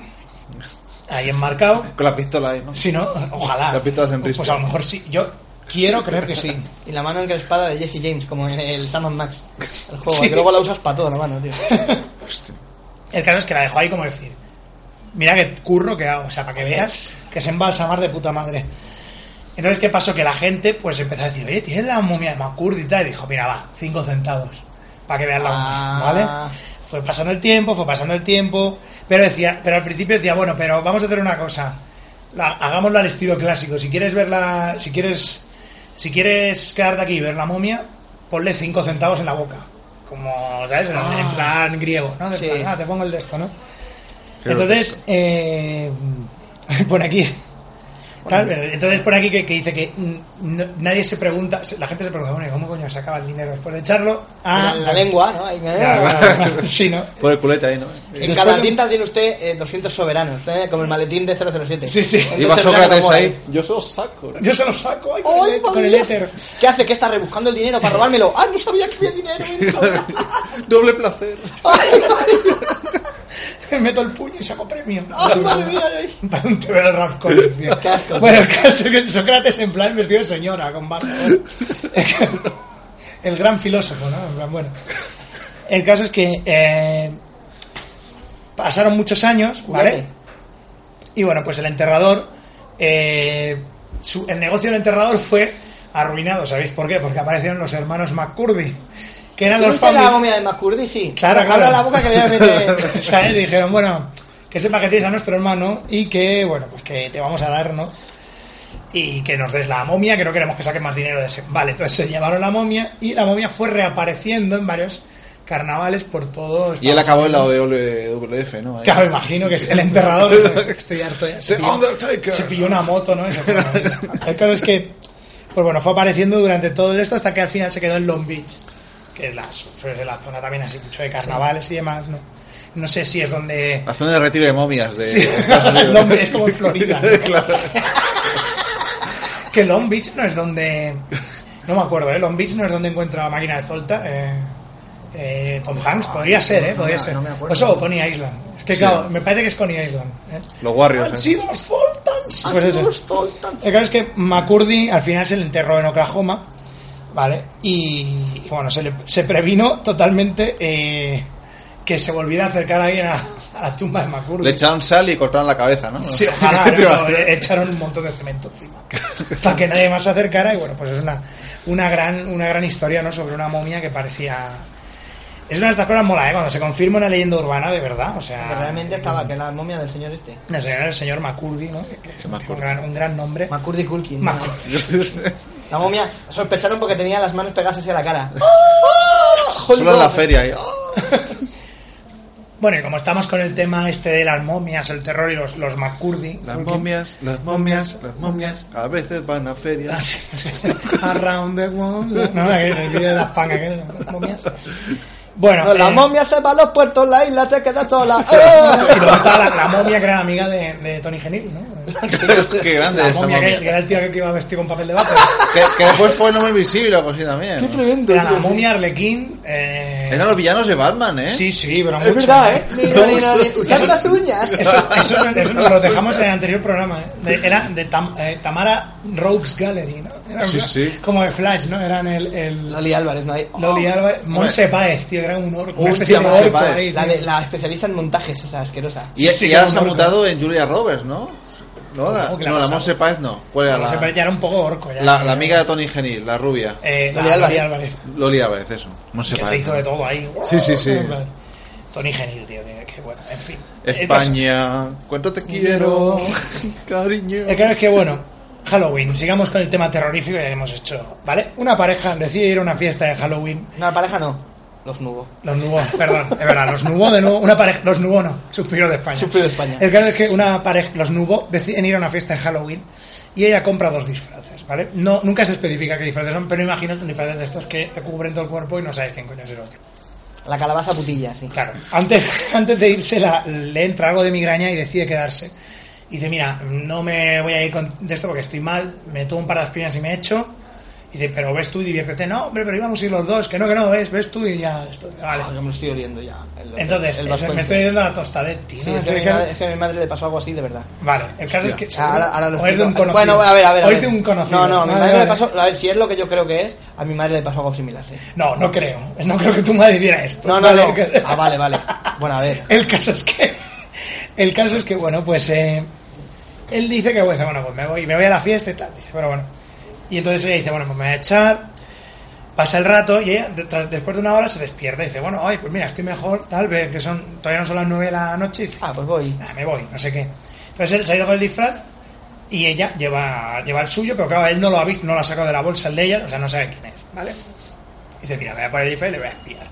[SPEAKER 2] ahí enmarcado.
[SPEAKER 6] Con la pistola ahí, ¿no?
[SPEAKER 2] Si no, ojalá.
[SPEAKER 6] Las pistolas en ristre.
[SPEAKER 2] Pues a lo mejor sí. Yo quiero creer que sí.
[SPEAKER 8] Y la mano en que la espada de Jesse James, como en el Sam Max. El juego,
[SPEAKER 2] Sí.
[SPEAKER 8] que luego la usas para todo la mano, tío.
[SPEAKER 6] Hostia.
[SPEAKER 2] El caso es que la dejó ahí como decir, mira qué curro que hago, o sea, para que veas que se embalsamar de puta madre. Entonces, ¿qué pasó? Que la gente pues empezó a decir, oye, ¿tienes la momia de Macurdi y tal? Y dijo, mira, va, cinco centavos, para que veas la
[SPEAKER 8] Ah.
[SPEAKER 2] momia, ¿vale? Fue pasando el tiempo, fue pasando el tiempo, pero decía, pero al principio decía, bueno, pero vamos a hacer una cosa, la- hagámosla al estilo clásico, si quieres verla, si quieres, si quieres quedarte aquí y ver la momia, ponle cinco centavos en la boca. Como, ¿sabes? En- En plan griego, ¿no? De
[SPEAKER 8] Ah. Sí.
[SPEAKER 2] plan, "Ah, te pongo el de esto, ¿no?
[SPEAKER 6] Qué
[SPEAKER 2] Entonces, eh, [LAUGHS] por aquí. Tal, entonces por aquí que, que dice que mm, no- nadie se pregunta, se- la gente se pregunta, bueno, ¿y ¿cómo coño sacaba el dinero después de echarlo? Ah,
[SPEAKER 8] la, la lengua, ¿no? Ahí,
[SPEAKER 2] Claro, claro, claro. sí, ¿no?
[SPEAKER 6] Por el culete ahí, ¿no?
[SPEAKER 8] En cada tienda tiene usted eh, 200 soberanos, ¿eh? como el maletín de 007.
[SPEAKER 2] Sí, sí.
[SPEAKER 8] Con
[SPEAKER 6] Iba
[SPEAKER 8] 200
[SPEAKER 6] Sócrates
[SPEAKER 8] gramos
[SPEAKER 6] ahí. Yo se lo saco.
[SPEAKER 2] Yo se lo saco ay, con,
[SPEAKER 8] ¡Ay,
[SPEAKER 2] el,
[SPEAKER 8] madre
[SPEAKER 2] e- con el
[SPEAKER 8] mía!
[SPEAKER 2] éter. [LAUGHS]
[SPEAKER 8] ¿Qué hace? ¿Qué está rebuscando el dinero para robármelo? ¡Ah, no sabía que había dinero! en eso!
[SPEAKER 2] [LAUGHS]
[SPEAKER 6] Doble placer.
[SPEAKER 2] Meto el puño y saco premio.
[SPEAKER 8] ¡Ay, madre mía! ay!
[SPEAKER 2] [LAUGHS] Para un TV del Ralph Collins, tío.
[SPEAKER 8] Qué asco, tío.
[SPEAKER 2] Bueno, el caso es que Sócrates en plan vestido de señora, con barba.
[SPEAKER 8] [LAUGHS]
[SPEAKER 2] El gran filósofo, ¿no? En plan, Bueno. El caso es que eh, pasaron muchos años, ¿vale?
[SPEAKER 8] Juguete.
[SPEAKER 2] Y bueno, pues el enterrador. eh, su- el negocio del enterrador fue arruinado, ¿sabéis por qué? Porque aparecieron los hermanos McCurdy, que eran los
[SPEAKER 8] ¿Viste "Este la
[SPEAKER 2] family,
[SPEAKER 8] momia de Macurdi? Sí.
[SPEAKER 2] Claro,
[SPEAKER 8] Abra
[SPEAKER 2] claro.
[SPEAKER 8] la boca que le voy a
[SPEAKER 2] [LAUGHS]
[SPEAKER 8] meter.
[SPEAKER 2] ¿Sabes? Le dijeron, bueno, que sepa que tienes a nuestro hermano y que, bueno, pues que te vamos a dar, ¿no? Y que nos des la momia, que no queremos que saques más dinero de ese. Vale, entonces se llevaron la momia y la momia fue reapareciendo en varios carnavales por todo.
[SPEAKER 6] Y él
[SPEAKER 2] Estados
[SPEAKER 6] acabó en la
[SPEAKER 2] Unidos.
[SPEAKER 6] WWF, ¿no? Ahí.
[SPEAKER 2] Claro, imagino que es el enterrador. Estoy harto ya. Se
[SPEAKER 6] The
[SPEAKER 2] pilló,
[SPEAKER 6] Undertaker.
[SPEAKER 2] se pilló una moto, ¿no? Y se fue. El caso es que Pues bueno, fue apareciendo durante todo esto hasta que al final se quedó en Long Beach, que es la, es la zona también así mucho de carnavales y demás, ¿no? No sé si es donde...
[SPEAKER 6] La zona de retiro de momias de
[SPEAKER 2] Sí. [LAUGHS]
[SPEAKER 6] Estados Unidos.
[SPEAKER 2] No, hombre, es como en Florida, ¿no?
[SPEAKER 6] [LAUGHS] Claro.
[SPEAKER 2] Que Long Beach no es donde... No me acuerdo, ¿eh? Long Beach no es donde encuentra la máquina de Zolta. Eh, eh, Tom Hanks, podría ser, ¿eh?
[SPEAKER 8] no
[SPEAKER 2] Podría
[SPEAKER 8] me-
[SPEAKER 2] ser.
[SPEAKER 8] no me acuerdo.
[SPEAKER 2] Pues, o Coney Island. Es que,
[SPEAKER 6] Sí.
[SPEAKER 2] claro, me parece que es Coney Island. ¿eh?
[SPEAKER 6] Los Warriors.
[SPEAKER 2] Han
[SPEAKER 6] ¿eh?
[SPEAKER 2] sido los Zoltans. Pues
[SPEAKER 8] Así
[SPEAKER 2] eso.
[SPEAKER 8] los tontan.
[SPEAKER 2] El caso es que McCurdy al final se le enterró en Oklahoma, ¿vale? Y, y bueno, se, le- se previno totalmente eh, que se volviera a acercar alguien a, a la tumba de McCurdy.
[SPEAKER 6] Le echaron sal y cortaron la cabeza, ¿no? [LAUGHS]
[SPEAKER 2] Sí, ojalá,
[SPEAKER 6] ¿Te
[SPEAKER 2] ¿no?
[SPEAKER 6] imaginas?
[SPEAKER 2] Le echaron un montón de cemento encima. [LAUGHS] Para que nadie más se acercara y bueno, pues es una, una, gran, una gran historia, ¿no? Sobre una momia que parecía... Es una de estas cosas mola, ¿eh? Cuando se confirma una leyenda urbana de verdad, o sea...
[SPEAKER 8] Que realmente estaba, que la momia del señor este.
[SPEAKER 2] No sé, era el señor McCurdy, ¿no? Que- que es
[SPEAKER 6] McCurdy.
[SPEAKER 2] Un, gran, un gran nombre.
[SPEAKER 8] McCurdy Culkin. ¿no?
[SPEAKER 2] McCurdy. Eh.
[SPEAKER 8] La momia sospecharon porque tenía las manos pegadas hacia la
[SPEAKER 2] [LAUGHS]
[SPEAKER 8] cara.
[SPEAKER 6] [LAUGHS]
[SPEAKER 8] ¡Oh!
[SPEAKER 6] Solo en la feria. y- "Oh,
[SPEAKER 2] Bueno, y como estamos con el tema este de las momias, el terror y los, los McCurdy. [LAUGHS]
[SPEAKER 6] Las
[SPEAKER 2] Culkin.
[SPEAKER 6] momias, las momias, las momias. A veces van a
[SPEAKER 2] Ah,
[SPEAKER 6] ferias.
[SPEAKER 2] sí. Around the world. No, aquel- el vídeo de las pangas, aquel, las momias. Bueno,
[SPEAKER 8] No, la
[SPEAKER 2] eh,
[SPEAKER 8] momia se va a los puertos, la isla se queda
[SPEAKER 2] [LAUGHS]
[SPEAKER 8] sola.
[SPEAKER 2] Y luego
[SPEAKER 8] ¡Eh!
[SPEAKER 2] estaba la, la momia que era amiga de, de Tony Genil, ¿no?
[SPEAKER 6] [LAUGHS] Qué grande
[SPEAKER 2] La
[SPEAKER 6] esa
[SPEAKER 2] momia que,
[SPEAKER 6] momia.
[SPEAKER 2] que era el tío que iba vestido con papel de bata.
[SPEAKER 6] Que, que después fue el hombre invisible o así también. ¿no?
[SPEAKER 8] tremendo!
[SPEAKER 2] Era la momia Arlequín. Eh...
[SPEAKER 6] Eran los villanos de Batman, ¿eh?
[SPEAKER 2] Sí, sí, pero
[SPEAKER 8] Es
[SPEAKER 2] mucho,
[SPEAKER 8] verdad, ¿eh? Mira, mira, mira. Usad las uñas.
[SPEAKER 2] Eso, eso, eso nos lo dejamos en el anterior programa. ¿eh? De- era de Tam- eh, Tamara Rogues Gallery, ¿no? Era
[SPEAKER 6] Sí,
[SPEAKER 2] una-
[SPEAKER 6] sí.
[SPEAKER 2] Como de Flash, ¿no? Eran el, el
[SPEAKER 8] Loli Álvarez, no hay.
[SPEAKER 2] [LAUGHS]
[SPEAKER 8] Oh.
[SPEAKER 2] Loli Álvarez. Monse Páez, tío, era un orco. Una especie
[SPEAKER 6] Hostia,
[SPEAKER 2] de
[SPEAKER 6] Monse
[SPEAKER 2] orco
[SPEAKER 6] Páez.
[SPEAKER 2] ahí,
[SPEAKER 8] La,
[SPEAKER 2] tío.
[SPEAKER 8] de- la especialista en montajes, esa asquerosa.
[SPEAKER 6] Y,
[SPEAKER 2] Sí, sí,
[SPEAKER 6] y
[SPEAKER 2] que
[SPEAKER 6] ahora
[SPEAKER 2] era
[SPEAKER 6] se
[SPEAKER 2] un
[SPEAKER 6] ha
[SPEAKER 2] orco.
[SPEAKER 6] mutado en Julia Roberts, ¿no? No, la,
[SPEAKER 2] ¿Cómo que la
[SPEAKER 6] no, la
[SPEAKER 2] pasaba?
[SPEAKER 6] Monse Páez no. ¿Cuál era
[SPEAKER 2] Monse Páez ya
[SPEAKER 6] la,
[SPEAKER 2] era un poco orco. Ya,
[SPEAKER 6] la, la amiga de Tony Genil, la rubia?
[SPEAKER 2] Eh, la
[SPEAKER 8] Loli Álvarez.
[SPEAKER 2] Loli Álvarez.
[SPEAKER 6] Loli Álvarez, eso. Monse
[SPEAKER 2] Que se
[SPEAKER 6] Páez.
[SPEAKER 2] hizo de todo ahí.
[SPEAKER 6] Sí, sí, sí.
[SPEAKER 2] [LAUGHS] Tony Genil, tío, que, que bueno, en fin.
[SPEAKER 6] España, cuánto te
[SPEAKER 2] [LAUGHS]
[SPEAKER 6] quiero, cariño.
[SPEAKER 2] El caso es que, bueno, Halloween, sigamos con el tema terrorífico ya que hemos hecho, ¿vale? Una pareja decide ir a una fiesta de Halloween,
[SPEAKER 8] No, la pareja no. Los nubo.
[SPEAKER 2] los Nubó, perdón, es verdad, los Nubó de nuevo, una pareja, los Nubó no, suspiro de España.
[SPEAKER 8] Suspiro de España.
[SPEAKER 2] El caso es que una pareja, los Nubó deciden ir a una fiesta de Halloween y ella compra dos disfraces, ¿vale? No, nunca se especifica qué disfraces son, pero imagino que son disfraces de estos que te cubren todo el cuerpo y no sabes quién coño es el otro.
[SPEAKER 8] La calabaza putilla, sí.
[SPEAKER 2] Claro, antes, [LAUGHS] antes de irse la- le entra algo de migraña y decide quedarse. Y dice, mira, no me voy a ir con, de esto porque estoy mal, me tomo un par de aspirinas y me echo. Y dice, pero ves tú y diviértete. No, hombre, pero íbamos a ir los dos, que no, que no, ves, ves tú y ya. esto- vale.
[SPEAKER 8] Ah, que me lo estoy oliendo ya. El-
[SPEAKER 2] Entonces,
[SPEAKER 8] el
[SPEAKER 2] es-
[SPEAKER 8] vascuence.
[SPEAKER 2] me estoy yendo a la tostadetti. ¿no?
[SPEAKER 8] Sí, es que,
[SPEAKER 2] El
[SPEAKER 8] a mi
[SPEAKER 2] caso-
[SPEAKER 8] madre, es que a mi madre le pasó algo así, de verdad.
[SPEAKER 2] Vale, el caso es que. seguro-
[SPEAKER 8] Ahora, ahora lo
[SPEAKER 2] o es de un
[SPEAKER 8] explico.
[SPEAKER 2] conocido.
[SPEAKER 8] Bueno, a ver, a ver. a
[SPEAKER 2] O es
[SPEAKER 8] ver.
[SPEAKER 2] de un conocido.
[SPEAKER 8] No, no, a mi
[SPEAKER 2] Vale,
[SPEAKER 8] madre le
[SPEAKER 2] vale.
[SPEAKER 8] pasó. A ver, si es lo que yo creo que es, a mi madre le pasó algo similar, sí.
[SPEAKER 2] No, no creo. No creo que tu madre diera esto.
[SPEAKER 8] No, no,
[SPEAKER 2] Vale,
[SPEAKER 8] no.
[SPEAKER 2] el caso-
[SPEAKER 8] Ah, vale, vale. Bueno, a ver.
[SPEAKER 2] El caso es que. El caso es que, bueno, pues. eh, él dice que, bueno, bueno, pues me voy, me voy a la fiesta y tal. Dice, pero bueno. Y entonces ella dice, bueno, pues me voy a echar. Pasa el rato y ella, de- tras- después de una hora, se despierta y dice, bueno, ay, pues mira, estoy mejor, tal vez, que son, todavía no son las nueve de la noche. Y dice,
[SPEAKER 8] Ah, pues voy.
[SPEAKER 2] "Ah, me voy, no sé qué. Entonces él se ha ido con el disfraz y ella lleva, lleva el suyo, pero claro, él no lo ha visto, no lo ha sacado de la bolsa el de ella, o sea, no sabe quién es, ¿vale? Y dice, mira, me voy a poner el disfraz y le voy a espiar.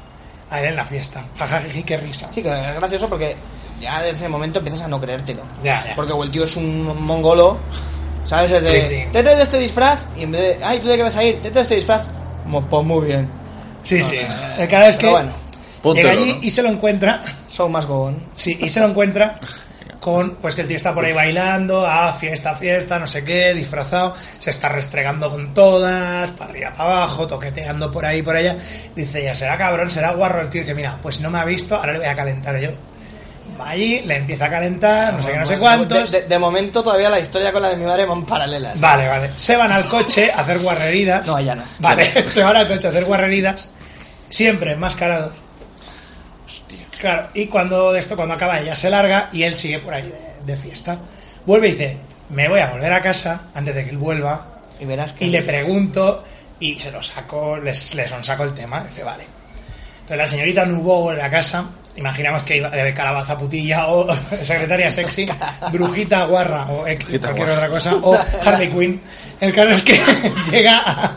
[SPEAKER 2] A él en la fiesta. Jajajiji, qué risa.
[SPEAKER 8] Sí, que es gracioso porque ya desde ese momento empiezas a no creértelo.
[SPEAKER 2] Ya, ya.
[SPEAKER 8] Porque o el tío es un mongolo, ¿sabes? Es de,
[SPEAKER 2] Sí, sí.
[SPEAKER 8] te he traído este disfraz y en vez de, ay, ¿tú de qué vas a ir? Te he traído este disfraz. Mo- Pues muy bien.
[SPEAKER 2] Sí, sí. El caso es que
[SPEAKER 8] Pero bueno,
[SPEAKER 6] Póntelo,
[SPEAKER 2] llega allí
[SPEAKER 6] ¿no?
[SPEAKER 2] y se lo encuentra.
[SPEAKER 8] son más gobón.
[SPEAKER 2] Sí, y se lo encuentra con pues que el tío está por ahí bailando, ah, fiesta, fiesta, no sé qué, disfrazado, se está restregando con todas, para arriba, para abajo, toqueteando por ahí, por allá. Dice, ya será cabrón, será guarro el tío. Dice, mira, pues no me ha visto, ahora le voy a calentar yo. Va allí, le empieza a calentar, no sé qué, no sé cuántos.
[SPEAKER 8] De, de- de momento todavía la historia con la de mi madre van paralelas.
[SPEAKER 2] Vale, vale. Se van al coche a hacer guarreridas.
[SPEAKER 8] No, ya no.
[SPEAKER 2] Vale, [LAUGHS] se van al coche a hacer guarreridas. Siempre enmascarados. Hostia. Claro, y cuando de esto, cuando acaba ella se larga y él sigue por ahí de, de fiesta. Vuelve y dice, me voy a volver a casa antes de que él vuelva.
[SPEAKER 8] Y verás que...
[SPEAKER 2] Y le pregunto y se lo saco, les, les saco el tema. Dice, vale. Entonces la señorita Nubo vuelve a casa. Imaginamos que iba de calabaza putilla o [LAUGHS] secretaria
[SPEAKER 6] [LAUGHS]
[SPEAKER 2] sexy, brujita guarra o X,
[SPEAKER 6] Brujita
[SPEAKER 2] cualquier
[SPEAKER 6] guarra.
[SPEAKER 2] otra cosa, o Harley Quinn. El caso es que [LAUGHS] llega a,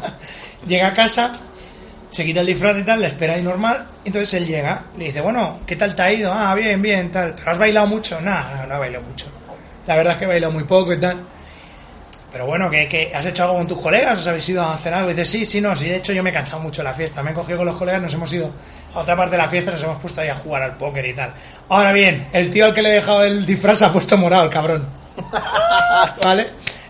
[SPEAKER 2] llega a casa, se quita el disfraz y tal, le espera ahí normal. Entonces él llega, le dice, bueno, ¿qué tal te ha ido? Ah, bien, bien, tal. ¿Pero has bailado mucho? Nah, no, no he bailado mucho. La verdad es que he bailado muy poco y tal. Pero bueno, que, que has hecho algo con tus colegas, os habéis ido a cenar algo. Y dices, sí, sí, no, sí, de hecho yo me he cansado mucho de la fiesta. Me he cogido con los colegas, nos hemos ido a otra parte de la fiesta, nos hemos puesto ahí a jugar al póker y tal. Ahora bien, el tío al que le he dejado el disfraz se ha puesto morado,
[SPEAKER 8] [LAUGHS]
[SPEAKER 2] el cabrón. ¿Vale?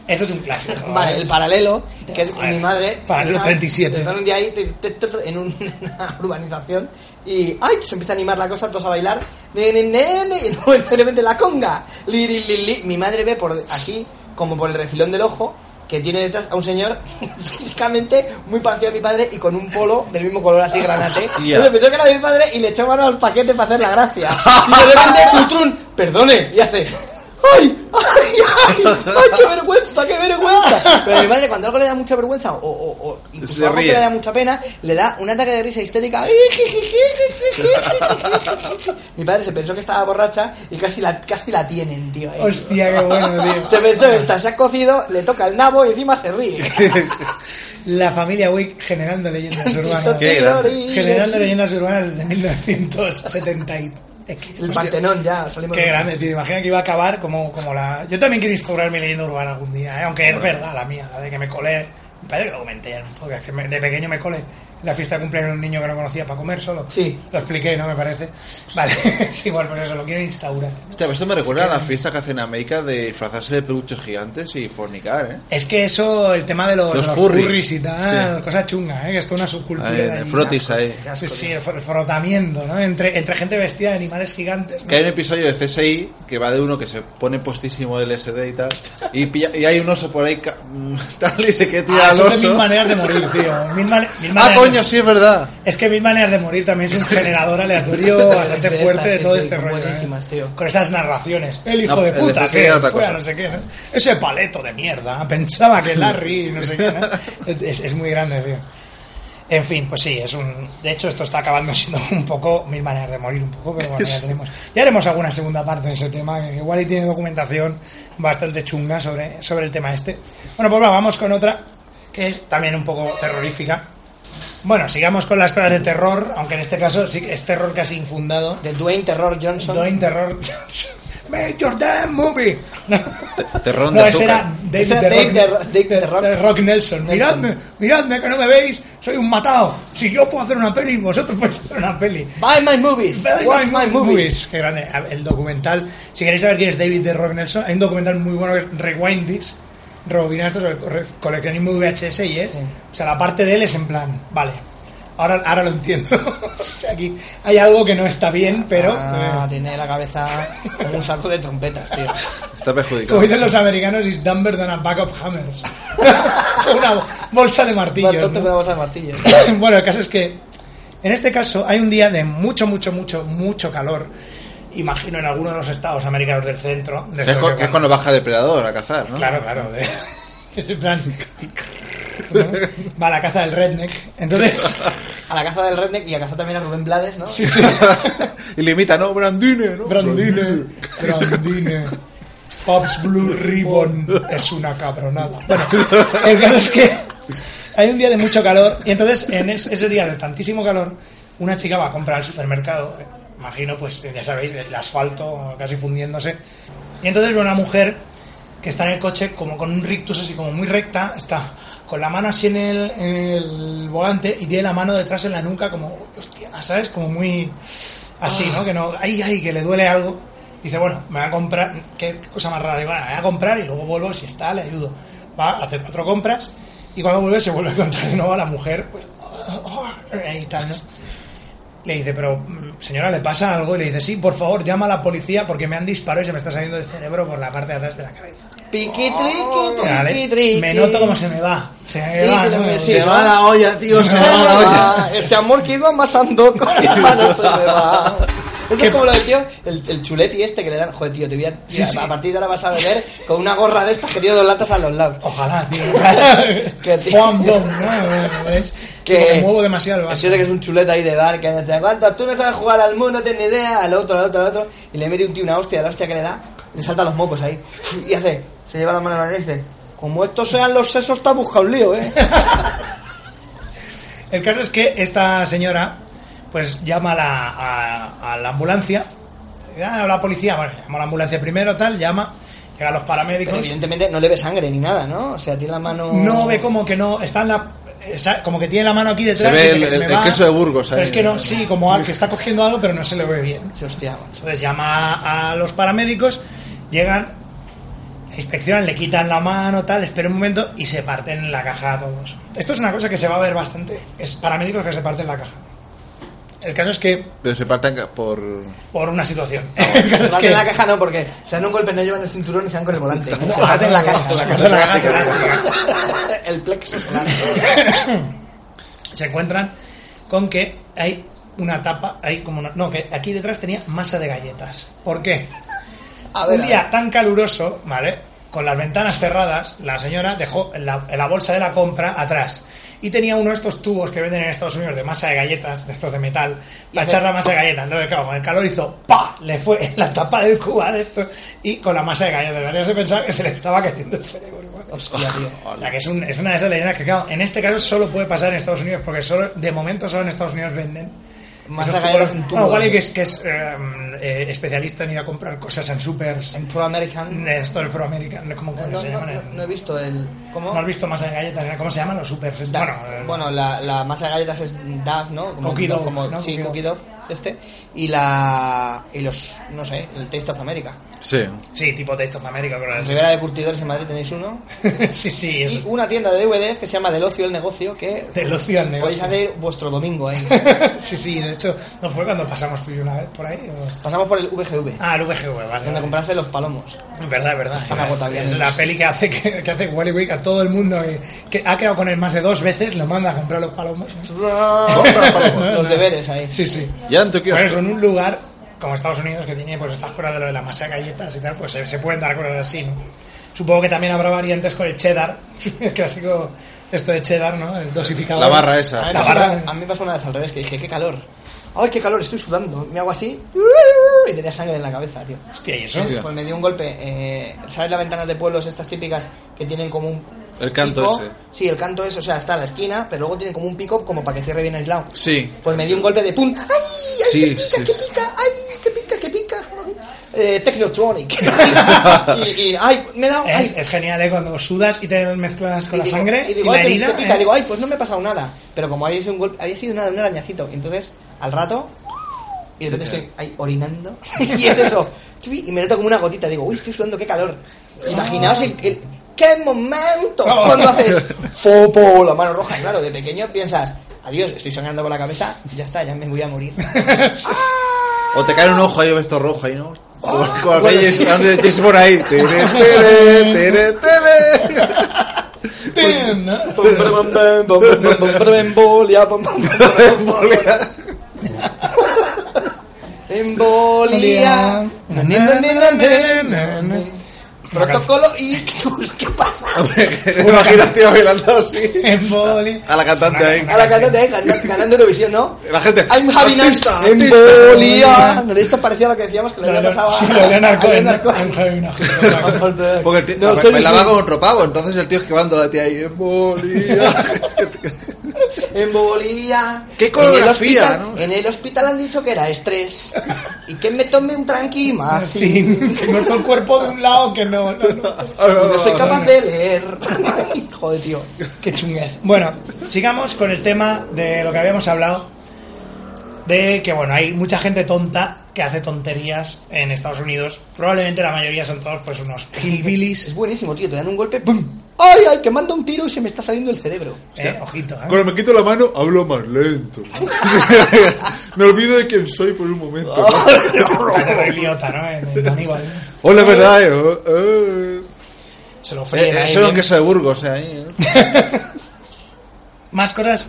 [SPEAKER 2] Eso es un clásico.
[SPEAKER 8] Vale, el paralelo, que es
[SPEAKER 2] Vale.
[SPEAKER 8] mi madre.
[SPEAKER 2] Paralelo
[SPEAKER 8] estaba-
[SPEAKER 2] 37.
[SPEAKER 8] Estaba un día ahí te- te- te- en un- [LAUGHS] en una urbanización y ¡ay! se empieza a animar la cosa, todos a bailar. Ne, ne, ne, ne, y luego de repente la conga. Li, li, li, li. Mi madre ve por así, como por el refilón del ojo, que tiene detrás a un señor [LAUGHS] físicamente muy parecido a mi padre y con un polo del mismo color así granate. Y
[SPEAKER 6] Hostia.
[SPEAKER 8] de repente que era mi padre y le echó mano al paquete para hacer la
[SPEAKER 6] [LAUGHS]
[SPEAKER 8] gracia. Y de repente Cutrún, perdone, y hace. ¡Ay! ¡Ay! ¡Ay! ¡Ay! ¡Qué vergüenza! ¡Qué vergüenza! Pero a mi madre, cuando algo le da mucha vergüenza o, o, o incluso
[SPEAKER 6] Se
[SPEAKER 8] algo que
[SPEAKER 6] ríe.
[SPEAKER 8] le da mucha pena, le da un ataque de risa histérica. [LAUGHS] mi padre se pensó que estaba borracha y casi la, casi la tienen, tío. ahí.
[SPEAKER 2] Hostia, qué bueno, tío.
[SPEAKER 8] [LAUGHS] Se pensó que está, se ha cocido, le toca el nabo y encima se ríe.
[SPEAKER 2] La familia Wick
[SPEAKER 8] [LAUGHS]
[SPEAKER 2] generando leyendas urbanas.
[SPEAKER 6] [LAUGHS] Qué grande.
[SPEAKER 2] Generando leyendas urbanas de 1970. y-
[SPEAKER 8] El Partenón ya, salimos
[SPEAKER 2] Qué
[SPEAKER 8] del-
[SPEAKER 2] grande, tío. Imagina que iba a acabar como, como la. Yo también quiero instaurar mi leyenda urbana algún día, ¿eh? aunque es verdad la mía, la de que me colé. Me parece que lo comenté ya, ¿no? porque se me- de pequeño me colé en la fiesta de cumpleaños de un niño que no conocía para comer solo.
[SPEAKER 8] Sí.
[SPEAKER 2] Lo expliqué, ¿no? Me parece. Vale, [LAUGHS] es igual, pero eso lo quiero instaurar.
[SPEAKER 6] Hostia, pues esto me recuerda a la fiesta que hacen en América de disfrazarse de peluches gigantes y fornicar, ¿eh?
[SPEAKER 2] Es que eso, el tema de los,
[SPEAKER 6] Los
[SPEAKER 2] de los
[SPEAKER 6] furry.
[SPEAKER 2] furries y tal,
[SPEAKER 6] Sí.
[SPEAKER 2] cosa chunga, ¿eh? que esto es una subcultura.
[SPEAKER 6] Ahí, en
[SPEAKER 2] ahí.
[SPEAKER 6] el frotis ahí.
[SPEAKER 8] Qué asco,
[SPEAKER 2] Sí, sí,
[SPEAKER 8] tío.
[SPEAKER 2] el fr- frotamiento, ¿no? Entre, entre gente vestida de animales gigantes. ¿no?
[SPEAKER 6] Que hay un episodio de CSI que va de uno que se pone postísimo del SD y tal. Y, pilla- y hay un oso por ahí ca- [LAUGHS] tal y se que tira
[SPEAKER 2] Ah,
[SPEAKER 6] al
[SPEAKER 2] son de mil
[SPEAKER 6] oso.
[SPEAKER 2] maneras de morir, tío. Mil mane- mil
[SPEAKER 6] Ah,
[SPEAKER 2] maneras de-
[SPEAKER 6] coño, sí, es verdad.
[SPEAKER 2] Es que Mil Maneras de Morir también
[SPEAKER 6] [LAUGHS]
[SPEAKER 2] es un generador aleatorio bastante
[SPEAKER 8] De
[SPEAKER 2] fuerte de
[SPEAKER 8] estas,
[SPEAKER 2] todo
[SPEAKER 8] sí, sí,
[SPEAKER 2] este
[SPEAKER 8] son
[SPEAKER 2] rollo. ¿eh?
[SPEAKER 8] buenísimas, tío.
[SPEAKER 2] Con esas narraciones. El hijo
[SPEAKER 6] No,
[SPEAKER 2] de
[SPEAKER 6] el de
[SPEAKER 2] puta,
[SPEAKER 6] Pesca
[SPEAKER 2] que
[SPEAKER 6] era otra
[SPEAKER 2] fue a
[SPEAKER 6] cosa.
[SPEAKER 2] no sé qué. ¿no? Ese paleto de mierda. Pensaba que Larry, no sé qué.
[SPEAKER 6] [LAUGHS]
[SPEAKER 2] ¿no? Es, es muy grande, tío. En fin, pues sí, es un. De hecho, esto está acabando siendo un poco mil maneras de morir, un poco, pero bueno, ya tenemos. Ya haremos alguna segunda parte de ese tema, que igual ahí tiene documentación bastante chunga sobre, sobre el tema este. Bueno, pues va, vamos con otra, que es también un poco terrorífica. Bueno, sigamos con las pruebas de terror, aunque en este caso sí que es terror casi infundado.
[SPEAKER 8] De Dwayne Terror Johnson.
[SPEAKER 2] Doing terror. Make your damn movie. No,
[SPEAKER 6] Terror de
[SPEAKER 2] no ese
[SPEAKER 6] azúcar.
[SPEAKER 2] era Dave
[SPEAKER 8] Ese era
[SPEAKER 2] The
[SPEAKER 8] Dave
[SPEAKER 2] Rock-
[SPEAKER 8] The Ro- Dave The
[SPEAKER 2] The-
[SPEAKER 8] Rock-
[SPEAKER 2] The Rock Nelson.
[SPEAKER 8] Nelson.
[SPEAKER 2] Miradme, miradme que no me veis. Soy un matado. Si yo puedo hacer una peli, vosotros podéis hacer una peli.
[SPEAKER 8] Buy my movies.
[SPEAKER 2] Very
[SPEAKER 8] Watch
[SPEAKER 2] good
[SPEAKER 8] my movies.
[SPEAKER 2] Qué grande. A ver, El documental. Si queréis saber quién es David de Rock Nelson, hay un documental muy bueno que es Rewind This. Rebobinar esto sobre el corre- coleccionismo VHS y es.
[SPEAKER 8] Sí.
[SPEAKER 2] O sea, la parte de él es en plan, vale. Ahora, ahora lo entiendo. [LAUGHS] o sea, aquí hay algo que no está bien, pero.
[SPEAKER 8] Ah,
[SPEAKER 2] eh,
[SPEAKER 8] tiene la cabeza como un saco de trompetas,
[SPEAKER 2] [LAUGHS]
[SPEAKER 8] tío.
[SPEAKER 6] Está perjudicado.
[SPEAKER 2] como dicen los americanos, is dumber than a bag of hammers. [LAUGHS] una bolsa de martillos.
[SPEAKER 8] Bastante
[SPEAKER 2] ¿no?
[SPEAKER 8] con una bolsa de martillos.
[SPEAKER 2] [LAUGHS] bueno, el caso es que en este caso hay un día de mucho, mucho, mucho, mucho calor. Imagino en alguno de los estados americanos del centro. de
[SPEAKER 6] Que es,
[SPEAKER 2] esos
[SPEAKER 6] cu-
[SPEAKER 2] que
[SPEAKER 6] que es
[SPEAKER 2] cuando-
[SPEAKER 6] cuando baja depredador a cazar, ¿no?
[SPEAKER 2] Claro, claro. de- [LAUGHS] en plan, [LAUGHS] ¿no? Va a la caza del redneck.
[SPEAKER 6] [LAUGHS]
[SPEAKER 2] Entonces,
[SPEAKER 8] A la caza del redneck y a cazar también a Rubén Blades, ¿no?
[SPEAKER 2] sí, sí.
[SPEAKER 6] y limita, ¿no? Brandine, ¿no?
[SPEAKER 2] Brandine, Brandine. Pops Blue Ribbon es una cabronada. Bueno, el caso es que hay un día de mucho calor y entonces en es- ese día de tantísimo calor una chica va a comprar al supermercado, imagino pues ya sabéis, el asfalto casi fundiéndose. Y entonces ve una mujer que está en el coche como con un rictus así como muy recta, está con la mano así en el, en el volante y tiene la mano detrás en la nuca como, hostia, ¿sabes? Como muy así, ¿no? Que no, ay, ay, que le duele algo. Dice, bueno, me voy a comprar, qué cosa más rara, digo, "Bueno, me voy a comprar y luego vuelvo, si está, le ayudo. Va a hacer cuatro compras y cuando vuelve se vuelve a encontrar de nuevo a la mujer, pues, "Oh, oh", y tal, ¿no? Le dice, pero mm, señora, ¿le pasa algo? Y le dice, sí, por favor, llama a la policía porque me han disparado y se me está saliendo el cerebro por la parte de atrás de la cabeza.
[SPEAKER 8] Piqui triqui,
[SPEAKER 2] Vale,
[SPEAKER 8] triqui triqui.
[SPEAKER 2] Me noto como se me va. Se me
[SPEAKER 8] Sí,
[SPEAKER 2] va,
[SPEAKER 8] que lo
[SPEAKER 2] ¿no?
[SPEAKER 8] me-
[SPEAKER 6] Se
[SPEAKER 8] sí,
[SPEAKER 6] va la olla, tío, se va la olla.
[SPEAKER 8] Ah, Ese amor que iba amasando con la mano se me va.
[SPEAKER 2] [LAUGHS]
[SPEAKER 8] Eso
[SPEAKER 2] Qué
[SPEAKER 8] es como lo del tío, el, el chuleti este que le dan. Joder, tío, te voy a.
[SPEAKER 2] Sí, sí.
[SPEAKER 8] A partir de ahora vas a beber con una gorra de estas que tiene dos latas a los lados.
[SPEAKER 2] Ojalá,
[SPEAKER 8] [LAUGHS]
[SPEAKER 2] tío.
[SPEAKER 8] Que-
[SPEAKER 2] Juan Dom, ¿no? ¿Ves?
[SPEAKER 8] [LAUGHS] Que-
[SPEAKER 2] Porque muevo demasiado el vaso.
[SPEAKER 8] Así es que es un chuleta ahí de bar que no te aguanta, tú no sabes jugar al mundo, no tienes ni idea, al otro, al otro, al otro, y le mete un tío una hostia, la hostia que le da, le salta los mocos ahí, y hace, se lleva la mano a la nariz, y dice, como estos sean los sesos, te ha buscado un lío,
[SPEAKER 2] [LAUGHS]
[SPEAKER 8] eh.
[SPEAKER 2] El caso es que esta señora, pues llama a la, a- a la ambulancia. Ah, la policía, bueno, llama a la ambulancia primero, tal, llama. Llegan los paramédicos.
[SPEAKER 8] Pero evidentemente no le ve sangre ni nada, ¿no? O sea, tiene la mano.
[SPEAKER 2] No ve como que no, está en la. esa- Como que tiene la mano aquí detrás.
[SPEAKER 6] Se ve
[SPEAKER 2] y dice
[SPEAKER 6] el-
[SPEAKER 2] que se
[SPEAKER 6] el-
[SPEAKER 2] me
[SPEAKER 6] el
[SPEAKER 2] va.
[SPEAKER 6] queso de Burgos ahí.
[SPEAKER 2] Pero es que no, sí, como al que está cogiendo algo, pero no se le ve bien.
[SPEAKER 8] Sí, hostia, macho.
[SPEAKER 2] Entonces llama a los paramédicos, llegan, le inspeccionan, le quitan la mano, tal, espera un momento y se parten la caja a todos. Esto es una cosa que se va a ver bastante. Es paramédicos que se parten la caja. El caso es que
[SPEAKER 6] Pero se partan ca- por.
[SPEAKER 2] por una situación. [LAUGHS] El
[SPEAKER 8] Se
[SPEAKER 2] caso es
[SPEAKER 8] parten
[SPEAKER 2] que-
[SPEAKER 8] la caja no, porque se dan un golpe, no llevan el cinturón y se dan con el volante. Se
[SPEAKER 2] [LAUGHS] Buah,
[SPEAKER 8] parten la
[SPEAKER 2] no,
[SPEAKER 8] caja.
[SPEAKER 2] se parten la
[SPEAKER 8] caja. [LAUGHS] el plexo solar.
[SPEAKER 2] se encuentran con que hay una tapa, hay como una- no, que aquí detrás tenía masa de galletas. ¿Por qué?
[SPEAKER 8] A ver,
[SPEAKER 2] un día tan caluroso, ¿vale? Con las ventanas cerradas, la señora dejó la, la bolsa de la compra atrás. Y tenía uno de estos tubos que venden en Estados Unidos de masa de galletas, de estos de metal,
[SPEAKER 8] Y
[SPEAKER 2] para
[SPEAKER 8] hace-
[SPEAKER 2] echar la masa de galletas. Entonces, claro, con el calor hizo ¡pa! Le fue [LAUGHS] en la tapa del cuba de esto y con la masa de galletas. La tía se pensaba que se le estaba cayendo el cerebro. hermano.
[SPEAKER 8] Hostia, tío.
[SPEAKER 2] O sea, que es, un- es una de esas leyendas que, claro, en este caso solo puede pasar en Estados Unidos, porque solo, de momento solo en Estados Unidos venden.
[SPEAKER 8] Más
[SPEAKER 2] esos
[SPEAKER 8] allá
[SPEAKER 2] tubos-
[SPEAKER 8] de un tubo,
[SPEAKER 2] Bueno, Wally,
[SPEAKER 8] sí.
[SPEAKER 2] Ah, que es, que es eh, eh, especialista en ir a comprar cosas en supers,
[SPEAKER 8] En Pro American.
[SPEAKER 2] de esto del Pro American, ¿cómo
[SPEAKER 8] No,
[SPEAKER 2] se
[SPEAKER 8] no,
[SPEAKER 2] llaman?
[SPEAKER 8] no,
[SPEAKER 2] en-
[SPEAKER 8] no he visto el. ¿Cómo?
[SPEAKER 2] ¿No has visto más de galletas, ¿cómo se llaman los supers?
[SPEAKER 8] Da-
[SPEAKER 2] eh,
[SPEAKER 8] bueno, la, la masa de galletas es DAF, ¿no? Como,
[SPEAKER 2] Cookie Dough,
[SPEAKER 8] como
[SPEAKER 2] ¿no?
[SPEAKER 8] sí,
[SPEAKER 2] Cookie
[SPEAKER 8] Cookie Dough, este. Y la. Y los. No sé, el Taste of America.
[SPEAKER 6] Sí.
[SPEAKER 2] Sí, tipo Taste of America. con
[SPEAKER 8] En
[SPEAKER 2] las-
[SPEAKER 8] Rivera de Curtidores en Madrid tenéis uno.
[SPEAKER 2] [LAUGHS] sí, sí,
[SPEAKER 8] Y
[SPEAKER 2] es
[SPEAKER 8] una tienda de DVDs que se llama Del Ocio el Negocio, que
[SPEAKER 2] del ocio al
[SPEAKER 8] podéis
[SPEAKER 2] negocio.
[SPEAKER 8] hacer vuestro domingo
[SPEAKER 2] [LAUGHS]
[SPEAKER 8] ahí.
[SPEAKER 2] sí, sí, de hecho, ¿no fue cuando pasamos tú y yo una vez por ahí? o-
[SPEAKER 8] Pasamos por el VGV,
[SPEAKER 2] Ah, el VGV, vale.
[SPEAKER 8] donde
[SPEAKER 2] vale.
[SPEAKER 8] compraste los palomos.
[SPEAKER 2] Es Verdad, es verdad.
[SPEAKER 8] Están agotables.
[SPEAKER 2] Es la peli que hace que, que hace Wally Wick a todo el mundo eh, que, ha quedado con él más de dos veces, lo manda a comprar [LAUGHS] los palomos. ¿no?
[SPEAKER 8] los deberes ahí.
[SPEAKER 2] Sí, sí.
[SPEAKER 6] Ya en tu
[SPEAKER 2] Por eso,
[SPEAKER 8] Pues,
[SPEAKER 6] kiosco.
[SPEAKER 2] en un lugar como Estados Unidos que tiene pues estas cosas de lo de la masa de galletas y tal, pues se, se pueden dar cosas así, ¿no? Supongo que también habrá variantes con el cheddar, [LAUGHS] el clásico esto de cheddar, ¿no? El dosificador.
[SPEAKER 6] La barra esa.
[SPEAKER 8] A mí,
[SPEAKER 2] La
[SPEAKER 8] pasó
[SPEAKER 2] barra.
[SPEAKER 8] una, a mí me pasó una vez al revés, que dije, qué calor. Ay, qué calor, estoy sudando. Me hago
[SPEAKER 2] [LAUGHS]
[SPEAKER 8] así y tenía sangre en la cabeza, tío.
[SPEAKER 2] Hostia, ¿y eso?
[SPEAKER 6] Hostia.
[SPEAKER 8] Pues me dio un golpe. eh, ¿Sabes las ventanas de pueblos estas típicas que tienen como un...
[SPEAKER 6] El canto
[SPEAKER 8] pico?
[SPEAKER 6] ese.
[SPEAKER 8] Sí, el canto ese, o sea, está a la esquina, pero luego tienen como un pico como para que cierre bien aislado.
[SPEAKER 6] Sí.
[SPEAKER 8] Pues me dio un golpe de pum. ¡Ay! ¡Ay,
[SPEAKER 6] Sí,
[SPEAKER 8] que pica,
[SPEAKER 6] sí,
[SPEAKER 8] que
[SPEAKER 6] sí.
[SPEAKER 8] pica! ¡Ay, que pica, que pica! [LAUGHS] Eh, Technotronic. [LAUGHS] y, y, ¡ay! Me he dado... ay.
[SPEAKER 2] Es, es genial, ¿eh? Cuando sudas y te mezclas con
[SPEAKER 8] Y
[SPEAKER 2] la
[SPEAKER 8] digo-
[SPEAKER 2] sangre
[SPEAKER 8] y
[SPEAKER 2] y
[SPEAKER 8] digo,
[SPEAKER 2] la
[SPEAKER 8] "Ay, que-
[SPEAKER 2] herida.
[SPEAKER 8] que pica".
[SPEAKER 2] ¿eh?
[SPEAKER 8] Digo, ay, pues no me ha pasado nada. Pero como había sido un golpe, había sido nada, un arañacito. Entonces, al rato, y de repente estoy ahí orinando. [LAUGHS] y es eso. Chui, Y me noto como una gotita. Digo, uy, estoy sudando, qué calor. Imaginaos el. el- ¡Qué momento!
[SPEAKER 2] Oh.
[SPEAKER 8] Cuando haces fopo, la mano roja, claro, de pequeño piensas, adiós, estoy sangrando por la cabeza, ya está, ya me voy a
[SPEAKER 2] [LAUGHS]
[SPEAKER 8] morir.
[SPEAKER 6] O te cae un ojo ahí o ves todo rojo ahí, ¿no? Como como
[SPEAKER 8] bueno,
[SPEAKER 6] aquellos
[SPEAKER 8] sí.
[SPEAKER 6] que van de Jason [LAUGHS] ahí. Tere, tere, tere, tere.
[SPEAKER 2] eh. ¡Tin! ¿no?
[SPEAKER 6] [LAUGHS]
[SPEAKER 8] Embolia.
[SPEAKER 2] Na, na, na, na, na, na.
[SPEAKER 8] Protocolo ictus, ¿qué pasa?
[SPEAKER 6] Me imagino al tío bailando así.
[SPEAKER 2] En boli.
[SPEAKER 6] A la cantante ahí.
[SPEAKER 8] A la cantante eh, ganando- ganando Eurovisión, ¿no?
[SPEAKER 6] La gente.
[SPEAKER 8] I'm having
[SPEAKER 6] artista,
[SPEAKER 8] a
[SPEAKER 6] artista.
[SPEAKER 8] embolia. No, esto parecía lo que decíamos que le había pasado a
[SPEAKER 2] Sí, lo leían al
[SPEAKER 8] a
[SPEAKER 2] Cohen,
[SPEAKER 8] Leonard
[SPEAKER 2] ¿no?
[SPEAKER 8] Cohen.
[SPEAKER 2] Al
[SPEAKER 8] [LAUGHS]
[SPEAKER 2] Cohen, no.
[SPEAKER 6] [LAUGHS] Porque el tío
[SPEAKER 8] No,
[SPEAKER 6] ba-
[SPEAKER 8] soy
[SPEAKER 6] bailaba
[SPEAKER 8] Luis.
[SPEAKER 6] con otro pavo, entonces el tío esquivando a la tía ahí. Embolía. [LAUGHS]
[SPEAKER 8] Embolía.
[SPEAKER 6] Qué
[SPEAKER 8] En el
[SPEAKER 6] coreografía,
[SPEAKER 8] hospital-
[SPEAKER 6] ¿no?
[SPEAKER 8] En el hospital han dicho que era estrés. Y que me tome un tranquimacin.
[SPEAKER 2] Fin. Tengo todo el cuerpo de un lado que no. no, no.
[SPEAKER 6] Ah,
[SPEAKER 8] No soy capaz de
[SPEAKER 6] [LAUGHS]
[SPEAKER 8] leer. [LAUGHS] Joder, tío.
[SPEAKER 2] Qué chunguez. Bueno, sigamos con el tema de lo que habíamos hablado. De que, bueno, hay mucha gente tonta que hace tonterías en Estados Unidos. Probablemente la mayoría son todos, pues, unos hillbillies. ¿eh?
[SPEAKER 8] Es buenísimo, tío. Te dan un golpe. ¡Pum! ¡Ay, ay! Que manda un tiro y se me está saliendo el cerebro.
[SPEAKER 2] Eh, ojito, ¿eh?
[SPEAKER 6] Cuando me quito la mano, hablo más lento. [LAUGHS] me olvido de quién soy por un momento.
[SPEAKER 2] [LAUGHS]
[SPEAKER 6] ¿no?
[SPEAKER 2] Parece el idiota, ¿no? En, en Aníbal. ¿no?
[SPEAKER 6] Hola, verdad. eh, oh, oh.
[SPEAKER 2] Se lo
[SPEAKER 6] Eh,
[SPEAKER 2] fríen
[SPEAKER 6] eh,
[SPEAKER 2] ahí
[SPEAKER 6] Eso es
[SPEAKER 2] bien.
[SPEAKER 6] un queso de Burgos, eh, ahí. eh.
[SPEAKER 2] más cosas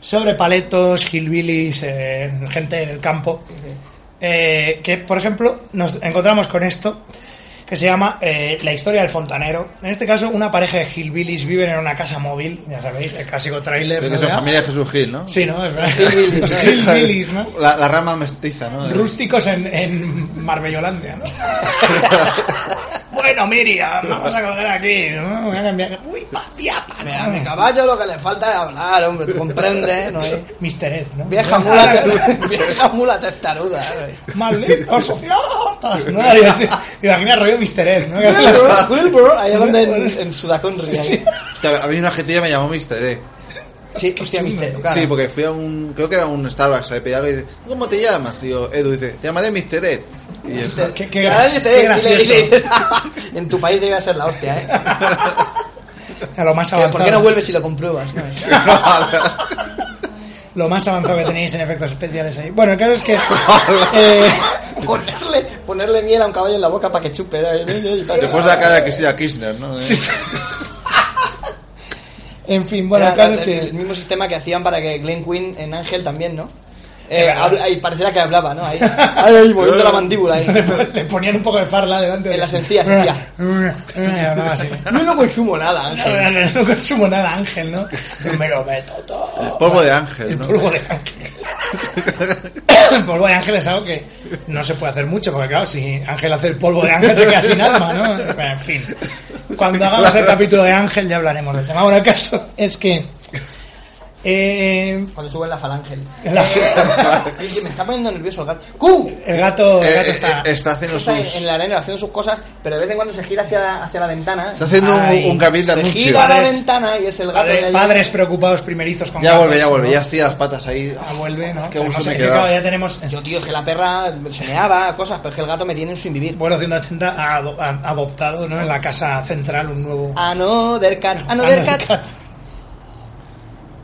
[SPEAKER 2] sobre paletos, hillbillies, eh, gente del campo. Eh, que, por ejemplo, nos encontramos con esto, que se llama eh, La historia del fontanero. En este caso, una pareja de hillbillies viven en una casa móvil, ya sabéis, el clásico trailer.
[SPEAKER 6] Creo que son familia de Jesús Gil, ¿no? [LAUGHS]
[SPEAKER 2] Sí, ¿no? Es verdad.
[SPEAKER 8] hillbillies,
[SPEAKER 2] Los
[SPEAKER 8] ¿no?
[SPEAKER 2] hillbillies, ¿no?
[SPEAKER 6] La, la rama mestiza, ¿no? De-
[SPEAKER 2] Rústicos en, en Marbellolandia, [LAUGHS] ¿no? bueno, Miriam, vamos a coger aquí, ¿no? Voy a cambiar. Uy, patiapa,
[SPEAKER 6] Ah.
[SPEAKER 8] A
[SPEAKER 2] ¿no?
[SPEAKER 8] mi caballo lo que le falta es hablar, hombre. Tú
[SPEAKER 6] [LAUGHS]
[SPEAKER 8] comprendes, ¿no? eh?
[SPEAKER 2] Mr. Ed,
[SPEAKER 8] [LAUGHS]
[SPEAKER 2] ¿no? [LAUGHS]
[SPEAKER 8] Vieja mula, vieja mula testaruda. ¿eh?
[SPEAKER 2] ¡Maldita sociedad!
[SPEAKER 8] Wilbur.
[SPEAKER 2] No, yo sí. Imagina rollo Mr. Ed,
[SPEAKER 8] [LAUGHS]
[SPEAKER 2] ¿no?
[SPEAKER 8] Wilbur, ahí hablando en, en Sudacón
[SPEAKER 2] Sí,
[SPEAKER 8] Ría.
[SPEAKER 2] sí.
[SPEAKER 6] Hostia, a mí una gente ya me llamó Mister, eh.
[SPEAKER 8] Sí, hostia,
[SPEAKER 2] chungo.
[SPEAKER 8] mister, claro.
[SPEAKER 6] Sí, porque fui a un. Creo que era un Starbucks, ahí pedí algo y dice, ¿cómo te llamas? Y yo, Edu dice, te llamaré Mister Ed. Y yo, [LAUGHS]
[SPEAKER 2] Qué, qué-
[SPEAKER 8] Cada vez que te
[SPEAKER 2] qué
[SPEAKER 8] ves, dile,
[SPEAKER 2] gracioso.
[SPEAKER 8] dile, dile. [LAUGHS] En tu país debe ser la hostia,
[SPEAKER 2] [LAUGHS]
[SPEAKER 8] ¿eh?
[SPEAKER 2] A lo más avanzado.
[SPEAKER 8] ¿Por qué no vuelves si lo compruebas?
[SPEAKER 2] [LAUGHS]
[SPEAKER 8] no?
[SPEAKER 2] Lo más avanzado que tenéis en efectos especiales ahí. Bueno, el
[SPEAKER 8] [LAUGHS]
[SPEAKER 2] caso es que. eh,
[SPEAKER 8] ponerle, ponerle miel a un caballo en la boca para que chupe. ¿eh? Y tal.
[SPEAKER 6] Después de la cara de Cristina Kirchner, ¿no?
[SPEAKER 2] sí, sí. En fin, bueno,
[SPEAKER 8] Era
[SPEAKER 2] el caso es
[SPEAKER 8] el, el
[SPEAKER 2] que.
[SPEAKER 8] mismo sistema que hacían para que Glenn Quinn en Ángel también, ¿no?
[SPEAKER 2] Es
[SPEAKER 8] Eh,
[SPEAKER 2] verdad.
[SPEAKER 8] habla- y pareciera que hablaba, ¿no? Ahí,
[SPEAKER 2] [LAUGHS]
[SPEAKER 8] ahí, ahí, moviendo la mandíbula. Ahí.
[SPEAKER 2] Le ponían un poco de farla delante.
[SPEAKER 8] En las encías,
[SPEAKER 2] [LAUGHS] ya. Hablaba así.
[SPEAKER 8] Yo no consumo nada, Ángel.
[SPEAKER 2] No, [LAUGHS] no, no consumo nada,
[SPEAKER 8] [LAUGHS]
[SPEAKER 2] Ángel, ¿no? Yo me lo meto todo.
[SPEAKER 6] El polvo de ángel,
[SPEAKER 2] El
[SPEAKER 6] ¿no?
[SPEAKER 2] [LAUGHS] polvo de ángel. [COUGHS] el polvo de ángel es algo que no se puede hacer mucho, porque claro, si Ángel hace el polvo de ángel se queda sin alma, ¿no? Bueno, en fin. Cuando hagamos el capítulo de Ángel ya hablaremos del tema. Bueno, el caso es que... eh,
[SPEAKER 8] Cuando suben la
[SPEAKER 2] [LAUGHS]
[SPEAKER 8] falángel.
[SPEAKER 2] La-
[SPEAKER 6] [LAUGHS]
[SPEAKER 8] Eh, me está poniendo nervioso el gato. ¡Cu!
[SPEAKER 2] el gato, el
[SPEAKER 6] Eh,
[SPEAKER 2] gato
[SPEAKER 6] eh,
[SPEAKER 2] está...
[SPEAKER 6] eh, está haciendo
[SPEAKER 8] Está en,
[SPEAKER 6] sus-
[SPEAKER 8] en la arena haciendo sus cosas, pero de vez en cuando se gira hacia la, hacia la ventana.
[SPEAKER 6] Está haciendo un-
[SPEAKER 2] Ay,
[SPEAKER 6] un capítulo
[SPEAKER 8] Se
[SPEAKER 6] anuncio.
[SPEAKER 8] gira a la
[SPEAKER 2] Padres-
[SPEAKER 8] ventana y es el gato. de
[SPEAKER 2] Padre-
[SPEAKER 8] allí.
[SPEAKER 2] padres preocupados primerizos con
[SPEAKER 6] eh, Ya
[SPEAKER 2] gatos,
[SPEAKER 6] vuelve, ya vuelve,
[SPEAKER 2] ¿no?
[SPEAKER 6] ya estira las patas ahí.
[SPEAKER 2] Ya vuelve, ¿no?
[SPEAKER 6] Qué
[SPEAKER 2] Tenemos-
[SPEAKER 6] gusto
[SPEAKER 2] es
[SPEAKER 6] me he
[SPEAKER 2] que,
[SPEAKER 6] quedado.
[SPEAKER 2] claro, ya tenemos...
[SPEAKER 8] Yo, tío, es que la perra se meaba, cosas, pero es que el gato me tiene sin vivir.
[SPEAKER 2] Vuelo 180 ha ado- ha adoptado, ¿no? En la casa central un nuevo...
[SPEAKER 8] Another cat,
[SPEAKER 2] Ah,
[SPEAKER 8] another
[SPEAKER 2] no,
[SPEAKER 8] cat.
[SPEAKER 2] el gato.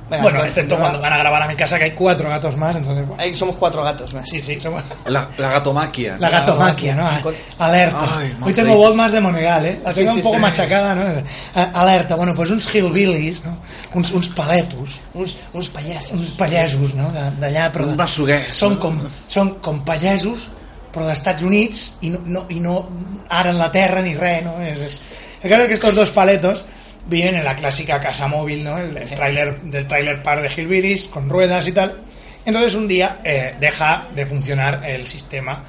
[SPEAKER 8] Venga,
[SPEAKER 2] bueno,
[SPEAKER 8] somos-
[SPEAKER 2] excepto cuando van a grabar a mi casa, que hay cuatro gatos más, entonces... bueno.
[SPEAKER 8] Ahí somos cuatro gatos más.
[SPEAKER 2] Sí, sí, somos
[SPEAKER 6] La, la gatomaquia.
[SPEAKER 8] [LAUGHS]
[SPEAKER 2] la gatomaquia, ¿no?
[SPEAKER 8] Con-
[SPEAKER 2] Alerta.
[SPEAKER 6] Ay,
[SPEAKER 2] Hoy
[SPEAKER 6] macho,
[SPEAKER 2] tengo
[SPEAKER 6] ahí.
[SPEAKER 2] voz más de Monegal, ¿eh? La tengo
[SPEAKER 8] Sí,
[SPEAKER 2] un
[SPEAKER 8] sí,
[SPEAKER 2] poco
[SPEAKER 8] sí.
[SPEAKER 2] machacada, ¿no? A- Alerta. Bueno, pues uns hillbillies, no? Uns, uns paletos,
[SPEAKER 8] Uns, uns payasos.
[SPEAKER 2] uns pallasos, no? De- D'allà, però...
[SPEAKER 6] Un bassuguer.
[SPEAKER 2] Són com, són com pallasos, però d'Estats Units, i no, no, i no aren la terra ni res, no? És, és... El caso es que estos dos paletos viven en la clásica casa móvil, ¿no? El, el tráiler del trailer par de hillbillies, con ruedas y tal. Entonces un día eh, deja de funcionar el sistema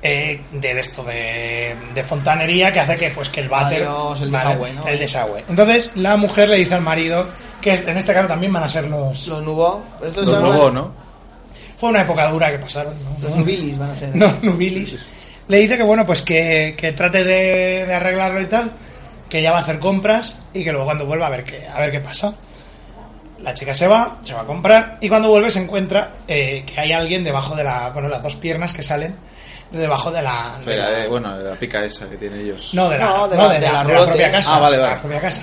[SPEAKER 2] eh, de, de esto de, de fontanería que hace que pues que el váter
[SPEAKER 8] Adiós, el desagüe, ¿no?
[SPEAKER 2] el desagüe entonces la mujer le dice al marido que en este caso también van a ser los
[SPEAKER 8] Los nubó. Estos
[SPEAKER 6] Los
[SPEAKER 8] son
[SPEAKER 6] robó,
[SPEAKER 8] las-
[SPEAKER 6] ¿no?
[SPEAKER 2] fue una época dura que pasaron ¿no?
[SPEAKER 8] [LAUGHS] Los nubilis van a ser.
[SPEAKER 2] no, [LAUGHS] Nubilis, le dice que bueno, pues que, que trate de, de arreglarlo y tal, que ya va a hacer compras y que luego cuando vuelva a ver qué, a ver qué pasa. La chica se va, se va a comprar y cuando vuelve se encuentra eh, que hay alguien debajo de la, bueno, las dos piernas que salen de debajo de la, de
[SPEAKER 6] Espera,
[SPEAKER 2] la-
[SPEAKER 6] eh, bueno, la pica esa que tienen ellos.
[SPEAKER 2] no, de la,
[SPEAKER 8] No, de
[SPEAKER 2] no,
[SPEAKER 8] la-
[SPEAKER 2] de
[SPEAKER 8] de
[SPEAKER 2] la-
[SPEAKER 8] la
[SPEAKER 2] de la
[SPEAKER 8] rote.
[SPEAKER 2] propia casa.
[SPEAKER 6] Ah, vale,
[SPEAKER 2] de la
[SPEAKER 6] vale.
[SPEAKER 2] propia casa.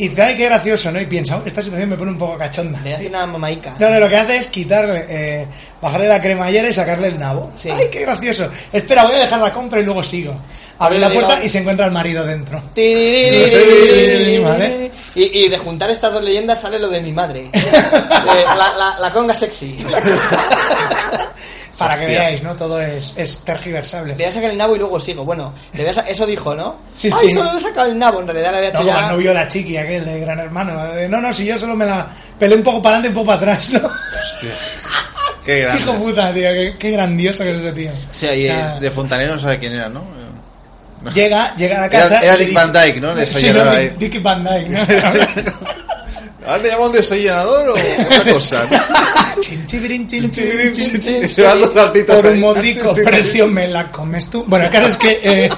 [SPEAKER 2] Y dice, ay, qué gracioso, ¿no? Y piensa, "Oh, esta situación me pone un poco cachonda.
[SPEAKER 8] Le hace una mamaica.
[SPEAKER 2] No, no, lo que hace es quitarle, eh, bajarle la cremallera y sacarle el nabo.
[SPEAKER 8] Sí.
[SPEAKER 2] ¡Ay, qué gracioso! Espera, voy a dejar la compra y luego sigo. Abre
[SPEAKER 8] Abre
[SPEAKER 2] la
[SPEAKER 8] la
[SPEAKER 2] puerta
[SPEAKER 8] divana.
[SPEAKER 2] y se encuentra el marido dentro. Vale.
[SPEAKER 8] Tiriririririririririririririr. Y, y de juntar estas dos leyendas sale lo de mi madre. Eh, la, la, la conga sexy.
[SPEAKER 2] Para que
[SPEAKER 6] Hostia.
[SPEAKER 2] veáis, ¿no? Todo es, es tergiversable.
[SPEAKER 8] Le voy a sacar el nabo y luego sigo. Bueno, le voy a sa- eso dijo, ¿no?
[SPEAKER 2] Sí,
[SPEAKER 8] Ay,
[SPEAKER 2] sí.
[SPEAKER 8] solo le he sacado el nabo. En realidad le había
[SPEAKER 2] No,
[SPEAKER 8] hecho
[SPEAKER 2] como el
[SPEAKER 8] ya...
[SPEAKER 2] novio de la chiqui, aquel de Gran Hermano. Eh, No, no, si yo solo me la pelé un poco para adelante y un poco para atrás, ¿no?
[SPEAKER 6] Qué grande.
[SPEAKER 2] Hijo puta, tío, qué, qué grandioso que es ese tío.
[SPEAKER 6] O sea, y eh,
[SPEAKER 2] Ah.
[SPEAKER 6] de Fontanero no sabe quién era, ¿no?
[SPEAKER 2] Llega, llega a la casa.
[SPEAKER 6] Era- era
[SPEAKER 2] y le
[SPEAKER 6] Dick
[SPEAKER 2] dice-
[SPEAKER 6] Van Dyke, ¿no? Le
[SPEAKER 2] [LAUGHS] Sí,
[SPEAKER 6] soñaba
[SPEAKER 2] no,
[SPEAKER 6] ahí.
[SPEAKER 2] Dick, Dick Van Dyke,
[SPEAKER 6] [LAUGHS]
[SPEAKER 2] ¿no?
[SPEAKER 6] ¿Ahora te Ah, llaman desollenador o otra cosa? ¿no?
[SPEAKER 2] Chin, chibirin, chin, chibirin, chin, chin.
[SPEAKER 8] Sí,
[SPEAKER 6] Se van los saltitos
[SPEAKER 2] Por un
[SPEAKER 6] ahí.
[SPEAKER 2] modico precio me la comes tú. Bueno, el caso es que [LAUGHS] eh,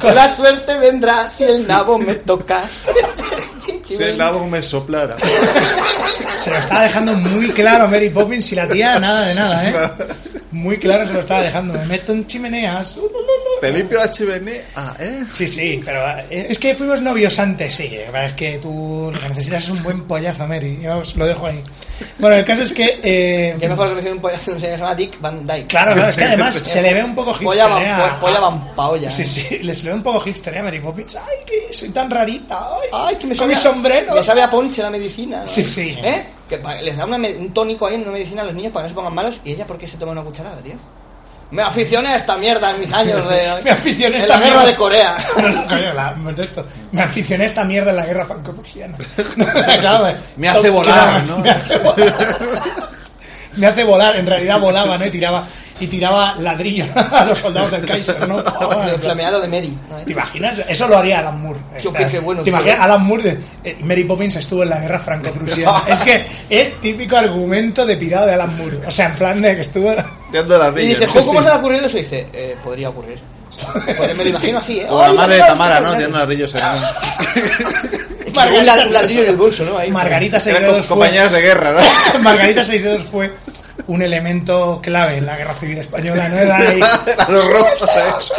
[SPEAKER 8] Con la suerte vendrá si el nabo me tocas.
[SPEAKER 6] Si el nabo me soplara.
[SPEAKER 2] se lo estaba dejando muy claro a Mary Poppins y la tía nada de nada, ¿eh? Muy claro se lo estaba dejando. Me meto en chimeneas.
[SPEAKER 6] Te limpio la chimenea. Ah, ¿eh?
[SPEAKER 2] Sí, sí, pero eh, es que fuimos novios antes, sí. la verdad Es que tú lo que necesitas es un buen pollazo, Mary. Yo os lo dejo ahí. Bueno, el caso es que... eh,
[SPEAKER 8] Yo mejor que recibo un polla de un señor que se llama Dick Van Dyke.
[SPEAKER 2] claro, claro, es que además [LAUGHS] se le ve un poco hipster.
[SPEAKER 8] Polla van,
[SPEAKER 2] ¿eh?
[SPEAKER 8] po- polla van paolla.
[SPEAKER 2] Sí, sí, [LAUGHS] les le ve un poco hipster ¿eh? a Mary Poppins. Ay, que soy tan rarita. Ay,
[SPEAKER 8] Ay, que me
[SPEAKER 2] con
[SPEAKER 8] sabe
[SPEAKER 2] mis
[SPEAKER 8] a-
[SPEAKER 2] sombreros.
[SPEAKER 8] Me sabe a ponche la medicina. ¿no?
[SPEAKER 2] Sí, sí.
[SPEAKER 8] ¿Eh? Que pa- les da una me- un tónico ahí en una medicina a los niños para que no se pongan malos. ¿Y ella por qué se toma una cucharada, tío? Me aficioné a esta mierda en mis años de...
[SPEAKER 2] [LAUGHS] Me aficioné a
[SPEAKER 8] En
[SPEAKER 2] esta
[SPEAKER 8] la guerra
[SPEAKER 2] mierda.
[SPEAKER 8] de Corea.
[SPEAKER 2] [LAUGHS] [LAUGHS] No, no, coño, la- de esto. Me aficioné a esta mierda en la guerra franco-prusiana. [LAUGHS] Claro, eh.
[SPEAKER 6] Me hace
[SPEAKER 2] ¿Qué
[SPEAKER 6] volar,
[SPEAKER 2] más?
[SPEAKER 6] ¿no?
[SPEAKER 2] Me hace volar. [LAUGHS] Me hace volar, en realidad volaba, ¿no? Y tiraba, y tiraba ladrillos [LAUGHS] a los soldados del Kaiser, ¿no?
[SPEAKER 8] [LAUGHS] El flameado de Mary. ¿no?
[SPEAKER 2] ¿Te imaginas? Eso lo haría Alan Moore.
[SPEAKER 8] Qué-
[SPEAKER 2] Está-
[SPEAKER 8] qué bueno,
[SPEAKER 2] ¿Te imaginas?
[SPEAKER 8] tío.
[SPEAKER 2] Alan Moore de eh, Mary Poppins estuvo en la guerra [LAUGHS] franco-prusiana. es que es típico argumento de pirado de Alan Moore. O sea, en plan de que estuvo [LAUGHS]
[SPEAKER 6] Dando las
[SPEAKER 8] Y
[SPEAKER 6] villas.
[SPEAKER 8] dice, "Jo, ¿cómo se le ha ocurrido eso? Y dice, eh, podría ocurrir. Porque me lo imagino así, ¿eh?
[SPEAKER 6] O la
[SPEAKER 8] ¡Ay,
[SPEAKER 6] madre de
[SPEAKER 8] Margarita!
[SPEAKER 6] Tamara, ¿no? Tirando ladrillos. ¿no?
[SPEAKER 8] Margarita, Un lad- ladrillo en el bolso, ¿no? Ahí.
[SPEAKER 2] Margarita
[SPEAKER 6] Eran
[SPEAKER 2] Seidedos
[SPEAKER 6] co- compañeras de guerra, ¿no?
[SPEAKER 2] fue... [LAUGHS] Margarita Seidedos fue un elemento clave en la Guerra Civil Española, ¿no? Era ahí-
[SPEAKER 6] [LAUGHS] A los rojos, ¿eh? ¿sabes?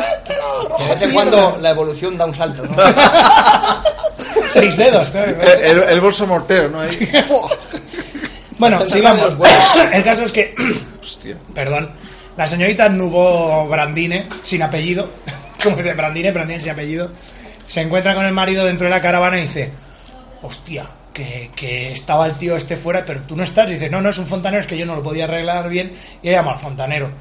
[SPEAKER 8] De
[SPEAKER 2] [LAUGHS]
[SPEAKER 8] vez en cuando la evolución da un salto, ¿no?
[SPEAKER 2] seis dedos, ¿no?
[SPEAKER 6] El, el- el bolso mortero, ¿no? Ahí.
[SPEAKER 2] Bueno,
[SPEAKER 8] Bastante
[SPEAKER 2] sigamos.
[SPEAKER 8] los huevos.
[SPEAKER 2] [COUGHS] El caso es que,
[SPEAKER 6] Hostia.
[SPEAKER 2] perdón, la señorita Nubo Brandine, sin apellido, [LAUGHS] como de Brandine, Brandine sin apellido, se encuentra con el marido dentro de la caravana y dice, hostia, que, que estaba el tío este fuera, pero tú no estás. Y dice, no, no, es un fontanero, es que yo no lo podía arreglar bien. Y ella llama al fontanero.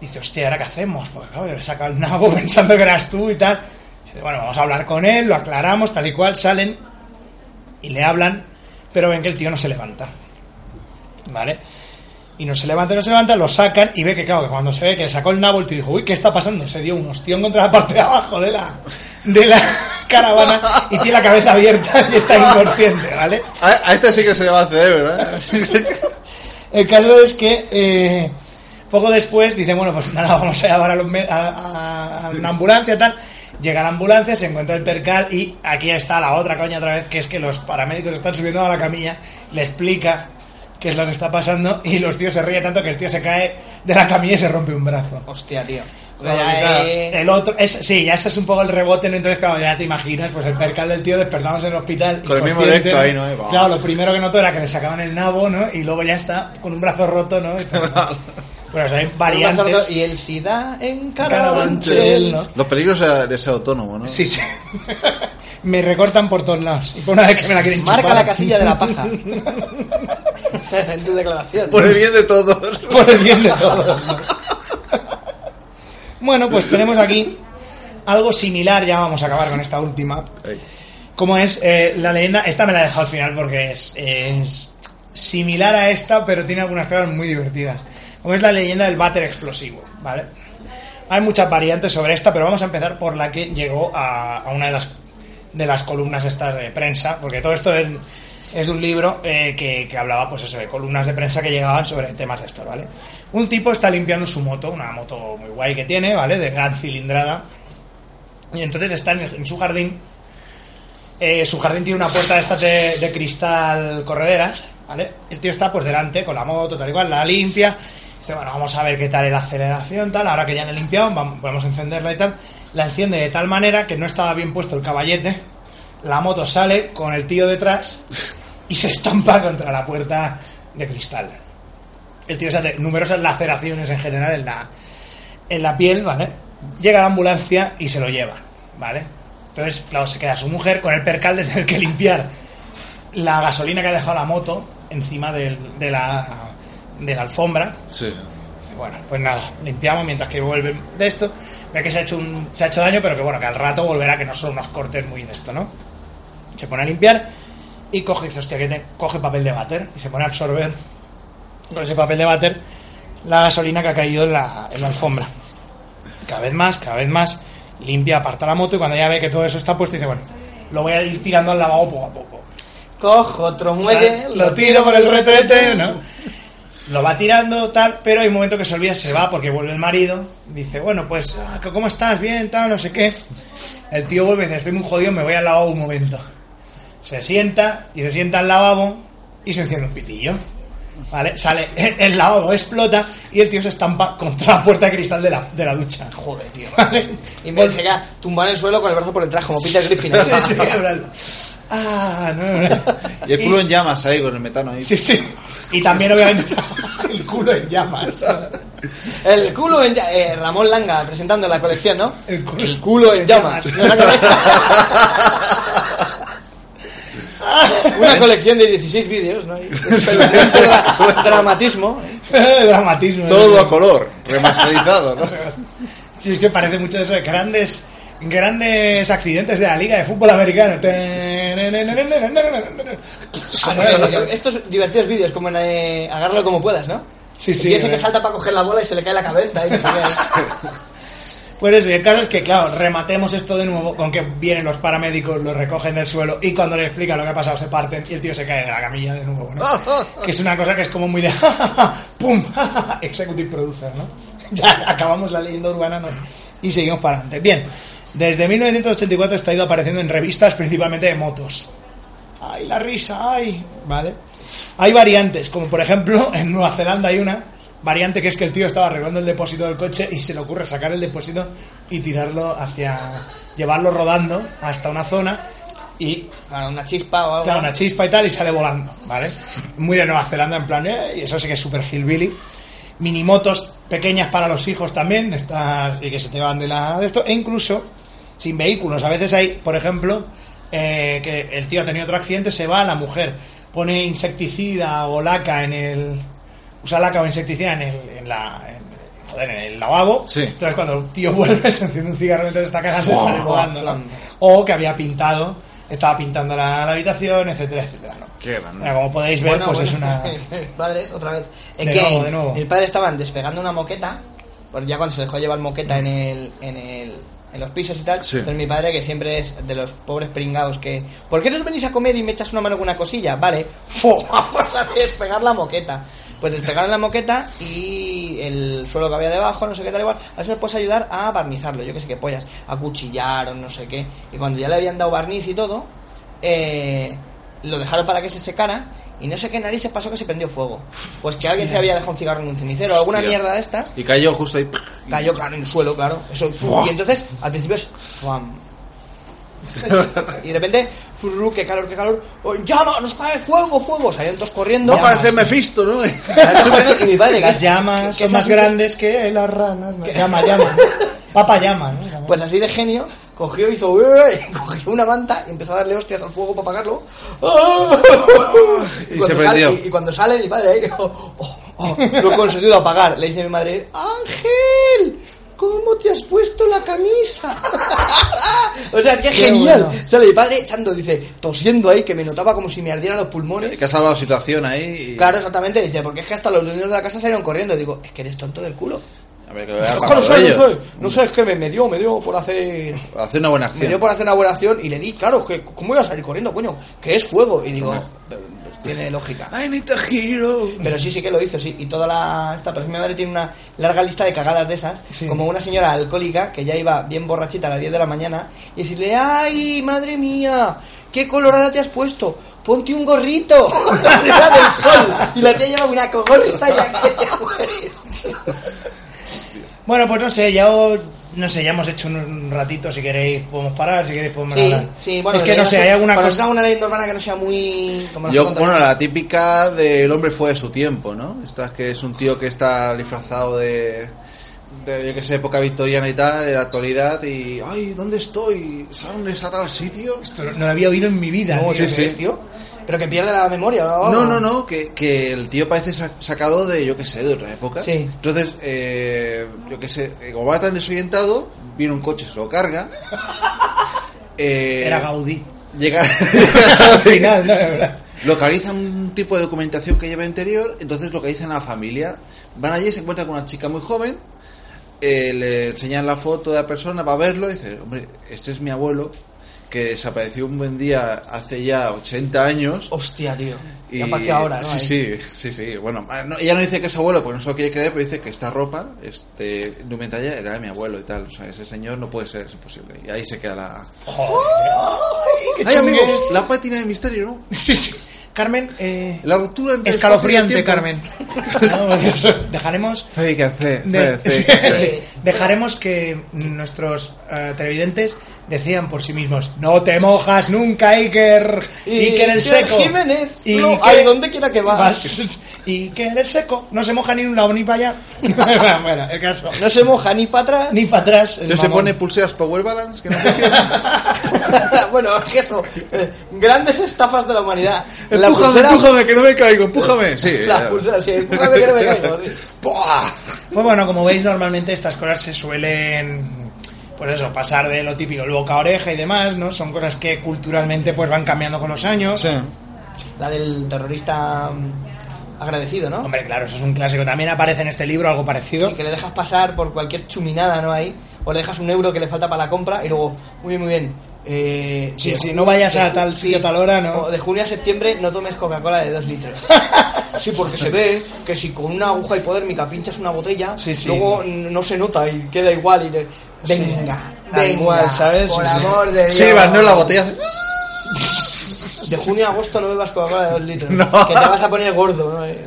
[SPEAKER 2] Dice, hostia, ¿ahora qué hacemos? Porque claro, yo le saca el nabo [LAUGHS] pensando que eras tú y tal. Dice, bueno, vamos a hablar con él, lo aclaramos, tal y cual, salen y le hablan, pero ven que el tío no se levanta. ¿Vale? Y no se levanta, no se levanta, lo sacan y ve que, claro, que cuando se ve que le sacó el nabo, el tío dijo, uy, ¿qué está pasando? Se dio un ostión contra la parte de abajo de la, de la [LAUGHS] caravana y tiene la cabeza abierta [LAUGHS] y está inconsciente, ¿vale?
[SPEAKER 6] A, a este sí que se le va a hacer, [LAUGHS] ¿verdad? Sí, sí.
[SPEAKER 2] El caso es que eh, poco después dicen, bueno, pues [LAUGHS] nada, vamos a llamar a, los me- a- a- a una ambulancia, tal. Llega la ambulancia, se encuentra el percal y aquí está la otra coña otra vez, que es que los paramédicos están subiendo a la camilla, le explica qué es lo que está pasando y los tíos se ríen tanto que el tío se cae de la camilla y se rompe un brazo.
[SPEAKER 8] Hostia, tío.
[SPEAKER 2] eh.
[SPEAKER 8] eh,
[SPEAKER 2] El otro, es, sí, ya este es un poco el rebote, ¿no? entonces claro, ya te imaginas, pues el percal del tío despertamos en el hospital.
[SPEAKER 6] Con el mismo
[SPEAKER 2] inconsciente,
[SPEAKER 6] directo ahí, ¿no? Ahí va.
[SPEAKER 2] Claro, lo primero que notó era que le sacaban el nabo, ¿no? Y luego ya está, con un brazo roto, ¿no? Y todo. bueno, o sea, hay variantes.
[SPEAKER 8] Y el SIDA en
[SPEAKER 2] Carabanchel,
[SPEAKER 8] Carabanchel,
[SPEAKER 2] ¿no?
[SPEAKER 6] Los peligros de de ser autónomo, ¿no?
[SPEAKER 2] Sí, [LAUGHS] sí. me recortan por todos lados. Y por una vez que me la quieren
[SPEAKER 8] Marca
[SPEAKER 2] chupar.
[SPEAKER 8] la casilla
[SPEAKER 2] [LAUGHS]
[SPEAKER 8] de la paja. en tu declaración.
[SPEAKER 6] Por el bien de todos.
[SPEAKER 2] [LAUGHS] por el bien de todos. ¿no? bueno, pues tenemos aquí algo similar, ya vamos a acabar con esta última,
[SPEAKER 6] Ahí.
[SPEAKER 2] ¿Cómo es? Eh, la leyenda, esta me la he dejado al final porque es, es similar a esta, pero tiene algunas cosas muy divertidas. Como es la leyenda del váter explosivo, ¿vale? Hay muchas variantes sobre esta, pero vamos a empezar por la que llegó a, a una de las, de las columnas estas de prensa, porque todo esto es, es de un libro eh, que, que hablaba, pues eso, de columnas de prensa que llegaban sobre temas de estos, ¿vale? Un tipo está limpiando su moto, una moto muy guay que tiene, ¿vale? De gran cilindrada. Y entonces está en- en su jardín eh, su jardín tiene una puerta de estas de, de cristal correderas, ¿vale? El tío está pues delante con la moto, tal y cual, la limpia. Dice, bueno, vamos a ver qué tal es la aceleración, tal. Ahora que ya la he limpiado, vamos, podemos encenderla y tal. La enciende de tal manera que no estaba bien puesto el caballete. La moto sale con el tío detrás y se estampa contra la puerta de cristal. El tío se hace numerosas laceraciones en general en la, en la piel, ¿vale? Llega la ambulancia y se lo lleva, ¿vale? Entonces, claro, se queda su mujer con el percal de tener que limpiar la gasolina que ha dejado la moto encima del- de, la, de la alfombra.
[SPEAKER 6] Sí.
[SPEAKER 2] Dice, Bueno, pues nada, limpiamos mientras que vuelven de esto. Ve que se ha, hecho un- se ha hecho daño, pero que bueno, que al rato volverá, que no son unos cortes muy de esto, ¿no? Se pone a limpiar y coge, dice, hostia, que te- coge papel de váter y se pone a absorber con ese papel de váter la gasolina que ha caído en la, en la alfombra. Cada vez más, cada vez más, limpia, aparta la moto y cuando ya ve que todo eso está puesto, dice, bueno, lo voy a ir tirando al lavabo poco a poco.
[SPEAKER 8] Cojo otro muelle,
[SPEAKER 2] Lo tiro por el retrete, ¿no? Lo va tirando, tal, pero hay un momento que se olvida, se va porque vuelve el marido. Dice, bueno, pues, ah, ¿cómo estás? Bien, tal, no sé qué. El tío vuelve y dice, estoy muy jodido, me voy al lavabo un momento. Se sienta y se sienta al lavabo y se enciende un pitillo. ¿Vale? Sale, el lavabo explota y el tío se estampa contra la puerta de cristal de la, de la ducha.
[SPEAKER 8] Joder, tío.
[SPEAKER 2] [LAUGHS] ¿Vale?
[SPEAKER 8] Y me dice que tumbado en el suelo con el brazo por detrás, como Peter Griffin.
[SPEAKER 2] Sí, sí, en plan, Ah, no, no, no.
[SPEAKER 6] Y el culo en llamas ahí, con el metano ahí.
[SPEAKER 2] Sí, sí. Y también, obviamente, el culo en llamas.
[SPEAKER 8] [LAUGHS] El culo en llamas. Ramón Langa presentando la colección, ¿no?
[SPEAKER 2] El culo,
[SPEAKER 8] El culo
[SPEAKER 2] [LAUGHS]
[SPEAKER 8] en llamas. ¿No la
[SPEAKER 2] [LAUGHS]
[SPEAKER 8] conoces? Una colección de 16 vídeos, ¿no? Espeluznante dra- Dramatismo.
[SPEAKER 2] Dramatismo.
[SPEAKER 6] Todo a
[SPEAKER 2] ¿no?
[SPEAKER 6] color, remasterizado, ¿no?
[SPEAKER 2] Sí, es que parece mucho eso de grandes, grandes accidentes de la Liga de Fútbol Americano.
[SPEAKER 8] Ah, no, no, no,
[SPEAKER 2] eh,
[SPEAKER 8] Estos divertidos vídeos, como en eh, agárralo como puedas, ¿no?
[SPEAKER 2] Sí, sí.
[SPEAKER 8] Y ese que
[SPEAKER 2] eh. [LAUGHS]
[SPEAKER 8] salta para coger la bola y se le cae la cabeza. y no sé qué.
[SPEAKER 2] Pues eso, y el caso es que, claro, rematemos esto de nuevo con que vienen los paramédicos, lo recogen del suelo y cuando le explican lo que ha pasado se parten y el tío se cae de la camilla de nuevo,
[SPEAKER 6] [LAUGHS]
[SPEAKER 2] ¿no? que es una cosa que es como muy de [LAUGHS] pum, executive producer, ¿no? [LAUGHS] ya acabamos la leyenda urbana ¿no? y seguimos para adelante. Bien, desde 1984 está ido apareciendo en revistas principalmente de motos. ¡Ay, la risa! ¡Ay! ¿Vale? Hay variantes, como por ejemplo [LAUGHS] en Nueva Zelanda hay una variante que es que el tío estaba arreglando el depósito del coche y se le ocurre sacar el depósito y tirarlo hacia. llevarlo rodando hasta una zona y
[SPEAKER 8] Claro, una chispa o algo. [LAUGHS]
[SPEAKER 2] claro, una chispa y tal, y sale volando, ¿vale? Muy de Nueva Zelanda, en plan, eh, y eso sí que es super hillbilly. Minimotos pequeñas para los hijos también, de estas y que se te van de la de esto, e incluso sin vehículos. A veces hay, por ejemplo, eh, que el tío ha tenido otro accidente, se va la mujer, pone insecticida o laca en el. usa laca o insecticida en, el, en la. en- joder, en el lavabo.
[SPEAKER 6] Sí.
[SPEAKER 2] Entonces cuando el tío [LAUGHS] vuelve, se enciende un cigarro mientras está cagando y sale
[SPEAKER 8] Fua,
[SPEAKER 2] volando, ¿no?
[SPEAKER 8] volando.
[SPEAKER 2] o que había pintado, estaba pintando la, la habitación, etcétera, etcétera. ¿no?
[SPEAKER 6] [LAUGHS] Qué grande.
[SPEAKER 2] Mira, como podéis ver,
[SPEAKER 8] Bueno,
[SPEAKER 2] pues es
[SPEAKER 8] bueno, [LAUGHS]
[SPEAKER 2] una.
[SPEAKER 8] Mis padres, otra vez.
[SPEAKER 2] De
[SPEAKER 8] Again,
[SPEAKER 2] nuevo, de nuevo.
[SPEAKER 8] Mis padres estaban despegando una moqueta. Pues ya cuando se dejó llevar moqueta en el. En el en los pisos y tal.
[SPEAKER 6] Sí.
[SPEAKER 8] Entonces mi padre, que siempre es de los pobres pringados que... ¿Por qué no os venís a comer y me echas una mano con una cosilla? Vale. [LAUGHS] ¡Fu! Vamos a despegar la moqueta. Pues despegaron la moqueta y el suelo que había debajo, no sé qué tal igual. A ver si me puedes ayudar a barnizarlo. Yo qué sé qué pollas. Acuchillaron, no sé qué. Y cuando ya le habían dado barniz y todo, eh, lo dejaron para que se secara y no sé qué narices pasó que se prendió fuego. Pues que alguien se había dejado un cigarro en un cenicero o alguna
[SPEAKER 6] Hostia.
[SPEAKER 8] mierda de estas.
[SPEAKER 6] Y cayó justo ahí.
[SPEAKER 8] Cayó, claro, en el suelo, claro. Eso, y entonces, al principio es...
[SPEAKER 6] [LAUGHS]
[SPEAKER 8] fuam. y de repente, furru, qué calor, qué calor. Oh, ¡Llama! ¡Nos cae fuego, fuego! Salieron todos corriendo.
[SPEAKER 6] No parece Mephisto, [LAUGHS] ¿no?
[SPEAKER 8] Salieron todos corriendo, y mi
[SPEAKER 6] [LAUGHS]
[SPEAKER 8] padre...
[SPEAKER 2] Las
[SPEAKER 8] que- que- que
[SPEAKER 2] llamas son
[SPEAKER 8] es
[SPEAKER 2] más
[SPEAKER 8] así-
[SPEAKER 2] grandes que las ranas. ¿no?
[SPEAKER 8] [LAUGHS]
[SPEAKER 2] Llama, llama. ¿no? Papa llama, ¿no?
[SPEAKER 8] Pues así de genio, cogió, hizo... "Ué", [LAUGHS] Cogió una manta y empezó a darle hostias al fuego para apagarlo. ¡Ah!
[SPEAKER 6] [LAUGHS] Y
[SPEAKER 8] cuando
[SPEAKER 6] se
[SPEAKER 8] sale-
[SPEAKER 6] prendió.
[SPEAKER 8] y, y cuando sale mi padre ahí, [LAUGHS] oh, oh, oh, lo he conseguido apagar. Le dice mi madre, Ángel, ¿cómo te has puesto la camisa? [LAUGHS] o sea, qué, genial.
[SPEAKER 2] bueno.
[SPEAKER 8] Sale mi padre echando, dice, tosiendo ahí, que me notaba como si me ardieran los pulmones.
[SPEAKER 6] Que ha salvado situación ahí. y-
[SPEAKER 8] Claro, exactamente, dice, porque es que hasta los dueños de la casa salieron corriendo. Digo, es que eres tonto del culo.
[SPEAKER 6] A ver,
[SPEAKER 8] [LAUGHS]
[SPEAKER 6] que lo vea
[SPEAKER 8] "Ojo, no
[SPEAKER 6] pagado
[SPEAKER 8] sé,
[SPEAKER 6] ellos.
[SPEAKER 8] no sé, no sé, es que me, me dio, me dio por hacer...
[SPEAKER 6] Hacer una buena
[SPEAKER 8] Me dio
[SPEAKER 6] acción.
[SPEAKER 8] por hacer una buena acción y le di, claro, que ¿cómo iba a salir corriendo, coño? Que es fuego. Y digo, tiene lógica.
[SPEAKER 6] I need a hero.
[SPEAKER 8] Pero sí, sí que lo hizo, sí. Y toda la. Esta, pero es que mi madre tiene una larga lista de cagadas de esas.
[SPEAKER 2] Sí.
[SPEAKER 8] Como una señora alcohólica que ya iba bien borrachita a las 10 de la mañana y decirle: ¡Ay, madre mía! ¡Qué colorada te has puesto! ¡Ponte un gorrito! [LAUGHS] ¡La tía del sol! Y la tía lleva una cogorza y aquí te mueres.
[SPEAKER 2] Bueno, pues no sé, ya os- no sé, ya hemos hecho un, un ratito, si queréis podemos parar, si queréis podemos
[SPEAKER 8] Sí,
[SPEAKER 2] hablar.
[SPEAKER 8] sí, bueno,
[SPEAKER 2] es que no sé, hay alguna
[SPEAKER 8] para
[SPEAKER 2] cosa...
[SPEAKER 8] una leyenda urbana que no sea muy. Como las
[SPEAKER 6] Yo,
[SPEAKER 8] que contan-
[SPEAKER 6] bueno, la típica del hombre fue de su tiempo, ¿no? Esta que es un tío que está disfrazado de, de, yo que sé, época victoriana y tal, en la actualidad, y, ay, ¿dónde estoy? ¿Sabes a tal sitio?
[SPEAKER 2] Esto no lo había oído en mi vida.
[SPEAKER 8] No,
[SPEAKER 2] tío.
[SPEAKER 8] yo
[SPEAKER 6] sí,
[SPEAKER 8] qué
[SPEAKER 6] sí.
[SPEAKER 8] sé, tío. Pero que pierde la memoria,
[SPEAKER 2] Oh.
[SPEAKER 8] ¿no?
[SPEAKER 6] No, no, no, que, que el tío parece sa- sacado de, yo que sé, de otra época.
[SPEAKER 8] Sí.
[SPEAKER 6] Entonces, eh, yo que sé, eh, como va tan desorientado, viene un coche, se lo
[SPEAKER 2] [LAUGHS]
[SPEAKER 6] carga. eh,
[SPEAKER 2] Era Gaudí.
[SPEAKER 8] [LAUGHS]
[SPEAKER 6] Llega...
[SPEAKER 2] [LAUGHS]
[SPEAKER 6] [LAUGHS]
[SPEAKER 2] Al final, no, de verdad.
[SPEAKER 6] Localizan un tipo de documentación que lleva interior, entonces localizan a la familia. Van allí, se encuentran con una chica muy joven, eh, le enseñan la foto de la persona, va a verlo y dice, hombre, este es mi abuelo, que desapareció un buen día hace ya 80 años.
[SPEAKER 8] Hostia, tío.
[SPEAKER 6] Y
[SPEAKER 8] Y apareció ahora, ¿no?
[SPEAKER 6] Sí,
[SPEAKER 8] Ahí.
[SPEAKER 6] sí, sí, sí. Bueno, ah, no, ella no dice que es su abuelo, porque no se lo quiere creer, pero dice que esta ropa, este indumentaria, era de mi abuelo y tal. O sea, ese señor no puede ser, es imposible. Y ahí se queda la...
[SPEAKER 2] Qué
[SPEAKER 6] ¡Ay,
[SPEAKER 2] chungue.
[SPEAKER 6] amigo! La pátina de misterio, ¿no?
[SPEAKER 2] Sí, sí. Carmen, eh,
[SPEAKER 6] La ruptura entre
[SPEAKER 2] escalofriante,
[SPEAKER 6] espacio y el
[SPEAKER 2] [LAUGHS] Carmen. No, porque eso- dejaremos...
[SPEAKER 6] tiempo.
[SPEAKER 2] De-
[SPEAKER 6] eh,
[SPEAKER 2] [LAUGHS]
[SPEAKER 6] Fake, fake,
[SPEAKER 8] [LAUGHS]
[SPEAKER 6] fake.
[SPEAKER 2] dejaremos que nuestros eh, televidentes decían por sí mismos no te mojas nunca Iker Iker el seco
[SPEAKER 8] Jiménez.
[SPEAKER 2] y
[SPEAKER 8] no,
[SPEAKER 2] Iker-
[SPEAKER 8] ay, donde quiera que vas.
[SPEAKER 2] [LAUGHS] vas- Iker el seco no se moja ni de un lado ni para allá [LAUGHS] bueno el caso
[SPEAKER 8] No se moja ni [LAUGHS] para atrás.
[SPEAKER 2] ni para atrás el
[SPEAKER 6] No se
[SPEAKER 2] mamón.
[SPEAKER 6] pone pulseras Power Balance, que no [LAUGHS] funciona.
[SPEAKER 8] bueno, es que eso. eh, grandes estafas de la humanidad. La
[SPEAKER 6] empújame,
[SPEAKER 8] pulsera.
[SPEAKER 6] empújame, que no me caigo, empújame. [LAUGHS] Sí,
[SPEAKER 8] La
[SPEAKER 6] ya.
[SPEAKER 8] pulsera, sí, empújame que no me caigo, sí.
[SPEAKER 6] [LAUGHS] ¡Buah!
[SPEAKER 2] Pues bueno, como veis, normalmente estas cosas se suelen, pues eso, pasar de lo típico, el boca a oreja y demás, ¿no? Son cosas que culturalmente pues van cambiando con los años.
[SPEAKER 6] Sí.
[SPEAKER 8] La del terrorista mm, agradecido, ¿no?
[SPEAKER 2] Hombre, claro, eso es un clásico. También aparece en este libro algo parecido.
[SPEAKER 8] Sí, que le dejas pasar por cualquier chuminada, ¿no? Ahí. o le dejas un euro que le falta para la compra y luego, muy bien, muy bien. Eh, este
[SPEAKER 2] Sí,
[SPEAKER 8] de
[SPEAKER 2] sí,
[SPEAKER 8] ju-
[SPEAKER 2] no vayas
[SPEAKER 8] de
[SPEAKER 2] a
[SPEAKER 8] ju-
[SPEAKER 2] tal sitio, a tal hora, ¿no?
[SPEAKER 8] O de junio a septiembre no tomes Coca-Cola de 2 litros. [LAUGHS] Sí, porque se ve que si con una aguja hipodérmica pinchas una botella,
[SPEAKER 2] Sí, sí.
[SPEAKER 8] luego n- no se nota y queda igual y de-
[SPEAKER 2] Sí.
[SPEAKER 8] venga,
[SPEAKER 2] Da
[SPEAKER 8] venga,
[SPEAKER 2] igual, ¿sabes?
[SPEAKER 8] Por
[SPEAKER 2] Sí, sí.
[SPEAKER 8] amor de Dios.
[SPEAKER 6] Sí, vas, no la botella. hace-
[SPEAKER 8] De junio a agosto no bebas Coca-Cola de 2
[SPEAKER 2] [LAUGHS]
[SPEAKER 8] litros.
[SPEAKER 6] No.
[SPEAKER 8] Que te vas a poner gordo, ¿no? Eh,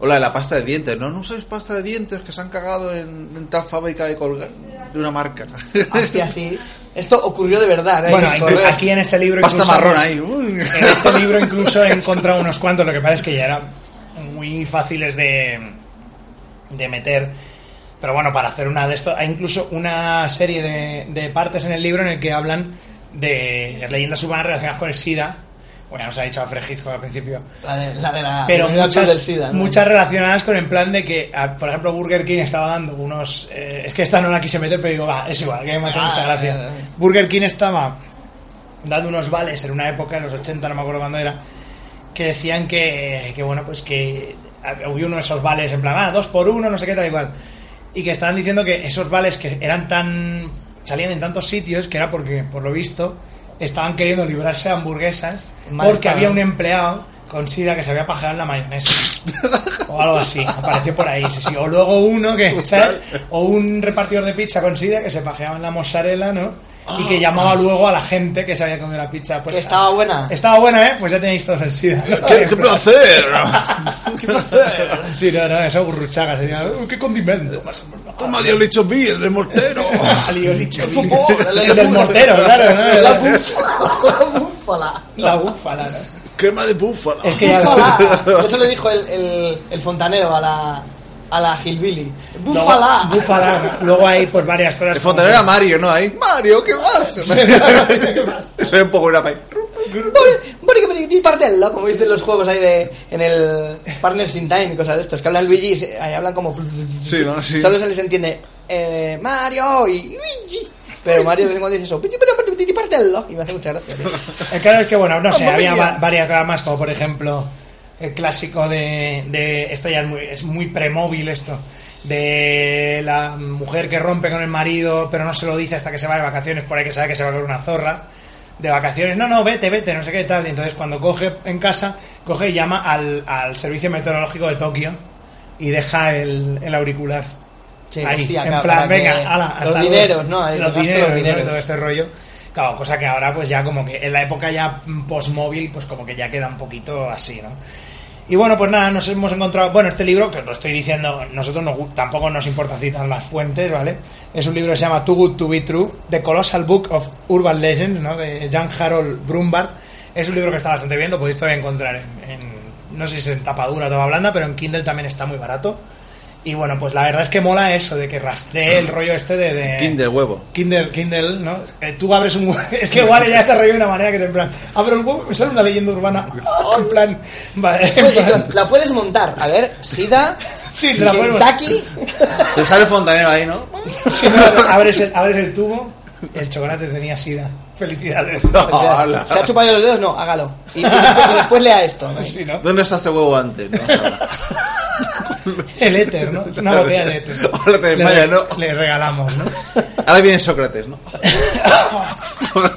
[SPEAKER 6] O la de la pasta de dientes, ¿no? No usáis pasta de dientes que se han cagado en, en tal fábrica de colgar de una marca.
[SPEAKER 8] Hostia, Ah, sí. Esto ocurrió de verdad, ¿eh?
[SPEAKER 2] Bueno,
[SPEAKER 8] Los
[SPEAKER 2] inclu-
[SPEAKER 8] correos.
[SPEAKER 2] aquí en este
[SPEAKER 6] [LAUGHS]
[SPEAKER 2] libro
[SPEAKER 6] Pasta
[SPEAKER 2] incluso-
[SPEAKER 6] marrón ahí. uy.
[SPEAKER 2] En este libro incluso he encontrado unos cuantos, lo que pasa es que ya eran muy fáciles de, de meter. Pero bueno, para hacer una de esto, hay incluso una serie de, de partes en el libro en el que hablan de las leyendas urbanas relacionadas con el SIDA. Bueno, os ha dicho Alfred Hitchcock al principio.
[SPEAKER 8] La de la, de la
[SPEAKER 2] Pero
[SPEAKER 8] la del
[SPEAKER 2] muchas,
[SPEAKER 8] del SIDA, ¿no?
[SPEAKER 2] muchas relacionadas con el plan de que, a- por ejemplo, Burger King estaba dando unos... eh, es que esta no la quise meter, pero digo, va, es igual, que me hace
[SPEAKER 8] Ah,
[SPEAKER 2] mucha gracia.
[SPEAKER 8] eh, eh.
[SPEAKER 2] Burger King estaba dando unos vales en una época, en los 80, no me acuerdo cuándo era, que decían que, que bueno, pues que hubo uno de esos vales en plan, ah, dos por uno, no sé qué, tal igual. Y que estaban diciendo que esos vales que eran tan. salían en tantos sitios que era porque, por lo visto, estaban queriendo librarse de hamburguesas
[SPEAKER 8] Mal
[SPEAKER 2] porque
[SPEAKER 8] estado.
[SPEAKER 2] había un empleado con sida que se había pajeado en la mayonesa. o algo así, apareció por ahí, sí, sí. O luego uno que, ¿sabes? O un repartidor de pizza con sida que se pajeaba en la mozzarella, ¿no? Y que llamaba luego a la gente que se había comido la pizza. Pues,
[SPEAKER 8] Ah. Que estaba buena.
[SPEAKER 2] Estaba buena, ¿eh? Pues ya tenéis todos el SIDA.
[SPEAKER 6] ¡Qué,
[SPEAKER 2] [LAUGHS]
[SPEAKER 6] qué placer!
[SPEAKER 2] eh, Sí, no, no, eso burruchaga. Sería, "Uh, ¡Qué condimento! Más
[SPEAKER 6] Toma, yo le he hecho bien de mortero.
[SPEAKER 2] [LAUGHS] El del mortero, claro, ¿no?
[SPEAKER 8] [LAUGHS] La búfala. La búfala.
[SPEAKER 2] La búfala, ¿no?
[SPEAKER 6] Crema de búfala.
[SPEAKER 2] Es que ya- [LAUGHS]
[SPEAKER 8] Búfala. Eso le dijo el, el, el fontanero a la, a la Gilbilly.
[SPEAKER 2] Luego-
[SPEAKER 8] Búfala.
[SPEAKER 2] Búfala. Luego hay pues varias cosas.
[SPEAKER 6] [LAUGHS] El fontanero era Mario, ¿no? Ahí.
[SPEAKER 8] [LAUGHS]
[SPEAKER 6] Mario, ¿qué más? [LAUGHS] Soy un poco una pa-
[SPEAKER 8] Porque me di partello, como dicen los juegos ahí de en el Partners in Time y cosas de estos, que hablan Luigi y se- ahí hablan como
[SPEAKER 6] Sí, ¿no? Sí.
[SPEAKER 8] solo se les entiende eh, Mario y Luigi. Pero Mario de vez en cuando dice eso, "Pichi, pero, pero, titi, partello", y me hace mucha gracia. tío.
[SPEAKER 2] El claro es que, bueno, no sé,
[SPEAKER 8] Mamma
[SPEAKER 2] había
[SPEAKER 8] mia.
[SPEAKER 2] va- varias cosas más, como por ejemplo el clásico de, de esto ya es muy, es muy premóvil esto, de la mujer que rompe con el marido, pero no se lo dice hasta que se va de vacaciones, por ahí que sabe que se va a ver una zorra de vacaciones, no, no, vete, vete, no sé qué tal, y entonces cuando coge en casa, coge y llama al, al servicio meteorológico de Tokio y deja el, el auricular.
[SPEAKER 8] Sí,
[SPEAKER 2] ahí,
[SPEAKER 8] hostia,
[SPEAKER 2] en
[SPEAKER 8] claro,
[SPEAKER 2] plan,
[SPEAKER 8] para que
[SPEAKER 2] venga, ala, hasta
[SPEAKER 8] los
[SPEAKER 2] luego.
[SPEAKER 8] dineros, ¿no? Ahí,
[SPEAKER 2] Los
[SPEAKER 8] gasto los
[SPEAKER 2] dineros, ¿no?
[SPEAKER 8] dineros.
[SPEAKER 2] Y todo este rollo. Claro, cosa que ahora pues ya como que en la época ya mm, post-móvil pues como que ya queda un poquito así, ¿no? Y bueno, pues nada, nos hemos encontrado, bueno, este libro, que os lo estoy diciendo, nosotros nos gu- tampoco nos importan citar las fuentes, ¿vale? Es un libro que se llama Too Good to Be True, The Colossal Book of Urban Legends, ¿no? De Jan Harold Brumbar. Es un libro que está bastante bien, lo podéis todavía encontrar en, en- no sé si es en tapadura o tapa blanda, pero en Kindle también está muy barato. Y bueno, pues la verdad es que mola eso, de que rastree el rollo este de...
[SPEAKER 8] Eh.
[SPEAKER 2] de
[SPEAKER 6] Kinder huevo.
[SPEAKER 2] Kindle, Kindle, ¿no? Eh, tú abres un hue- [LAUGHS] Es que igual ya se reído de una manera que te en plan. Abro el huevo, me sale una leyenda urbana. [LAUGHS] Ah, en plan. Vale, en
[SPEAKER 8] Oye,
[SPEAKER 2] plan-
[SPEAKER 8] la puedes montar, a ver, Sida,
[SPEAKER 2] Sí, la podemos-
[SPEAKER 8] Kentucky,
[SPEAKER 6] Te sale el fontanero
[SPEAKER 8] [LAUGHS]
[SPEAKER 6] ahí, ¿no?
[SPEAKER 2] [LAUGHS] Sí, no, abres, el, abres el tubo, el chocolate tenía sida.
[SPEAKER 6] [LAUGHS]
[SPEAKER 2] Felicidades.
[SPEAKER 6] Hola.
[SPEAKER 8] se ha chupado los dedos, no, hágalo. Y,
[SPEAKER 2] [LAUGHS]
[SPEAKER 8] y después, y después lea esto. ¿no?
[SPEAKER 2] Sí, ¿no?
[SPEAKER 6] ¿Dónde está este huevo antes? No,
[SPEAKER 2] El éter, ¿no? Una botella de éter.
[SPEAKER 6] [LAUGHS] Ahora te
[SPEAKER 2] Le-
[SPEAKER 6] desmayas, ¿no?
[SPEAKER 2] Le regalamos, ¿no?
[SPEAKER 6] Ahora viene Sócrates, ¿no?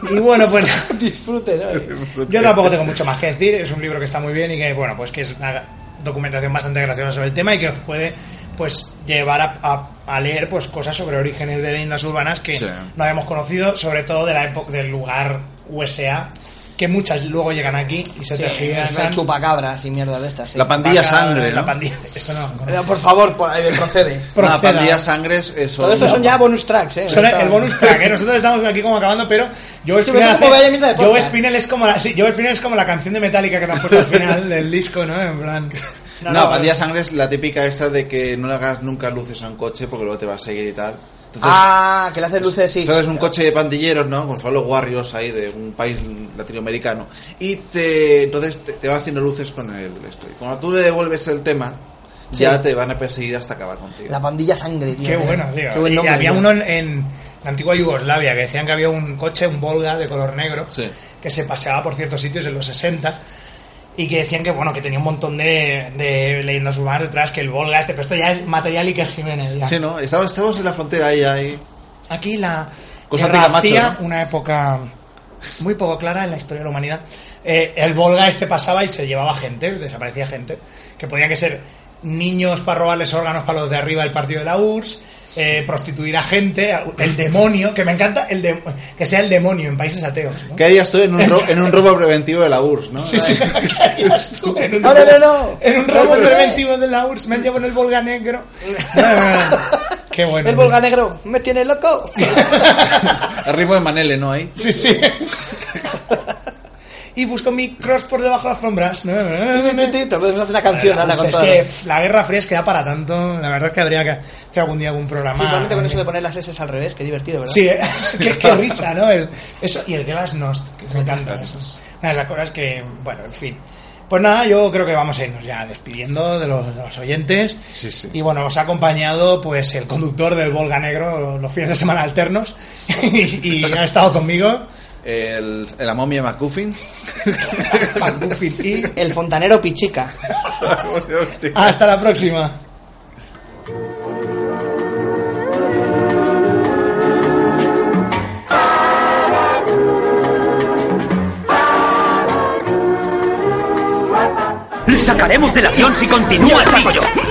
[SPEAKER 2] Y bueno, pues [LAUGHS]
[SPEAKER 8] Disfrute, ¿no?
[SPEAKER 2] Yo tampoco tengo mucho más que decir, es un libro que está muy bien y que, bueno, pues que es una documentación bastante graciosa sobre el tema y que os puede, pues, llevar a, a- a leer, pues, cosas sobre orígenes de leyendas urbanas que
[SPEAKER 6] Sí.
[SPEAKER 2] no habíamos conocido, sobre todo de la época, del lugar USA, que muchas luego llegan aquí y se
[SPEAKER 8] Sí,
[SPEAKER 2] tergiversan.
[SPEAKER 8] chupacabras y mierda de estas. sí.
[SPEAKER 6] La pandilla
[SPEAKER 2] Vaca,
[SPEAKER 6] sangre,
[SPEAKER 2] La
[SPEAKER 6] ¿no?
[SPEAKER 2] pandilla, [LAUGHS] eso no.
[SPEAKER 8] Eh, Por favor, por- eh, procede.
[SPEAKER 6] La
[SPEAKER 2] [LAUGHS] Proceda.
[SPEAKER 6] pandilla sangre es eso.
[SPEAKER 8] Todo esto son ya bonus tracks, ¿eh?
[SPEAKER 2] Son el,
[SPEAKER 8] Está-
[SPEAKER 2] el bonus track, ¿eh? nosotros estamos aquí como acabando, pero Joe
[SPEAKER 8] Sí,
[SPEAKER 2] Spinell,
[SPEAKER 8] pero es como
[SPEAKER 2] hace-
[SPEAKER 8] vaya mierda de
[SPEAKER 2] Joe
[SPEAKER 8] podcast.
[SPEAKER 2] Spinell es como la, sí, Joe Spinell es como la canción de Metallica que nos han puesto
[SPEAKER 8] [LAUGHS]
[SPEAKER 2] al final del disco, ¿no? En plan.
[SPEAKER 6] No, pandilla sangre es la típica esta de que no le hagas nunca luces a un coche porque luego te va a seguir y tal. Entonces,
[SPEAKER 8] Ah, que le haces luces, sí.
[SPEAKER 6] entonces un coche de pandilleros, ¿no? Con los Warriors ahí de un país latinoamericano. Y te, entonces te, te va haciendo luces con el esto. Y cuando tú le devuelves el tema, ya te van a perseguir hasta acabar contigo.
[SPEAKER 8] La pandilla sangre, tío. eh.
[SPEAKER 2] Qué bueno, tío.
[SPEAKER 8] Qué buen nombre,
[SPEAKER 2] y había
[SPEAKER 8] tío.
[SPEAKER 2] uno en, en la antigua Yugoslavia que decían que había un coche, un Volga de color negro,
[SPEAKER 6] Sí.
[SPEAKER 2] que se paseaba por ciertos sitios en los 60 y que decían que bueno que tenía un montón de, de leyendas urbanas detrás que el Volga este pero esto ya es material Iker Jiménez ya. ¿Eh?
[SPEAKER 6] Sí, ¿no? Estamos, estamos en la frontera ahí, ahí.
[SPEAKER 2] Aquí la
[SPEAKER 6] Cosa
[SPEAKER 2] guerra
[SPEAKER 6] rica,
[SPEAKER 2] fría,
[SPEAKER 6] macho,
[SPEAKER 2] una época muy poco clara en la historia de la humanidad. Eh, el Volga este pasaba y se llevaba gente, desaparecía gente, que podía que ser niños para robarles órganos para los de arriba del partido de la URSS, eh, prostituir a gente, el demonio, que me encanta el de- que sea el demonio en países ateos. ¿no?
[SPEAKER 6] ¿Qué harías tú en un, ro- en un robo preventivo de la URSS, no?
[SPEAKER 2] Sí, [LAUGHS] sí. ¿Qué harías tú En un
[SPEAKER 8] No, no,
[SPEAKER 2] robo-
[SPEAKER 8] no.
[SPEAKER 2] en un robo
[SPEAKER 8] No, no, no.
[SPEAKER 2] preventivo de la URSS, me llevo en el Volga negro.
[SPEAKER 8] [LAUGHS]
[SPEAKER 2] No, no, no. Qué bueno.
[SPEAKER 8] El volga negro me tiene
[SPEAKER 2] [LAUGHS]
[SPEAKER 8] loco.
[SPEAKER 6] Arriba de Manele, ¿no? Ahí.
[SPEAKER 2] Sí, sí. y busco mi cross por debajo de las sombras. No, no, no, no, no.
[SPEAKER 8] Te podemos hacer una canción, Ana, con
[SPEAKER 2] Es
[SPEAKER 8] todo.
[SPEAKER 2] que pff, la guerra fría es que da para tanto. La verdad es que habría que hacer algún día algún programa.
[SPEAKER 8] Sí, solamente con eso de poner las S al revés, qué divertido, ¿verdad?
[SPEAKER 2] Sí, es- qué, qué risa, ¿no? El- eso, y el Glasnost, que me encanta. Eso es una de las cosas que, bueno, en fin. Pues nada, yo creo que vamos a irnos ya despidiendo de los, de los oyentes.
[SPEAKER 6] Sí, sí.
[SPEAKER 2] Y bueno, os ha acompañado pues el conductor del Volga Negro los fines de semana alternos y, y ha estado conmigo.
[SPEAKER 6] El, la momia McGuffin. [LAUGHS]
[SPEAKER 2] Pat Buffin, y
[SPEAKER 8] El fontanero pichica.
[SPEAKER 2] [LAUGHS] hasta la próxima.
[SPEAKER 9] ¡Le sacaremos del avión si continúa así!